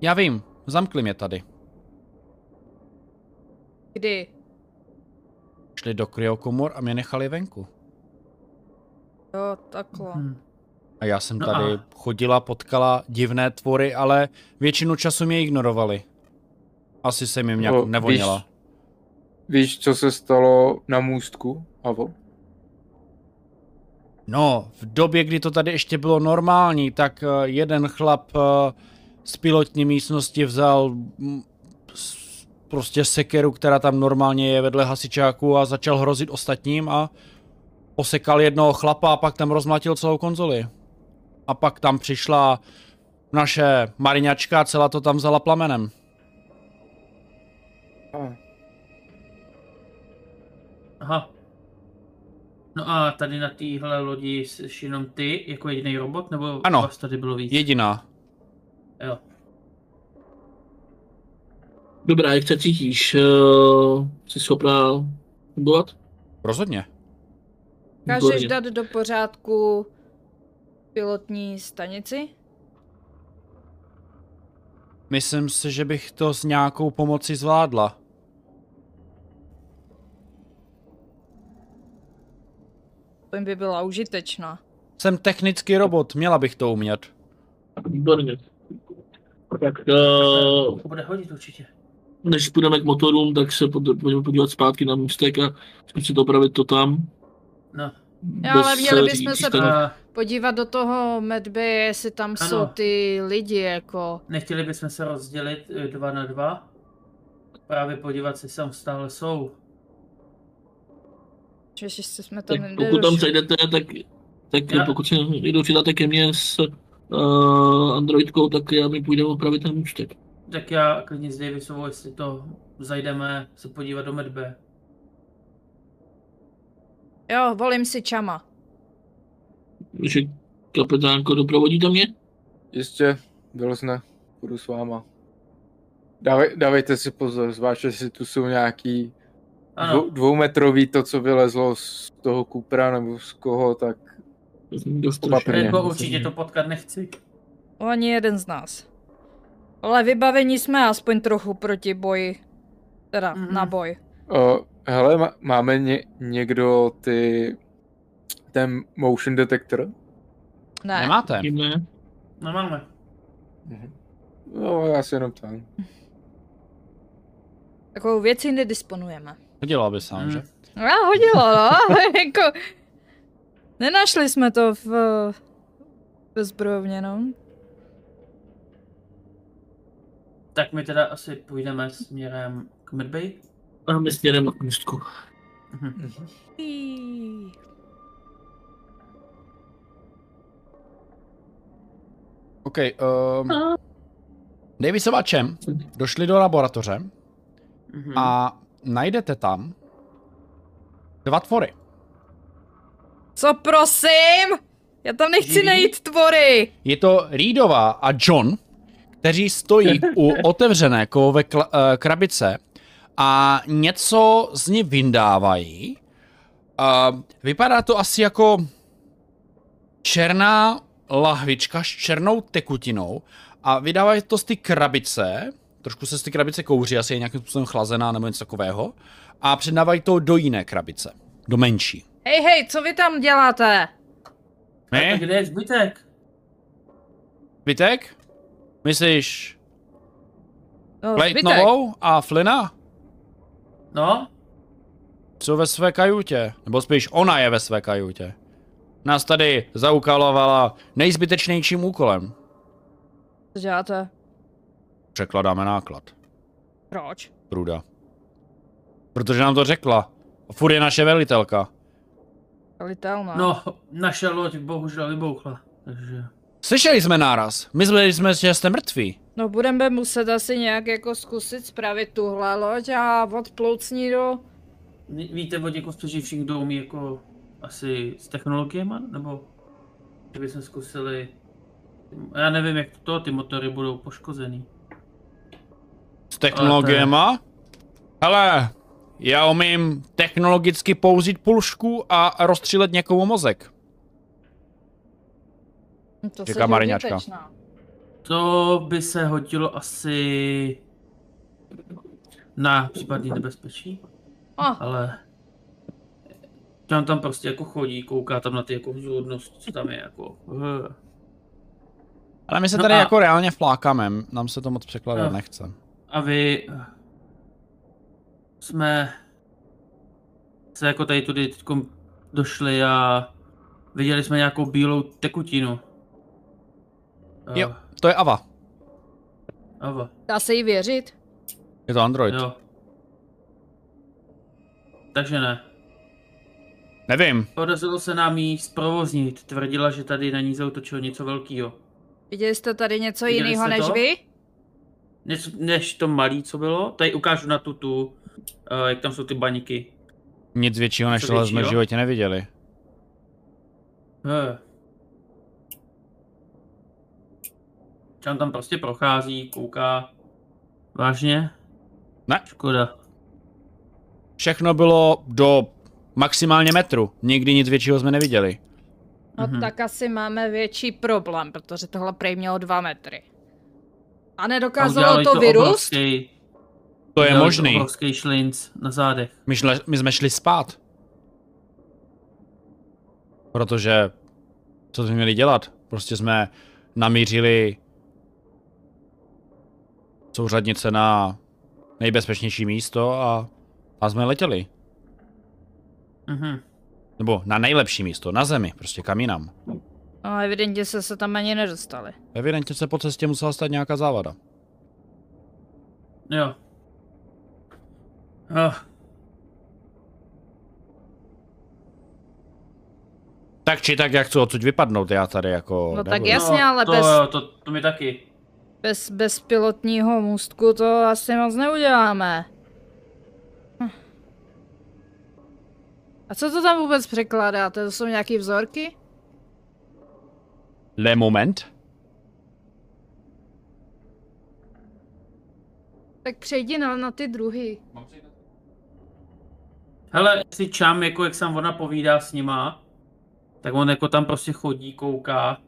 Já vím, zamkli mě tady.
Kdy?
Šli do kryokomor a mě nechali venku.
Jo, takhle.
Hmm,
Hm.
A já jsem
No
tady
a-
chodila, potkala divné tvory, ale většinu času mě ignorovali. Asi jsem jim nějak
No,
nevoněla.
Víš, víš, co se stalo na můstku, Havo?
No, v době, kdy to tady ještě bylo normální, tak eh, jeden chlap eh, z pilotní místnosti vzal mm, s- prostě sekeru, která tam normálně je vedle hasičáku a začal hrozit ostatním a posekal jednoho chlapa a pak tam rozmlátil celou konzoli. A pak tam přišla naše mariňačka a celá to tam vzala plamenem.
A,
Aha. No a tady na téhle lodi jsi jenom ty, jako jediný robot, nebo
Ano.
vás tady bylo víc?
Jediná.
Jo.
Dobrá, jak se cítíš? Eh, Jsi schopná fungovat?
Rozhodně.
Dokážeš
Výborně.
dát do pořádku pilotní stanici?
Myslím si, že bych to s nějakou pomocí zvládla.
Aspoň by byla užitečná.
Jsem technický robot, měla bych to umět.
Výborně. Tak eh,
To bude hodit určitě.
než půjdeme k motorům, tak se pod- pojďme podívat zpátky na můstek a zkusit opravit to tam.
No.
Jo, ale
Bez,
měli
eh,
bychom se
řídících
A
Podívat do toho medby, jestli tam ano.
Ano.
jsou ty lidi, jako...
nechtěli bychom se rozdělit eh, dva na dva? Právě podívat se, jestli tam stále jsou.
Že jestli jsme tam
Tak pokud tam přejdete, tak, tak
Já-
pokud se někdo přidáte ke mně s uh, Androidkou, tak já mi půjdeme opravit ten účtek.
Tak já klidně s Davisovou, jestli to zajdeme se podívat do medbe.
Jo, volím si Čama.
Takže kapitánko, doprovodíte mě?
Jistě, byl zne, budu s váma. Dávej, dávejte si pozor, zvlášť, jestli tu jsou nějaký
Ano,
dvou, dvoumetrový to, co vylezlo z toho kupra nebo z koho, tak
Dostačí.
Opatrně.
jako určitě to potkat nechci.
Ani jeden z nás. Ale vybavení jsme aspoň trochu proti boji. Teda, mm-hmm.
Mhm.
na boj.
Uh, hele, má- máme ně, někdo ty, ten motion detector?
Ne.
Nemáte?
Tím ne.
Nemáme.
No, já si jenom tam.
Takovou jako věci nedisponujeme.
Hodila by se
Hmm. Mhm.
vám, že?
No já hodila, no, jako... Nenašli jsme to v... ve zbrojovně, no.
Tak my teda asi půjdeme směrem k medbej.
A my směrem k místku.
Jí.
OK, um, Davisova čem došli do laboratoře
Mhm.
a najdete tam dva tvory.
Co prosím? Já tam nechci
Živý?
najít tvory.
Je to Reedová a John, kteří stojí u otevřené kovové kla- eh, krabice a něco z ní vyndávají. A vypadá to asi jako černá lahvička s černou tekutinou a vydávají to z ty krabice, trošku se z ty krabice kouří, asi je nějakým způsobem chlazená nebo něco takového, a předávají to do jiné krabice, do menší.
Hej, hej, co vy tam děláte?
A tak kde je zbytek?
Zbytek? Myslíš
No,
Plate
zbytek.
novou a Flina
No,
jsou ve své kajutě. Nebo spíš ona je ve své kajutě. Nás tady zaukalovala nejzbytečnějším úkolem.
Co děláte?
Překladáme náklad.
Proč?
Pruda. Protože nám to řekla. A furt je naše velitelka.
Litelná.
no, naše loď bohužel vybouchla. Takže...
Slyšeli jsme náraz. Mysleli jsme, že jste mrtví.
no budeme muset asi nějak jako zkusit spravit tuhle loď a odplout s ní do...
Ví- Víte o těch ostřeživších, kdo umí jako asi s technologiemi, nebo kdyby jsme zkusili, já nevím jak to, ty motory budou poškozený.
S technologiema? Hele, já umím technologicky pouzit pulšku a rozstřílet někomu mozek.
No To
Říká
jsi
Mariňačka.
užitečná.
To by se hodilo asi na případný nebezpečí,
Oh,
ale on tam prostě jako chodí, kouká tam na ty jako vzůdnost, co tam je jako. eh.
Ale my se
No
tady
a-
jako reálně flákáme. Nám se to moc překládat
No.
nechce.
A vy eh, jsme se jako tady tudy teďkom došli a viděli jsme nějakou bílou tekutinu. Eh,
Jo. To je Ava.
Ava,
dá se jí věřit?
Je to Android.
jo. Takže ne.
Nevím.
Podařilo se nám jí zprovoznit. Tvrdila, že tady na ní zautočilo něco velkého.
Viděli jste tady něco
Viděli
jiného
jste
než
to?
vy?
Něco, než to malý, co bylo. Tady ukážu na tu tu, eh, jak tam jsou ty baňky.
Nic většího než
Co
tohle jsme v
většího?
životě neviděli.
Eh. Čan tam prostě prochází, kouká. Vážně?
Ne.
Škoda.
Všechno bylo do maximálně metru. Nikdy nic většího jsme neviděli.
No
Mhm.
tak asi máme větší problém, protože tohle prej mělo dva metry. A
A
nedokázalo
udělali
to vyrůst?
obrovský,
To je
udělali
možný.
obrovský šlinc na zádech.
My, šle, my jsme šli spát. Protože, co jsme měli dělat? Prostě jsme namířili souřadnice na nejbezpečnější místo a, a jsme letěli.
Mhm.
Nebo na nejlepší místo, na zemi, prostě kam jinam.
No, evidentně se se tam ani nedostali.
Evidentně se po cestě musela stát nějaká závada.
Jo. Oh,
Tak či tak, jak chci odsud vypadnout, já tady jako...
No tak
nebudu.
jasně, ale
to,
bez-
jo, to, to mi taky.
Bez, bez pilotního můstku to asi moc neuděláme. Hm. A co to tam vůbec překládáte? To jsou nějaký vzorky?
Le moment.
Tak přejdi na, na ty druhy.
Hele, si Čam, jako jak sam ona povídá s nima, tak on jako tam prostě chodí, kouká.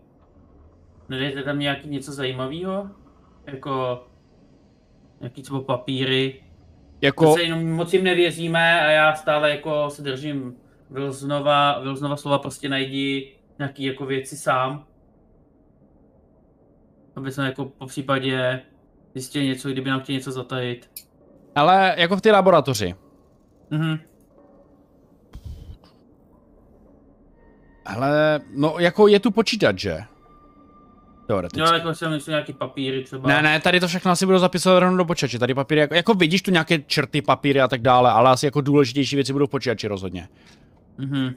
Nedejte tam nějaký něco zajímavého? Jako... Nějaký třeba papíry.
Jako...
Ko... Se jenom moc jim nevěříme a já stále jako se držím Wilsonova, Wilsonova slova prostě najdi nějaký jako věci sám. Aby jsme jako po případě zjistili něco, kdyby nám chtěli něco zatajit.
Ale jako v té laboratoři.
Mhm.
Ale no jako je tu počítač, že? Teoreticky.
Jo, jako jsem myslel nějaký papíry třeba.
Ne, ne, tady to všechno asi budou zapisovat rovnou do počítače. Tady papíry, jako, jako vidíš tu nějaké črty, papíry a tak dále, ale asi jako důležitější věci budou v počítači rozhodně.
Mhm.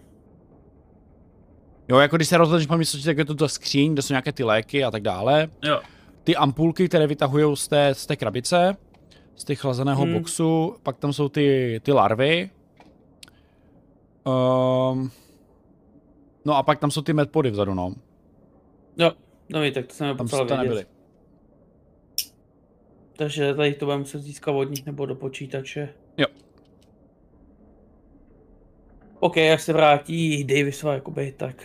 Jo, jako když se rozhodneš po místnosti, tak je to ta skříň, kde jsou nějaké ty léky a tak dále.
Jo.
Ty ampulky, které vytahují z té, z té krabice, z těch chlazeného
Hmm.
boxu, pak tam jsou ty, ty larvy. Um, no a pak tam jsou ty medpody vzadu, no.
Jo, dobrý, No tak to jsem
Tam
potřeboval
to
vědět.
nebyly.
Takže tady to budeme muset získat od nich nebo do počítače.
Jo.
OK, jak se vrátí Davisova jakoby, tak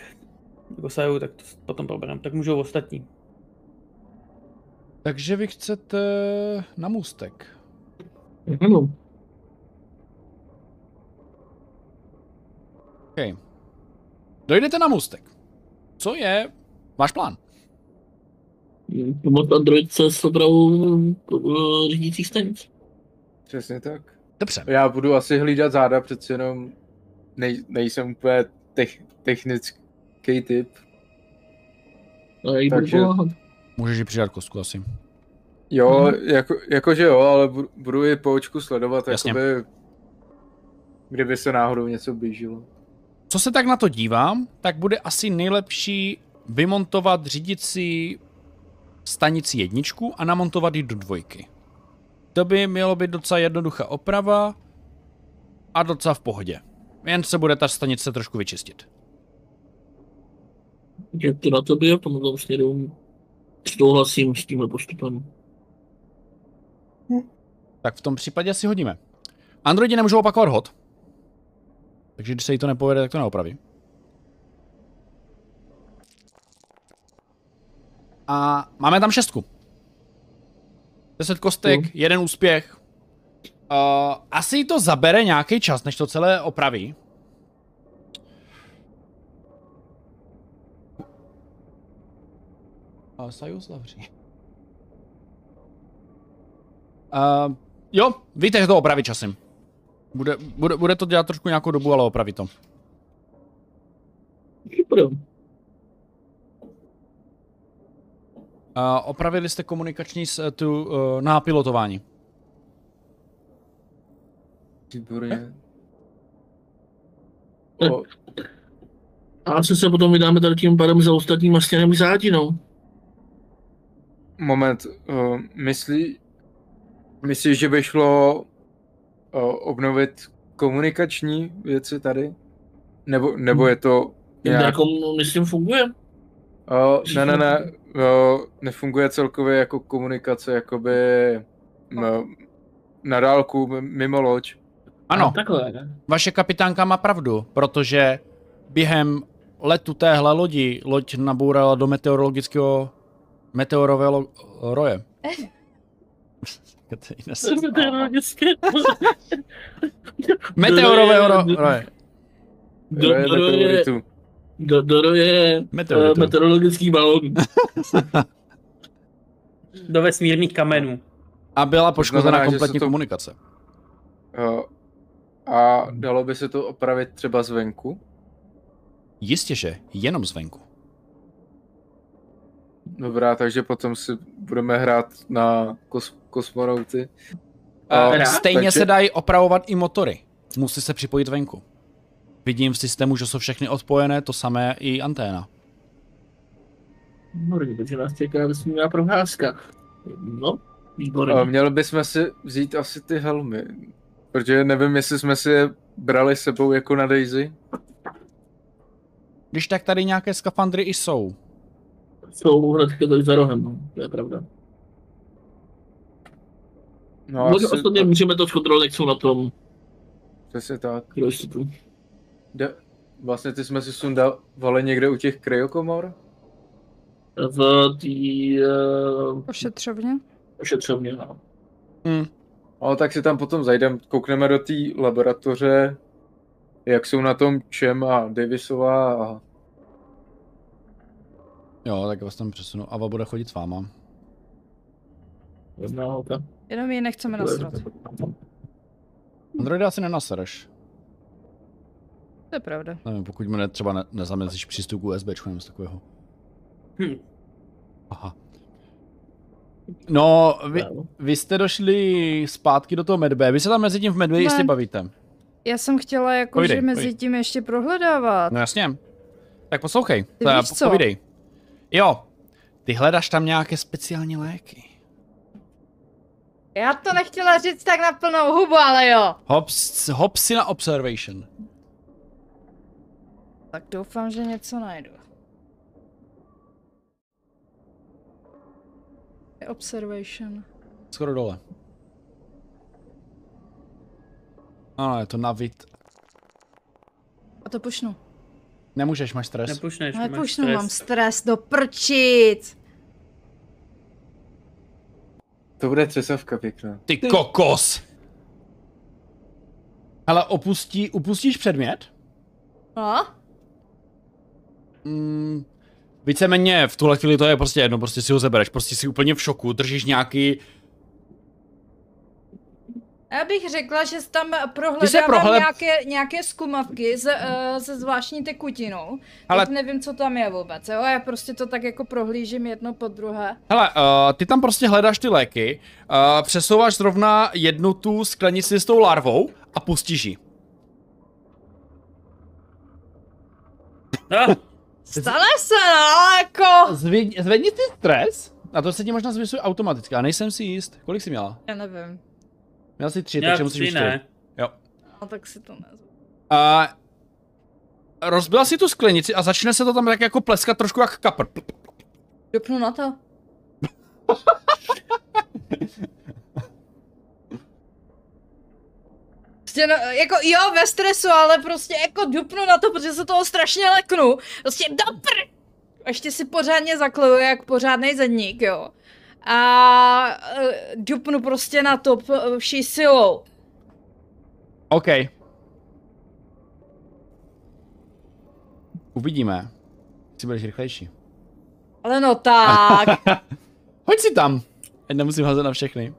jako sajou, tak to s- potom probereme. Tak můžou ostatní.
Takže vy chcete na můstek.
Ano.
Okay. Dojdete na můstek. Co je váš plán?
Pomoc Androidce s opravou eh, řídících stanic.
Přesně tak.
Dobře.
Já budu asi hlídat záda, přeci jenom nej, nejsem úplně tech, technický typ.
A já jí budu
Takže-
pomáhat.
Můžeš ji přidat kostku asi.
Jo,
Mhm.
jako, jakože jo, ale budu, budu i po očku sledovat,
Jasně.
jakoby, kdyby se náhodou něco blížilo.
Co se tak na to dívám, tak bude asi nejlepší vymontovat řídicí stanici jedničku a namontovat ji do dvojky. To by mělo být docela jednoduchá oprava a docela v pohodě. Jen se bude ta stanice trošku vyčistit.
Jak to na tobě, v tomhle směru souhlasím s tímhle postupem.
Tak v tom případě si hodíme. Androidi nemůžou opakovat hod. Takže když se jí to nepovede, tak to neopraví. A máme tam šestku. Deset kostek,
Jo.
jeden úspěch. Uh, asi jí to zabere nějaký čas, než to celé opraví. Uh, Sajus zavří. Uh, jo, víte, že to opraví časem. Bude, bude, bude to dělat trošku nějakou dobu, ale opraví to.
Super.
Uh, opravili jste komunikační s, tu, uh, na pilotování.
Výborně.
Hm.
O,
A asi se potom vydáme tady tím pádem za ostatním a stěnem k zádinou.
moment, o, myslí, myslíš, že by šlo o, obnovit komunikační věci tady? Nebo, nebo je to
Jinde
nějak
Hm. jako, myslím, funguje.
O, ne, ne, ne, o, nefunguje celkově jako komunikace, jakoby m, na dálku, m- mimo loď.
Ano,
A takhle, ne?
vaše kapitánka má pravdu, protože během letu téhle lodi loď nabourala do meteorologického meteorového roje.
Meteorologické...
Meteorové oro. roje.
Doro
Roje
Doro je...
meteoritů.
Do- Doro je... eh,
Meteoritu.
Meteorologický balon.
do vesmírných kamenů.
No, A byla poškozena
znamená, že
kompletní
se to-
komunikace.
Jo. A dalo by se to opravit třeba zvenku?
Jistě, že jenom zvenku.
Dobrá, takže potom si budeme hrát na kos- kosmonauty.
Dobrá.
Stejně
takže-
se dají opravovat i motory. Musí se připojit venku. Vidím v systému, že jsou všechny odpojené, to samé i anténa.
No, takže nás čeká vesmírná procházka. No, výborně.
A měli bychom si vzít asi ty helmy, protože nevím, jestli jsme si je brali sebou jako na Daisy.
Když tak tady nějaké skafandry i jsou.
Jsou hnedka tady za rohem, no, to je pravda.
No,
No,
asi,
ostatně můžeme to zkontrolovat, jak jsou na tom
přesně tak.
krojštipu.
De, vlastně ty jsme si sundavali někde u těch kryokomor?
V té uh,
Ošetřovně?
ošetřovně, no.
Hm.
No, tak si tam potom zajdeme, koukneme do té laboratoře, jak jsou na tom Čem a Davisová a
Jo, tak vás tam přesunu. Ava bude chodit s váma.
Jedná holka.
Jenom ji nechceme nasrat.
Androida asi nenasereš.
To je pravda.
Nevím, pokud mu ne, třeba ne, nezamezíš přístup k USBčku nebo něco takového.
Hm.
Aha. No, vy,
Ano.
vy jste došli zpátky do toho medbe. Vy se tam mezi tím v medbe
Ne.
jistě bavíte.
Já jsem chtěla jako,
Povídej,
že mezi
povídej.
tím ještě prohledávat.
No jasně. Tak poslouchej.
Ty
teda
víš
po-
co?
Povídej. Jo, ty hledáš tam nějaké speciální léky.
Já to nechtěla říct tak na plnou hubu, ale jo.
Hops, hopsy na observation.
Tak doufám, že něco najdu. Observation.
Skoro dole. Ano, No, je to navit.
A to pušnu.
Nemůžeš, máš stres.
Nepušneš,
Ale
máš
pušnu,
stres.
mám stres do prčic.
to bude třesavka pěkná.
Ty kokos! Ale opustí, upustíš předmět?
No?
Mm, víceméně v tuhle chvíli to je prostě jedno, prostě si ho zebereš, prostě si úplně v šoku, držíš nějaký...
Já bych řekla, že jsi tam
se
prohledávám
prohled-
nějaké, nějaké skumavky se, uh, se zvláštní tekutinou.
Ale-
Ale... Teď nevím, co tam je vůbec, jo? Já prostě to tak jako prohlížím jedno po druhé.
Hele, uh, ty tam prostě hledáš ty léky, uh, přesouváš zrovna jednu tu sklenici s tou larvou a pustíš ji.
Ah,
Stane se, no, jako...
Zvi- Zvedni ty stres? A to se ti možná zvyšuje automaticky, a nejsem si jist. Kolik jsi měla?
Já nevím.
Měla jsi tři,
já
takže musíš mít
tři
čtyři.
ne.
No, tak si to nezvu.
A rozbila si tu sklenici a začne se to tam tak jako pleskat trošku jak kapr.
Dopnu na to. Prostě no, jako jo, ve stresu, ale prostě jako dupnu na to, protože se toho strašně leknu. Prostě dopr! A Ještě si pořádně zakleju, jak pořádný zedník, jo. A eh, dupnu prostě na to p- vší silou.
OK. Uvidíme. Jestli budeš rychlejší.
Ale no tak.
Hoď si tam. Ať nemusím házet na všechny.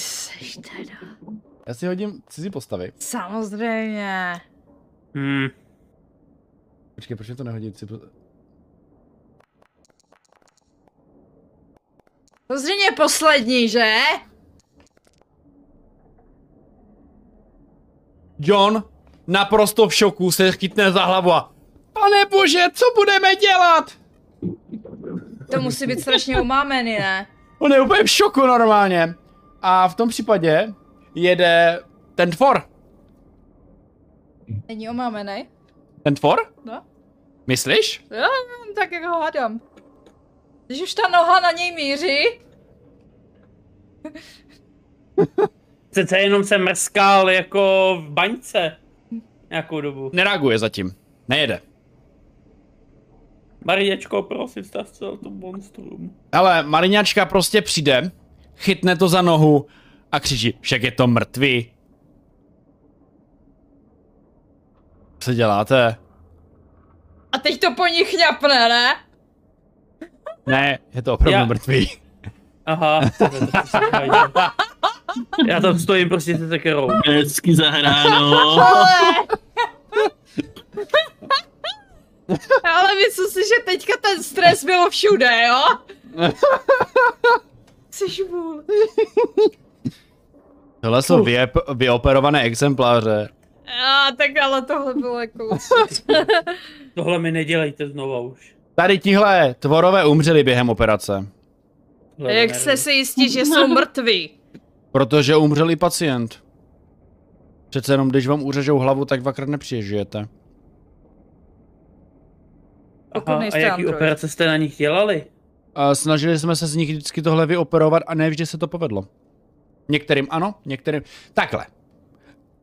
Jseš teda.
Já si hodím cizí postavy.
Samozřejmě.
Hm.
Počkej, proč mi to nehodí cizí postavy?
To zřejmě poslední, že?
John naprosto v šoku se chytne za hlavu a Pane bože, co budeme dělat?
To musí být strašně umámený, ne?
On je úplně v šoku normálně. A v tom případě jede ten tvor.
Není omámený?
Ten tvor?
No.
Myslíš?
Jo, tak jak ho hádám. Když už ta noha na něj míří,
Přece jenom jsem mrskal jako v baňce. Nějakou dobu.
Nereaguje zatím. Nejede.
Mariečko, prosím, stav se to monstrum.
Ale Mariňačka prostě přijde, chytne to za nohu a křičí, však je to mrtvý. Co děláte?
A teď to po nich chňapne, ne?
Ne, je to opravdu
Já-
mrtvý.
Aha, to, to, to, to, se fajn. Já tam stojím prostě se sekerou.
Hezky zahráno.
Ale... Ale myslím si, že teďka ten stres byl všude, jo? Jsi vůl.
Tohle jsou vyep- vyoperované exempláře.
A tak ale tohle bylo jako...
Tohle mi nedělejte znova už.
Tady tihle tvorové umřeli během operace,
Tohle
Jak
nervy.
jste si jistí, že jsou mrtví?
protože umřel i pacient. Přece jenom, když vám uřežou hlavu, tak dvakrát nepřežijete.
Pokud
Aha, a
nejste
jaký
android.
operace jste na nich dělali?
A snažili jsme se z nich vždycky tohle vyoperovat a ne vždy se to povedlo. Některým ano, některým... Takhle.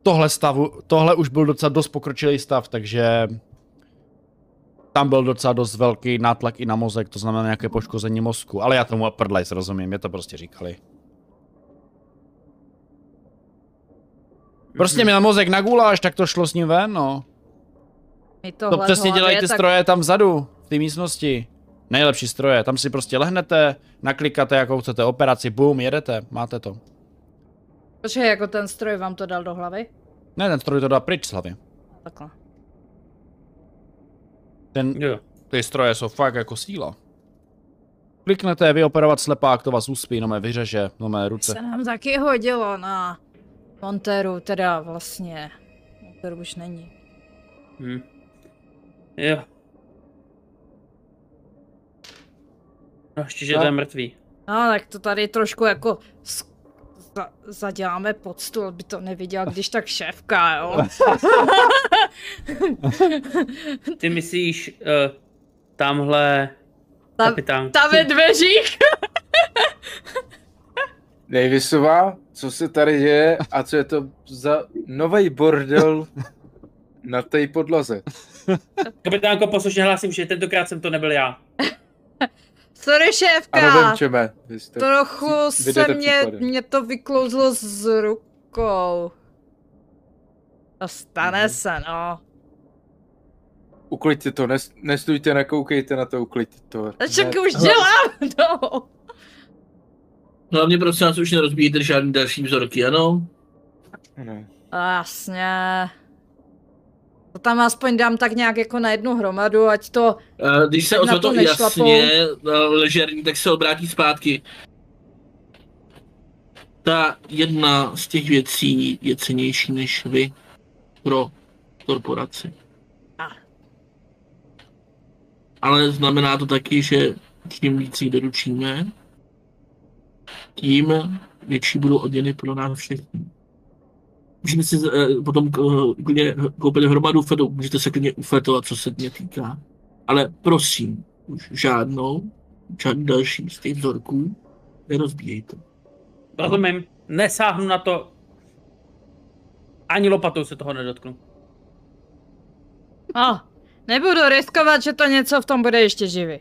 Tohle stavu, tohle už byl docela dost pokročilý stav, takže tam byl docela dost velký nátlak i na mozek, to znamená nějaké poškození mozku, ale já tomu prdlajs rozumím, mě to prostě říkali. Prostě měl mozek na guláš, tak to šlo s ním ven, no.
Mi
To
tohle v
No přesně
jako hlavě,
dělají ty
tak-
stroje tam vzadu, v té místnosti. Nejlepší stroje, tam si prostě lehnete, naklikáte, jakou chcete operaci, bum, jedete, máte to.
Počkej, jako ten stroj vám to dal do hlavy?
Ne, ten stroj to dá pryč z hlavy.
Takhle.
Ten,
Jo.
ty stroje jsou fakt jako síla. Kliknete, vyoperovat slepák, to vás uspí, no mé vyřeže, no mé ruce.
Se nám taky hodilo na Monteru, teda vlastně. Monteru už není.
Hm. Jo. No ještě, že
Tak.
to je mrtvý.
No, tak to tady trošku jako z- za- zaděláme pod stůl, aby to neviděl, když tak šéfka, jo.
Ty myslíš uh, tamhle
Tam-
kapitán?
Tam ve dveřích.
Davisová, co se tady děje a co je to za nový bordel na té podlaze?
Kapitánko, poslušně hlásím, že tentokrát jsem to nebyl já.
Sorry,
A
šéfka.
novém čeme, vy jste.
Trochu
si-
se
vydejte
mě,
příklady.
mě to vyklouzlo z rukou. To stane se, no.
Uklidte to, nes, nestůjte, nekoukejte na to, uklidte to.
Ček už dělám, no.
Hlavně prosím vás už nerozbíjíte žádný další vzorky, ano?
Ne, ne.
A jasně. To tam aspoň dám tak nějak jako na jednu hromadu, ať to...
Eh, Když se
Na
o to,
to
to
nešlapou.
jasně eh, ležerní, tak se obrátí zpátky. Ta jedna z těch věcí je cenější než vy pro korporaci.
A.
Ale znamená to taky, že čím víc jich doručíme, tím větší budou odměny pro nás všechny. Můžeme si eh, potom eh, klidně koupit hromadu fetů, můžete se klidně ufetovat, co se mě týká. Ale prosím, už žádnou, žádný další z těch vzorků nerozbíjejte.
Rozumím, nesáhnu na to. Ani lopatou se toho nedotknu.
A, nebudu riskovat, že to něco v tom bude ještě živý.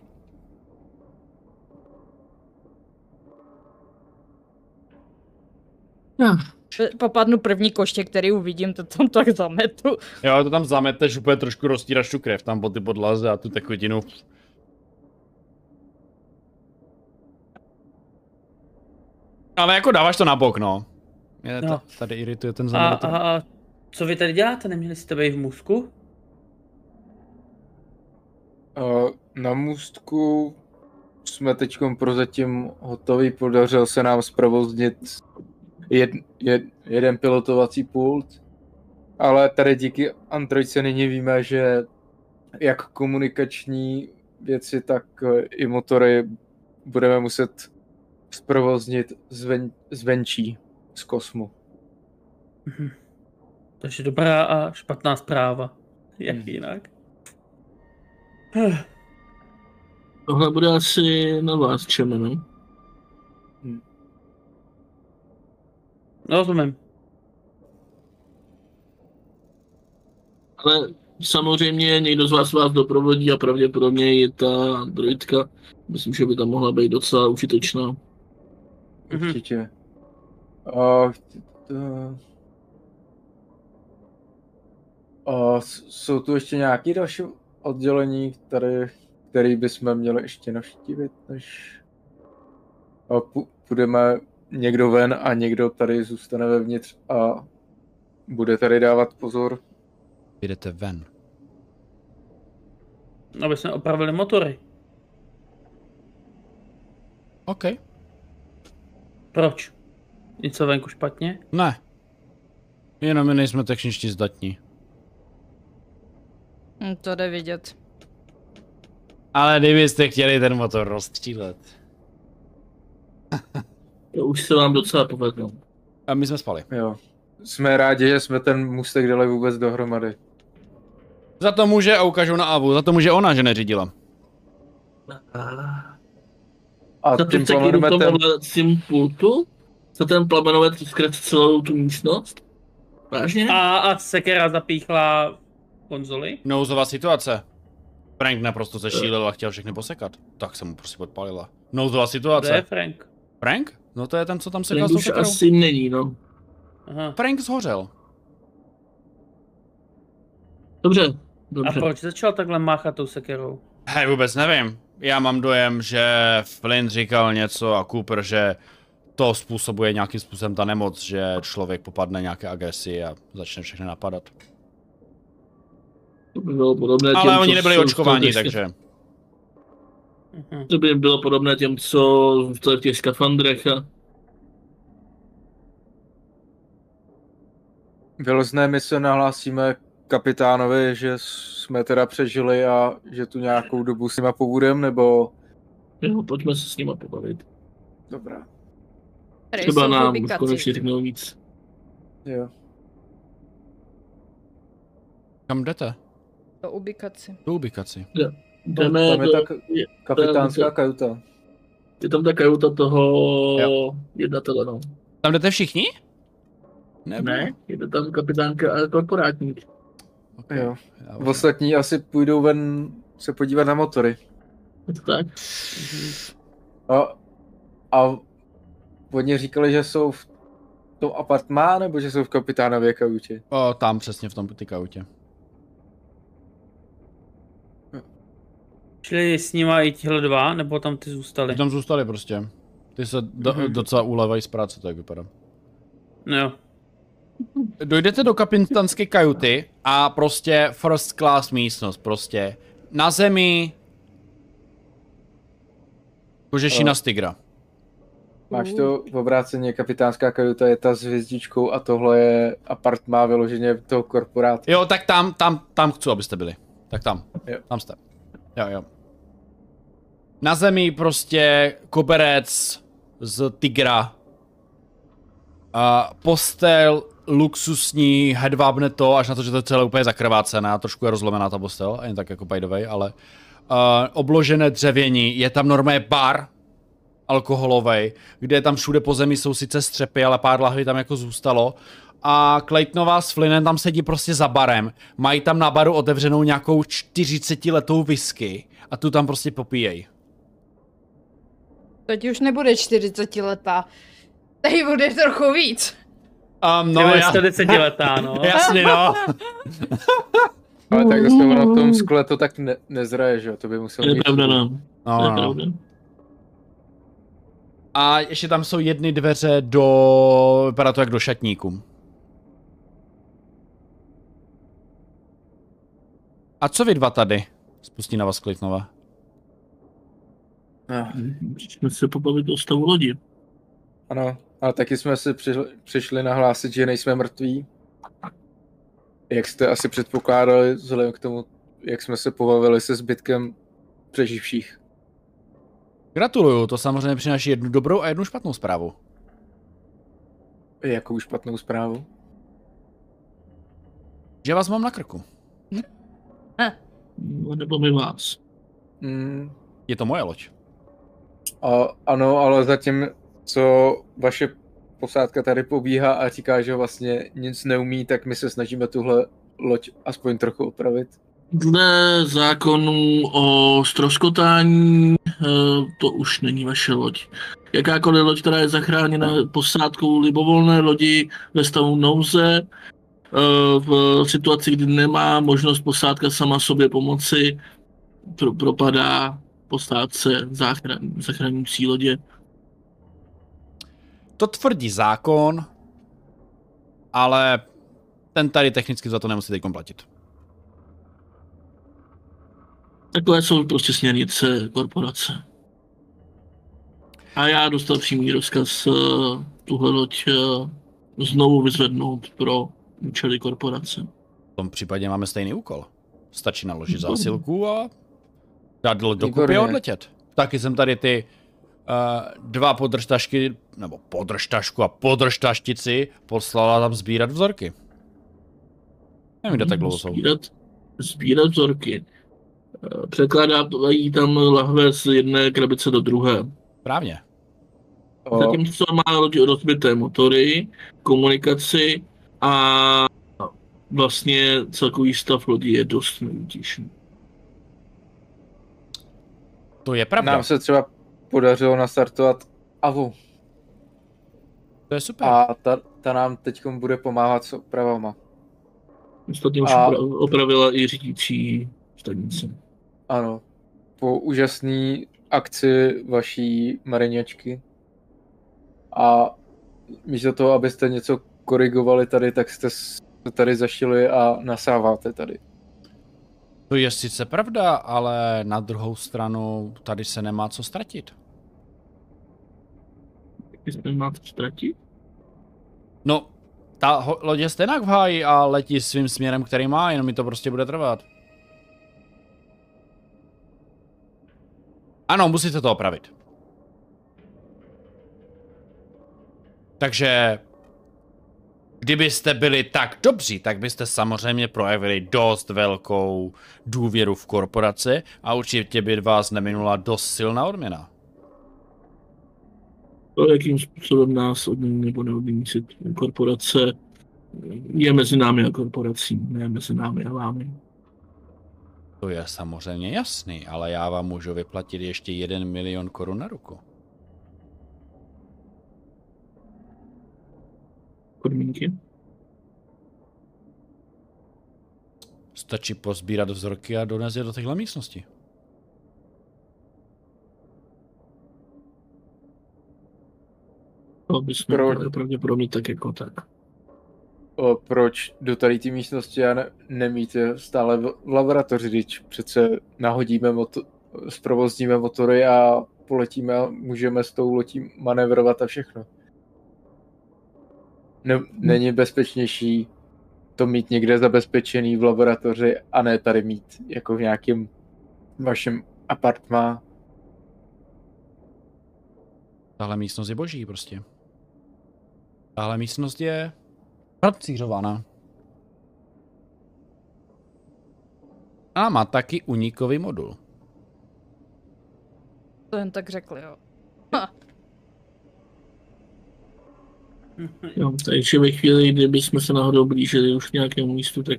Ah.
Popadnu první koště, který uvidím, to tam tak zametu.
Jo, to tam zameteš, úplně trošku roztíraš tu krev tam po ty podlaze a tu tekutinu. Ale jako dáváš to na bok, no. Mě
No.
no. tady irituje ten
A,
zametek.
a, a co vy tady děláte? Neměli jste být v musku?
Eh, Na můstku jsme teď prozatím hotoví, podařilo se nám zprovoznit jed, jed, jeden pilotovací pult, ale tady díky Androidce nyní víme, že jak komunikační věci, tak eh, i motory budeme muset zprovoznit zven, zvenčí, z kosmu.
Takže dobrá a špatná zpráva. Jak
Mhm.
jinak?
Tohle bude asi na vás, čeme, no?
Rozumím.
Ale samozřejmě někdo z vás vás doprovodí a pravděpodobně je ta droidka, myslím, že by tam mohla být docela užitečná.
Mhm.
určitě. A, chtě- to- a s- jsou tu ještě nějaké další oddělení, které, které bychom měli ještě navštívit, než a pu- půjdeme někdo ven a někdo tady zůstane vevnitř a bude tady dávat pozor.
Jdete ven.
Aby jsme opravili motory.
OK.
Proč? Něco venku špatně?
Ne. Jenom my nejsme techničtí zdatní.
Hm, To jde vidět.
Ale kdybyste chtěli ten motor rozstřílet.
To už se vám docela povedlo.
A my jsme spali.
Jo. Jsme rádi, že jsme ten můstek dali vůbec dohromady.
Za to může, a ukážu na Avu, za to může ona, že neřídila.
A
Za to
tím
jste kýru
plamenemetem,
tomu pultu? Za ten plamenomet zkrat celou tu místnost? Vážně?
A, a sekera zapíchla konzoli?
Nouzová situace. Frank naprosto zešílil a chtěl všechny posekat. Tak jsem mu prostě podpalila. Nouzová
To je
situace.
Frank.
Frank? No to je ten, co tam sekal s
Ten
tou
už
sekerou.
asi není, no.
Aha.
Frank zhořel.
Dobře,
A
dobře.
proč začal takhle máchat tou sekerou?
Hej, vůbec nevím. Já mám dojem, že Flynn říkal něco a Cooper, že to způsobuje nějakým způsobem ta nemoc, že člověk popadne nějaké agresi a začne všechny napadat.
To by bylo podobné
Ale
těm,
oni
co
nebyli
jsou
očkováni,
v těch-
takže...
Mhm.
To by bylo podobné těm, co zůstali v těch skafandrech a
vylezné my se nahlásíme kapitánovi, že jsme teda přežili a že tu nějakou dobu s nima pobudem, nebo...
jo, pojďme se s nima pobavit.
Dobrá,
Tady
Třeba
jsou
nám
hubikaci.
konečně řeknou víc.
jo.
Kam jdete?
Do ubikaci.
Do ubikaci.
Tam,
Jdeme,
tam je
do-
tak kapitánská kajuta.
je tam ta kajuta toho
Jo.
jednatele, no.
Tam jdete všichni? Nebo?
Ne, jede tam kapitánka a korporátník.
Okay.
Jo.
Já už-
Ostatní asi půjdou ven se podívat na motory.
Je to tak?
A, a oni říkali, že jsou v tom apartmá, nebo že jsou v kapitánově kajutě.
O, tam přesně v tom ty kautě.
Šli s nima i tihle dva, nebo tam ty zůstali?
Ty tam zůstali prostě. Ty se do,
Mhm.
docela ulevají z práce, tak vypadá.
No jo.
Dojdete do kapitánské kajuty a prostě first class místnost, prostě. Na zemi... Kožeší
Jo.
na Stigra.
Máš to v obráceně, kapitánská kajuta je ta s hvězdičkou a tohle je apartmá vyloženě toho korporátu.
Jo, tak tam, tam, tam chci, abyste byli. Tak tam,
Jo.
tam jste. Jo, jo. Na zemi prostě koberec z tigra. A postel luxusní, hedvábne to, až na to, že to je celé úplně zakrvácená, trošku je rozlomená ta postel, jen tak jako by the way, ale uh, obložené dřevění, je tam normálně bar, alkoholovej, kde tam všude po zemi jsou sice střepy, ale pár lahví tam jako zůstalo. A Claytonová s Flynnem tam sedí prostě za barem. Mají tam na baru otevřenou nějakou 40 letou whisky a tu tam prostě popíjejí.
Teď už nebude 40 letá. Tady bude trochu víc.
Um,
No,
no,
Tyhle
já,
40 letá, no.
jasně, no.
Ale tak zase na tom skle to tak ne, nezraje, že jo? To by muselo
To je
být.
pravda, no. To je
no, no.
pravda.
A ještě tam jsou jedny dveře do... Vypadá to jak do šatníku. A co vy dva tady? Spustí na vás Claytonova.
No,
Musíme se pobavit o stavu lodi.
ano, ale taky jsme si přišli, přišli nahlásit, že nejsme mrtví. Jak jste asi předpokládali, vzhledem k tomu, jak jsme se pobavili se zbytkem přeživších.
Gratuluju, to samozřejmě přináší jednu dobrou a jednu špatnou zprávu.
Jakou jako špatnou zprávu?
Že vás mám na krku.
No, Nebo my vás.
Mm,
Je to moje loď.
a, ano, ale zatím, co vaše posádka tady pobíhá a říká, že vlastně nic neumí, tak my se snažíme tuhle loď aspoň trochu opravit.
Dle zákonů o stroskotání eh, to už není vaše loď. Jakákoliv loď, která je zachráněna posádkou libovolné lodi ve stavu nouze, eh, v situaci, kdy nemá možnost posádka sama sobě pomoci, pro, propadá posádce záchran, zachraňující lodě.
To tvrdí zákon, ale ten tady technicky za to nemusí teď platit.
Takové jsou prostě směrnice korporace. A já dostal přímý rozkaz eh, tuhle loď eh, znovu vyzvednout pro účely korporace.
V tom případě máme stejný úkol. Stačí naložit zásilku a dát loď dokupy
Výborně.
a odletět. Taky jsem tady ty uh, dva podržtašky, nebo podržtašku a podržtaštici poslala tam sbírat vzorky. Nevím, kde tak dlouho jsou.
Sbírat, sbírat vzorky. Eh, Překládá jí tam lahve z jedné krabice do druhé.
Správně.
O,
Zatímco má loď rozbité motory, komunikaci a vlastně celkový stav lodi je dost neutěšený.
To je pravda.
nám se třeba podařilo nastartovat Avu
To je super.
a ta, ta nám teď bude pomáhat s opravama.
Ostatně už
A-
opra- opravila i řídící stanice.
Ano, po úžasné akci vaší mariněčky. A místo toho, abyste něco korigovali tady, tak jste s- to tady zašili a nasáváte tady.
To No je sice pravda, ale na druhou stranu tady se nemá co ztratit.
Vy jste máte ztratit?
No, ta ho- loď je stejnak v háji a letí svým směrem, který má, jenom mi to prostě bude trvat. Ano, musíte to opravit. Takže, kdybyste byli tak dobří, tak byste samozřejmě projevili dost velkou důvěru v korporaci a určitě by vás neminula dost silná odměna.
To, jakým způsobem nás odmění nebo neodmění si korporace, je mezi námi a korporací, ne mezi námi a vámi.
To je samozřejmě jasný, ale já vám můžu vyplatit ještě jeden milion korun na ruku.
Podmínky?
Stačí pozbírat vzorky a donést je do téhle místnosti.
To bychom
Pro-
měli pravděpodobně tak jako tak.
O, proč do tady té místnosti já ne, nemít je stále v, v laboratoři, když přece nahodíme moto, zprovozníme motory a poletíme a můžeme s tou lotí manevrovat a všechno. Ne, není bezpečnější to mít někde zabezpečený v laboratoři a ne tady mít jako v nějakém vašem apartmá.
Tahle místnost je boží prostě. Tahle místnost je pracířovaná. A má taky unikový modul.
To jen tak řekli, jo.
Jo, takže ve chvíli, kdyby jsme se náhodou blížili už k nějakému místu, tak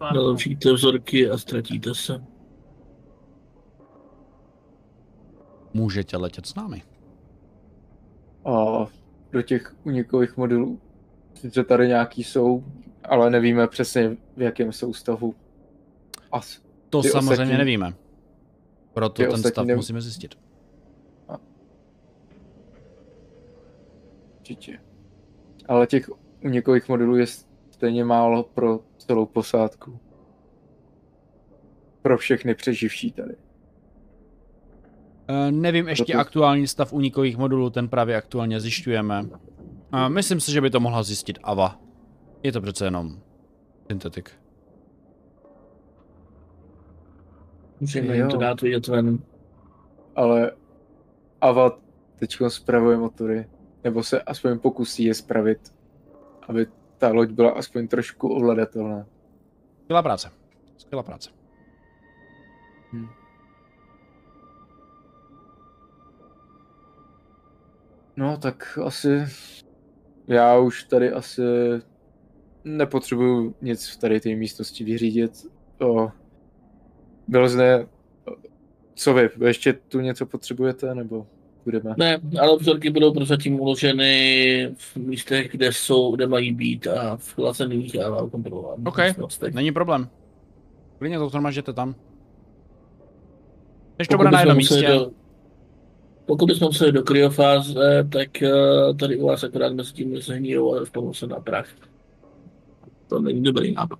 naložíte vzorky a ztratíte se.
Můžete letět s námi.
A do těch unikových modelů. Sice tady nějaký jsou, ale nevíme přesně v jakém jsou stavu. As.
To
Ty
samozřejmě
ostatní-
nevíme. Proto
ty
ten
ostatní
stav
nev-
musíme zjistit.
Určitě. Ale těch unikových modelů je stejně málo pro celou posádku. Pro všechny přeživší tady.
Eh, nevím ještě
Proto-
aktuální stav unikových modulů, ten právě aktuálně zjišťujeme. Eh, myslím si, že by to mohla zjistit Ava. Je to přece jenom syntetik.
Můžeme jim to
Jo.
dát vidět ven.
Ale Ava teď spravuje motory. Nebo se aspoň pokusí je spravit, aby ta loď byla aspoň trošku ovladatelná.
Skvělá práce. Skvělá práce.
Hmm. No, tak asi... Já už tady asi nepotřebuju nic v tady té místnosti vyřídit. O, byl zde... Co vy, ještě tu něco potřebujete, nebo budeme.
Ne, ale vzorky budou prozatím uloženy v místech, kde jsou, kde mají být a v lacených a kontrolovaných
OK.
místnostech.
Není problém. Klidně to zhromažděte tam. Než to
Pokud
bude na
bychom
jednom
museli
místě.
Do, pokud bychom museli do kryofáze, tak eh, tady u vás akorát mezi tím zhnijou a spadnou se na prach. To není dobrý nápad.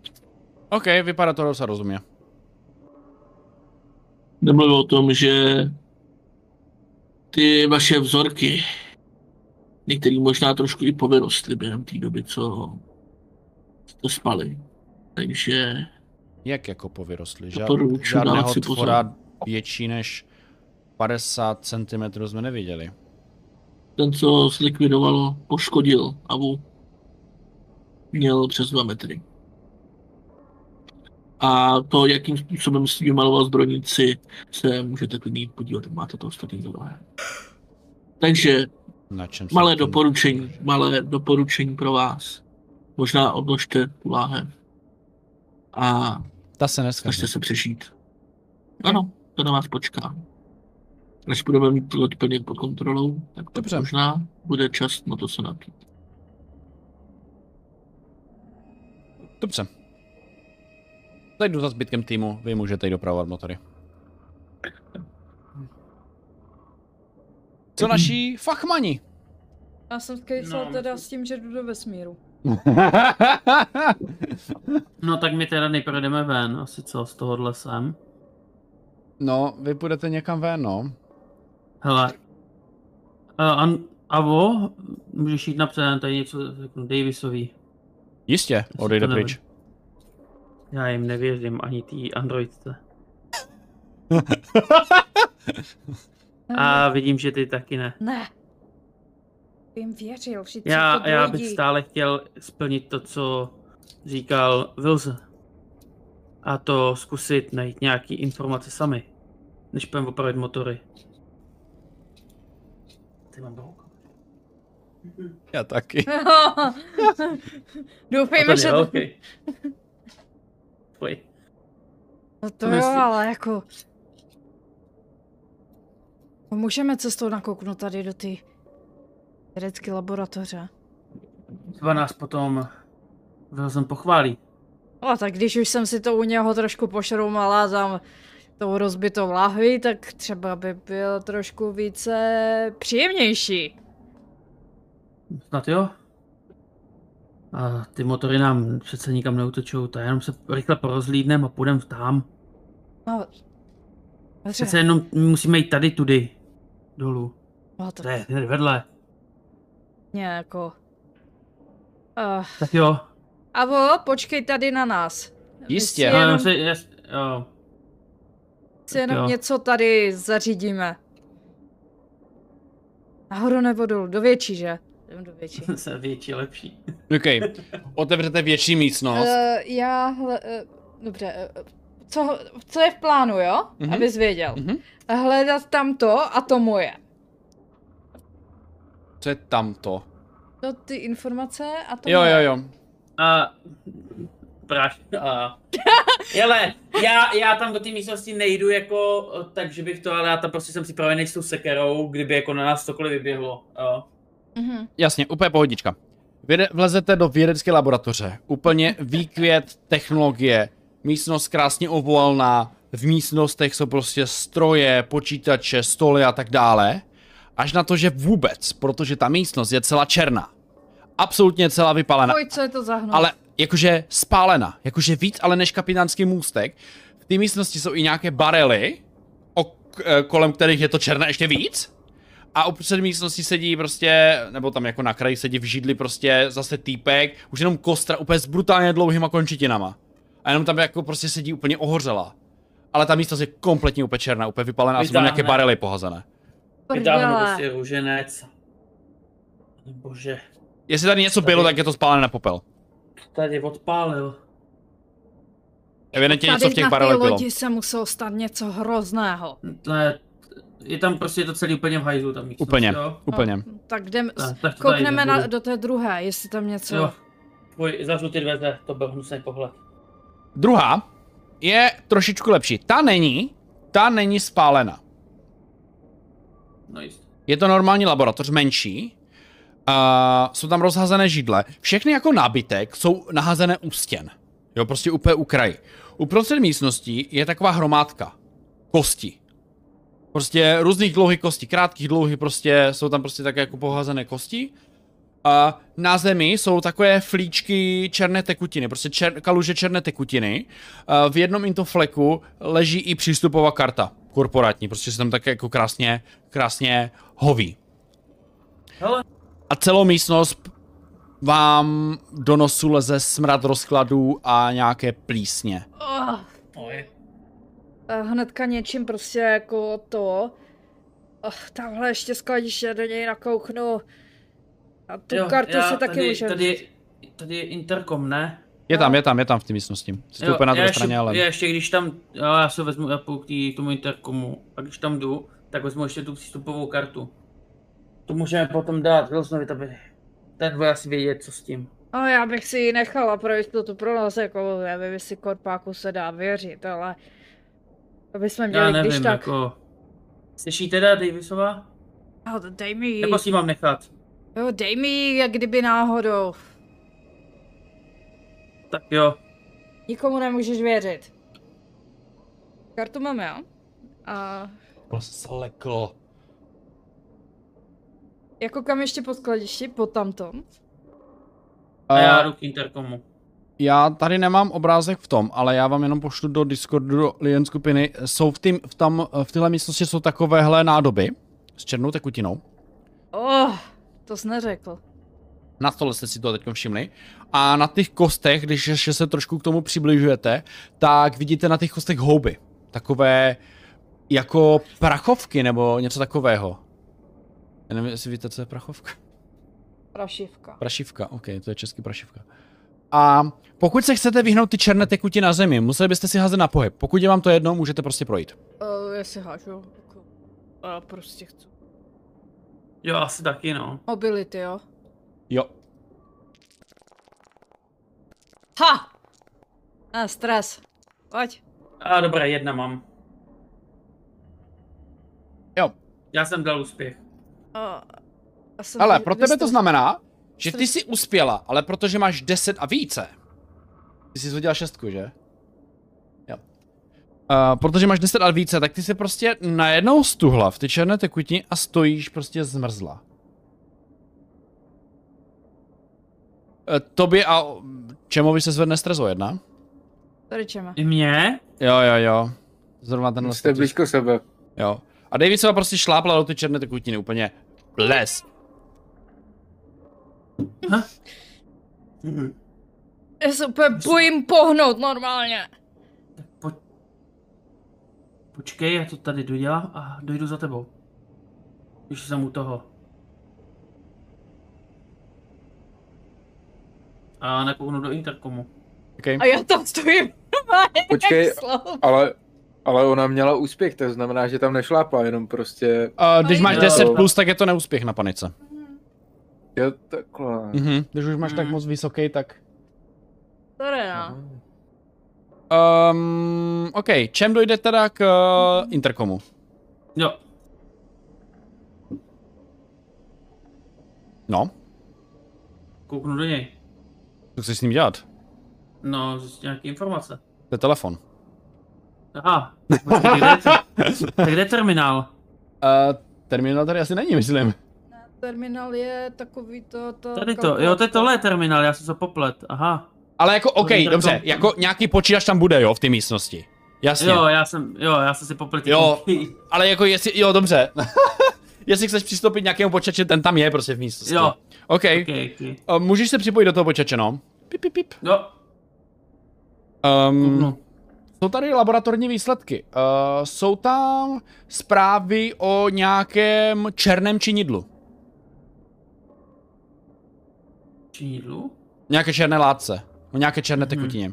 OK, vypadá to docela rozumně.
Nemluvím o tom, že ty vaše vzorky, některý možná trošku i povyrostly během té doby, co to spali. Takže
Jak jako povyrostly? Žád,
Doporučuji
žádného
dát si pozor.
tvora větší než 50 cm jsme neviděli.
ten, co zlikvidovalo, poškodil Avu, měl přes 2 metry. A to, jakým způsobem s ním maloval zbrojnici, se můžete klidně jít podívat, máte to ostatní zadové. Takže
Na čem se
malé
tím-
doporučení, malé doporučení pro vás. Možná odložte tu láhev a
Ta se neskazí.
snažte se přežít. Ano, to na vás počká. Než budeme mít loď plně pod kontrolou, tak pak
Dobře.
možná bude čas na to se napít.
Dobře. Teď jdu za zbytkem týmu, vy můžete jít dopravovat motory. Co naši fachmani?
Já jsem kejsla
No,
teda
myslím-
s tím, že jdu do vesmíru.
No tak my teda nejprve jdeme ven, asi co, z tohohle sem.
no, vy půjdete někam ven, no.
Hele. Uh, an, Avo, můžeš jít napřed, tady něco řeknu Davisový.
Jistě,
si
odejde
to
pryč.
Já jim nevěřím, ani tý androidce. A vidím, že ty taky ne.
Ne. Jim věřil, vždyť jsou
Já,
to
já
lidi.
bych stále chtěl splnit to, co říkal Wilson. A to zkusit najít nějaký informace sami, než půjdeme opravit motory. Ty mám brouk.
Já taky.
Doufejme, že... To,
okay. Pojď.
no
to
to jo,
myslí-
ale jako... No Můžeme cestou nakouknout tady do ty vědecké laboratoře.
Třeba nás potom Wilson pochválí.
No tak když už jsem si to u něho trošku pošroumala tam tou rozbitou lahví, tak třeba by byl trošku více příjemnější.
Snad jo? A ty motory nám přece nikam neutečou, tak jenom se rychle porozlídnem a půjdem tam.
No, dobře,
Přece jenom musíme jít tady tudy. Dolů.
no to
To je hned vedle.
mě jako... Uh,
Tak jo.
Avo, počkej tady na nás.
Jistě.
My si
Já
jenom,
jenom... se, já, s- jo.
si jenom
jo.
něco tady zařídíme. Nahoru nebo dolů, do větší, že? Jdem do větší.
No.
se větší lepší.
OK, otevřete větší místnost.
Eh, já hle, uh, dobře, uh, co, co je v plánu, jo?
Mhm.
Mm-hmm. Abys věděl.
Mhm.
Mm-hmm. Hledat tam to a to moje.
Co je tamto?
No ty informace a to
Jo,
moje.
jo, jo.
A... Práš... A... Jele, já, já tam do té místnosti nejdu jako, eh, takže bych to, ale já tam prostě jsem připravený s tou sekerou, kdyby jako na nás cokoliv vyběhlo. Jo.
Mhm.
Jasně, úplně pohodička. Věde, vlezete do vědecké laboratoře. Úplně výkvět technologie. Místnost krásně ovoalná. V místnostech jsou prostě stroje, počítače, stoly a tak dále. Až na to, že vůbec, protože ta místnost je celá černá. Absolutně celá vypalená.
Pojď, co je to za hnus.
Ale jakože spálena. Jakože víc ale než kapitánský můstek. V té místnosti jsou i nějaké barely, o, eh, kolem kterých je to černé ještě víc. A uprostřed místnosti sedí prostě, nebo tam jako na kraji sedí v židli prostě zase týpek, už jenom kostra úplně s brutálně dlouhýma končetinama. A jenom tam jako prostě sedí úplně ohořela. Ale ta místnost je kompletně úplně černá, úplně vypalená, a jsou tam
Vytáhne.
nějaké barely pohazené.
Vytáhnu
Prdele.
prostě růženec. Bože,
Jestli tady něco
Tady-
bylo, tak je to spálené na popel.
tady odpálil.
Evidentně
Tady
něco v těch
na té
barelech bylo.
lodi se muselo stát něco hrozného.
To je, je tam prostě to celý úplně v hajzlu tam místnost,
Úplně,
jo?
úplně.
No, tak jdem,
Tak, tak to tady
koukneme
nebudu.
na, do té druhé, jestli tam něco...
Jo. Pojď, zavřu ty dveře, to byl hnusný pohled.
Druhá je trošičku lepší. Ta není, ta není spálena.
No jistě.
Je to normální laboratoř, menší. A jsou tam rozházené židle. Všechny jako nábytek jsou naházené u stěn. Jo, prostě úplně u kraji. Uprostřed místnosti je taková hromádka. Kosti. Prostě různých dlouhých kostí, krátkých, dlouhých, prostě jsou tam prostě také jako poházené kosti. A na zemi jsou takové flíčky černé tekutiny, prostě čer, kaluže černé tekutiny. A v jednom into fleku leží i přístupová karta korporátní, prostě se tam tak jako krásně, krásně hoví.
Hele.
A celou místnost p- vám do nosu leze smrad rozkladů a nějaké plísně.
Oh,
Oj.
Eh, hnedka něčím prostě jako to. Oh, tamhle ještě skladiště, do něj nakouknu. A tu
Jo,
kartu
já
si taky
tady,
můžeme vzít.
Tady, tady je interkom, ne?
Je tam, je tam, je tam v té místnosti. Jsi to
Jo,
úplně na
já
druhé
ještě-
straně, ale...
Já ještě když tam, já já se vezmu, já půjdu k tý- k tomu interkomu, a když tam jdu, tak vezmu ještě tu přístupovou kartu. To můžeme potom dát Wilsonovi, to by ten bude asi vědět, co s tím.
A No, já bych si ji nechala pro jistotu pro nás, jako nevím, jestli korpáku se dá věřit, ale to bychom měli
Já
když
nevím,
tak.
jako... Slyší teda Davisova?
A No, Dej mi ji,
Nebo si ji mám nechat?
jo, dej mi ji, jak kdyby náhodou.
Tak jo,
Nikomu nemůžeš věřit. Kartu mám já. A
Slekl.
jako kam ještě po skladišti, po tamtom.
a já jdu k interkomu.
Já tady nemám obrázek v tom, ale já vám jenom pošlu do Discordu, do Lien skupiny. Jsou v, tým, v, tam, v téhle místnosti jsou takovéhle nádoby s černou tekutinou.
Oh, to jsi neřekl.
Na stole jste si to teď všimli. A na těch kostech, když ještě se trošku k tomu přibližujete, tak vidíte na těch kostech houby. Takové jako prachovky nebo něco takového. Já nevím, jestli víte, co je prachovka.
Prašivka.
Prašivka, ok, to je český prašivka. A pokud se chcete vyhnout ty černé tekutiny na zemi, museli byste si házet na pohyb. Pokud je vám to jedno, můžete prostě projít.
Uh, já si hážu. Jako, uh, prostě chci.
Jo, asi taky no.
Mobility, jo.
Jo.
Ha! A stres. Pojď.
A dobré, jedna mám.
Jo.
Já jsem dal úspěch.
Uh, já jsem
Ale
vy-
pro tebe to
vystrč-
znamená, že ty jsi uspěla, ale protože máš 10 a více. Ty jsi zhodila šestku, že? Jo. Uh, protože máš 10 a více, tak ty se prostě najednou stuhla v ty černé tekutiny a stojíš prostě zmrzla. Eh, Tobě a čemovi se zvedne stres o jedna?
Tady čeme.
I mě?
Jo, jo, jo. Zrovna tenhle
Jste
status.
blízko sebe.
Jo. A Davidova prostě šlápla do ty černé tekutiny, úplně les.
Já se úplně bojím pohnout normálně.
Počkej, já to tady dodělám a dojdu za tebou. Když jsem u toho. A nakouknu do interkomu.
Okay.
A já tam stojím.
Počkej,
Slovo.
ale, ale ona měla úspěch, to znamená, že tam nešlápla, jenom prostě...
A když máš
Jo.
10 plus, tak je to neúspěch na panice.
Jo, takhle.
Mhm. Když už máš tak
Mhm.
moc vysoký, tak...
Tady, no.
Aha.
Um, OK, čem dojde teda k uh, interkomu?
Jo,
No,
kouknu do něj.
co chceš s ním dělat?
No, zjistím nějaké informace.
To je telefon.
Aha, počkej, kde, je ter- tak kde je terminál?
Uh, terminál tady asi není, myslím.
Terminál je takový to... to
Tady to, jo, to je tohle je terminál, já jsem se poplet, aha.
Ale jako, OK,
interkom.
dobře, jako nějaký počítač tam bude, jo, v té místnosti. Jasně.
Jo, já jsem, jo, já jsem si poplet.
Jo, ale jako jestli, jo, dobře. jestli chceš přistoupit nějakému počítači, ten tam je prostě v místnosti.
Jo,
OK, okay.
okay, okay.
můžeš se připojit do toho počítače, no. Pip, pip, pip.
Jo, no,
Um,
kouknu.
Jsou tady laboratorní výsledky. Uh, jsou tam zprávy o nějakém černém činidlu.
Činidlu?
Nějaké černé látce. O nějaké
Mhm.
černé tekutině.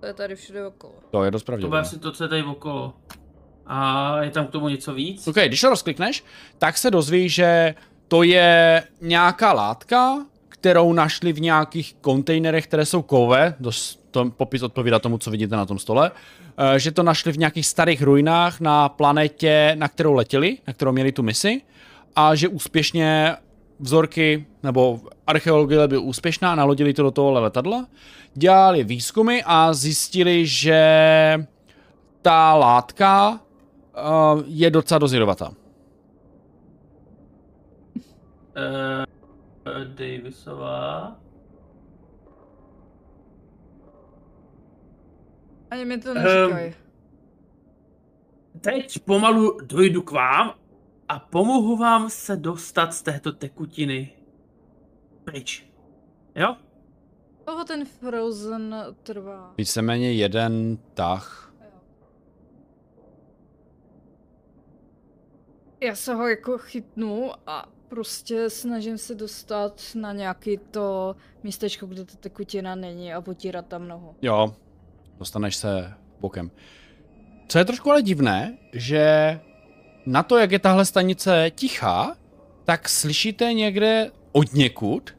To je tady všude okolo.
To je dost
To bude
pravděpodobné.
asi to, co je tady okolo. A je tam k tomu něco víc?
OK, když to rozklikneš, tak se dozví, že to je nějaká látka, kterou našli v nějakých kontejnerech, které jsou kové, dost tom, popis odpovídá tomu, co vidíte na tom stole, eh, že to našli v nějakých starých ruinách na planetě, na kterou letěli, na kterou měli tu misi, a že úspěšně vzorky, nebo archeologie by úspěšná, nalodili to do tohohle letadla, dělali výzkumy a zjistili, že ta látka eh, je docela dozvědovatá.
Eh, Davisová.
Ani mi to
Ehm.
neříkají.
Teď pomalu dojdu k vám a pomohu vám se dostat z této tekutiny pryč. Jo?
Dlouho ten Frozen trvá.
Víceméně jeden tah.
Já se ho jako chytnu a prostě snažím se dostat na nějaký to místečko, kde ta tekutina není a potírat tam nohu.
Jo, dostaneš se bokem. Co je trošku ale divné, že na to, jak je tahle stanice tichá, tak slyšíte někde od někud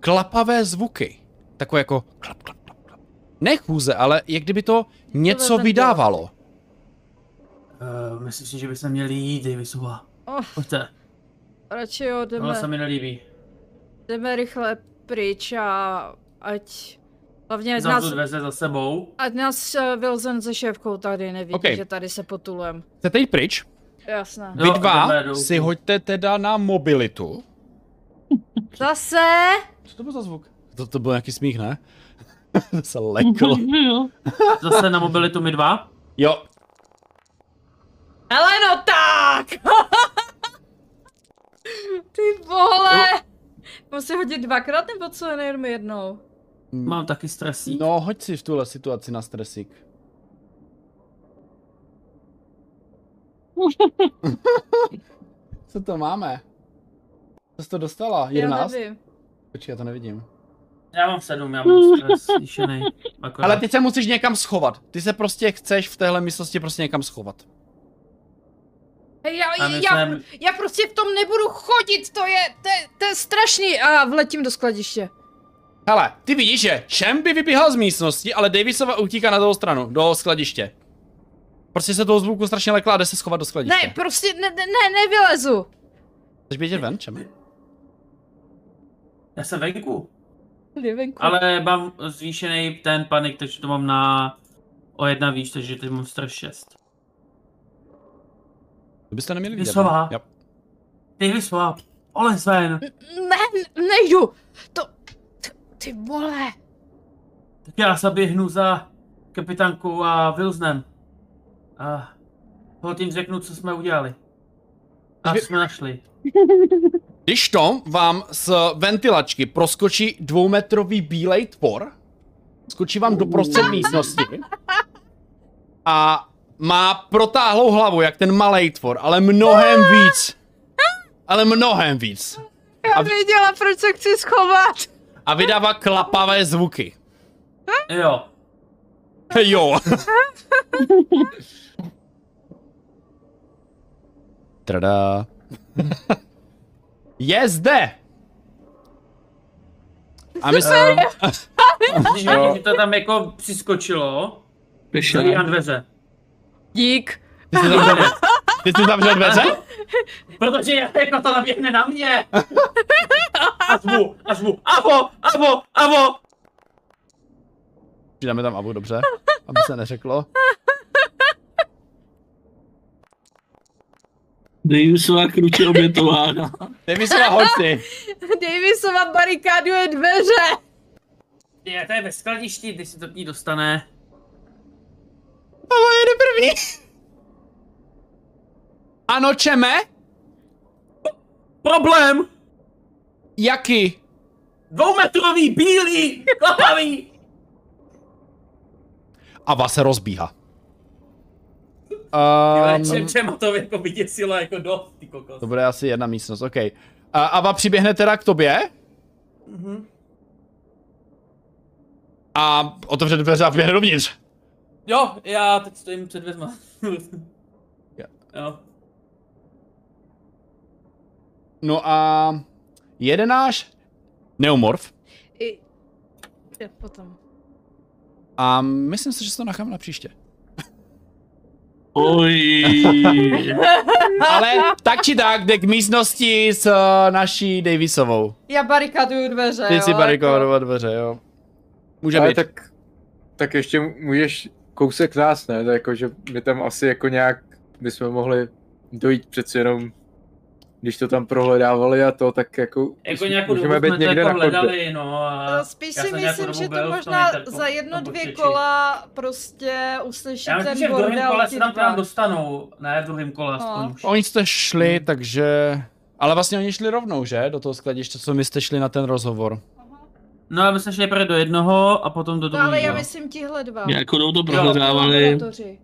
klapavé zvuky. Takové jako klap, klap, klap, klap. Ne chůze, ale jak kdyby to něco
vezmeme
vydávalo.
Uh, myslím si, že bychom měli jít, Davisová.
Oh,
Pojďte,
radši jo, jdeme,
tohle se mi nelíbí.
jdeme rychle pryč a ať... Hlavně ať nás,
Zavřu dveře za sebou.
ať nás eh, Wilson se šéfkou tady nevidí,
Okej.
že tady se potulem.
Chcete jít pryč?
Jasné.
Vy
No,
dva
jdeme, jdou.
si hoďte teda na mobilitu.
Zase!
Co to byl za zvuk? To, to byl nějaký smích, ne? to se leklo.
Zase na mobilitu my dva.
Jo,
Ale no tak! Ty vole! Musím hodit dvakrát nebo co, nejenom jednou?
Mám taky stresí.
No, hoď si v tuhle situaci na stresík. Co to máme? Co jsi to dostala? 11?
Já nevím.
Počkej, já to nevidím.
Já mám sedm, já mám stres zvýšený. Akorát.
Ale ty se musíš někam schovat. Ty se prostě chceš v téhle místnosti prostě někam schovat.
Hej, já,
A
já,
my
já,
jsme-
já prostě v tom nebudu chodit, to je, to, je- to je strašný. A vletím do skladiště.
Hele, ty vidíš, že Šem by vybíhal z místnosti, ale Davisova utíká na druhou stranu, do skladiště. Prostě se toho zvuku strašně lekla a jde se schovat do skladiště.
Ne, prostě, ne, ne, ne, nevylezu.
Chceš běžet ven, Šem?
Já jsem venku.
Livenku.
Ale mám zvýšený ten panik, takže to mám na o jedna výš, takže teď mám stres 6.
To byste neměli vidět.
Davisová.
Jo.
Davisová, olez ven.
Ne, ne, nejdu. To, t- ty vole.
Tak já zaběhnu za kapitánkou a Wilsonem. A hold jim řeknu, co jsme udělali. A co jsme našli.
Když to vám z ventilačky proskočí dvoumetrový bílej tvor, skočí vám do prostřed místnosti a má protáhlou hlavu, jak ten malej tvor, ale mnohem víc. Ale mnohem víc.
Já
A-
věděla, proč se chci schovat.
A vydává klapavé zvuky.
Jo.
Jo. Tada. Je zde. A my jsme...
Když vidím, že to tam jako přiskočilo, tak na
Pešel.
dveře.
Dík.
Ty jsi zavřel, ty jsi zavřel dveře?
Protože já- jako to naběhne na mě. A zvu, a zvu, avo, avo, avo.
Přidáme tam Abu, dobře, aby se neřeklo.
Davisová krutě obětována.
Nevím, se hoď ty.
Davisova barikáduje dveře.
Je, to je ve skladišti, když se to k ní dostane.
Abu jde první. Ano, čeme?
Problém!
Jaký?
Dvoumetrový, bílý, klapavý!
A vás se rozbíhá.
Ale
Um,
čem, čem to jako vyděsilo jako dost, ty kokos.
to bude asi jedna místnost, OK. A Ava přiběhne teda k tobě
Mhm.
a otevře dveře a vběhne dovnitř.
Jo, já teď stojím před dveřma.
Jo.
jo.
No a jeden náš neumorf
I... Jo, potom.
A myslím si, že si to necháme na příště.
Oj.
Ale tak či tak, jde k místnosti s eh, naší Davisovou.
Já barikaduju dveře,
Ty
jo,
si
jako-
barikádovat dveře, jo. Může
Ale
být.
tak, tak ještě můžeš kousek nás, ne? To jako, že my tam asi jako nějak bychom mohli dojít přeci jenom, když to tam prohledávali a to, tak jako,
Jako
bys-
nějakou dobu jsme to jako hledali, no a...
Eh, Spíš
já
si
jsem nějakou
myslím, že
dobu
to
byl v tom
možná
interko-
za jedno,
na
dvě
počítači.
kola prostě uslyším
Já myslím, že
ten
v druhém
bordel.
kole se tam
ti dva.
tam dostanou, ne v druhém kole
No.
aspoň už.
Oni jste šli, takže... Ale vlastně oni šli rovnou, že? Do toho skladiště, co my jste šli na ten rozhovor.
No a my jsme šli nejprve do jednoho a potom do
No, ale já
druhého.
myslím tihle dva.
Jako jdou to prohledávali.
Kolaboratoři.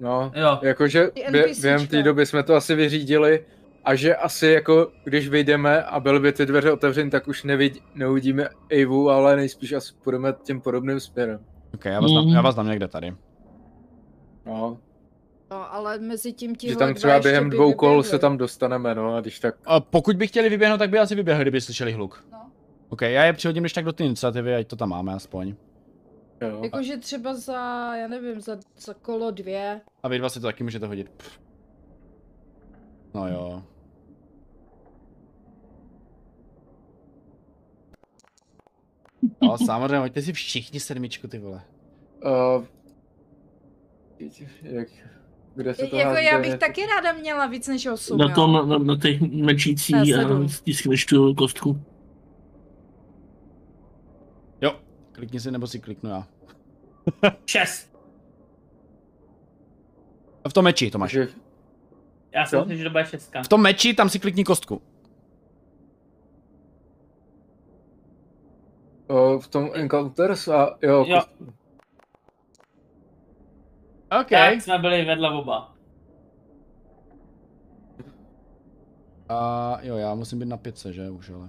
No,
Jo,
Jakože
Ty
bě-
NPCčka.
během té doby jsme to asi vyřídili a že asi jako, když vyjdeme a byly by ty dveře otevřeny, tak už nevidí, neuvidíme Evu, ale nejspíš asi půjdeme tím podobným směrem.
Ok, já vás, tam,
Mhm.
já vás tam někde tady.
No,
No, ale mezi tím
že
tihle
tam
dva
třeba
ještě
během
by
dvou kol
vyběhli.
se tam dostaneme, no a když tak...
A pokud by chtěli vyběhnout, tak by asi vyběhli, kdyby slyšeli hluk.
No.
Ok, já je přihodím než tak do té iniciativy, ať to tam máme aspoň.
Jo.
Jakože třeba za, já nevím, za, za kolo dvě.
A vy dva si to taky můžete hodit. Pff. No jo. Jo, samozřejmě, hoďte si všichni sedmičku, ty vole.
Uh, jak, kde se to
Jako
hází,
já
to je
bych
něco-
taky ráda měla víc než osm,
Na
jo.
tom, na, na těch mečící
Na
a
sedm.
stiskneš tu kostku.
Jo, klikni si nebo si kliknu já.
šest.
V tom meči to máš.
Že,
Já si
Jo.
myslím, že to bude šestka.
V tom meči tam si klikni kostku.
uh, v tom Encounters a jo,
Jo.
OK.
Tak jsme byli vedle oba.
A jo, já musím být na pětce, že už, ale.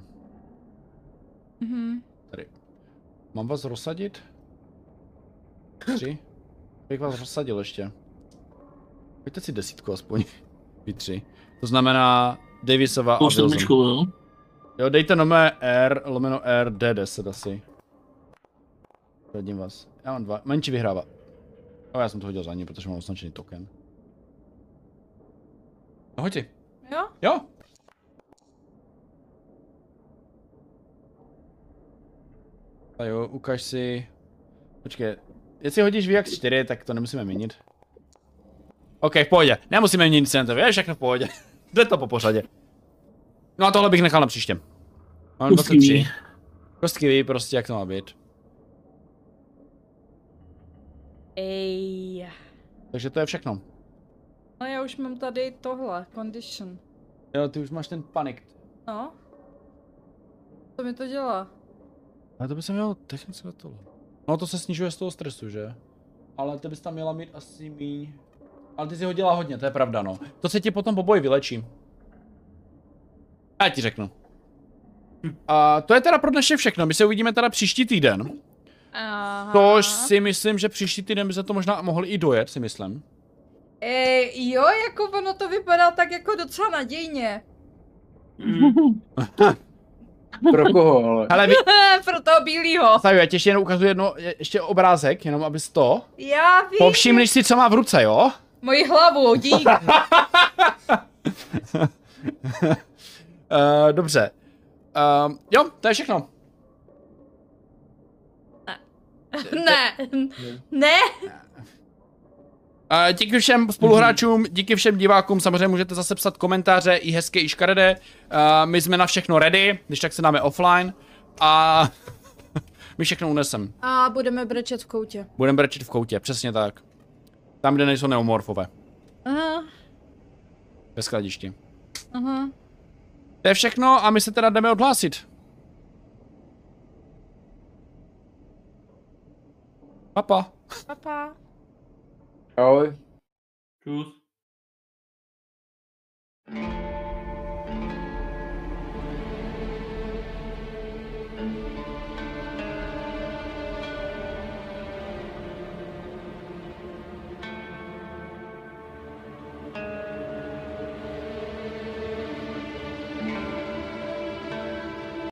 Mhm.
Mám vás rozsadit? Tři? Bych vás rozsadil ještě. Pojďte si desítku aspoň. Vy tři. To znamená Davisova a
Tou
Wilson.
sedmičkou, jo.
Jo, dejte nome R, lomeno R, D10 asi. Radím vás. Já mám dva. Menší vyhrává. No, já jsem to hodil za ní, protože mám označený token. No hoď si.
Jo?
Jo. A jo, ukaž si... Počkej, jestli hodíš Viax 4, tak to nemusíme měnit. OK, v pohodě. Nemusíme měnit centovi, je všechno v pohodě. Jde to po pořadě. No a tohle bych nechal na příště. Mám
Kostky
23.
ví.
Kostky ví prostě, jak to má být.
Ej.
Takže to je všechno.
No já už mám tady tohle, condition.
Jo, ty už máš ten panik.
No. Co mi to dělá?
Ale to by se mělo technicky na tohle. No to se snižuje z toho stresu, že? Ale ty bys tam měla mít asi míň. Ale ty si ho dělá hodně, to je pravda, no. To se ti potom po boji vylečí. Já ti řeknu. A to je teda pro dnešek všechno. My se uvidíme teda příští týden.
Aha.
Což si myslím, že příští týden by se to možná mohli i dojet, si myslím.
Ej, jo, jako ono to vypadá tak jako docela nadějně.
Mm.
pro koho, ale...
Ale vy,
Pro toho bílýho.
Saju, já ti ještě jenom ukazuji jedno, je- ještě obrázek, jenom abys to.
Já vím.
Povšimneš si, co má v ruce, jo?
Moji hlavu, dík.
Uh, dobře. Uh, jo, to je všechno.
ne. Ne.
A Díky všem spoluhráčům, díky všem divákům, samozřejmě můžete zase psat komentáře i hezké, i škaredé. A My jsme na všechno ready, když tak se dáme offline a my všechno unesem.
A budeme brečet v koutě.
Budeme brečet v koutě, přesně tak. Tam, kde nejsou neomorfové,
Aha,
ve skladišti.
aha.
To je všechno a my se teda jdeme odhlásit. Papa. Pa.
Pa, pa.
Ahoj.
Čus.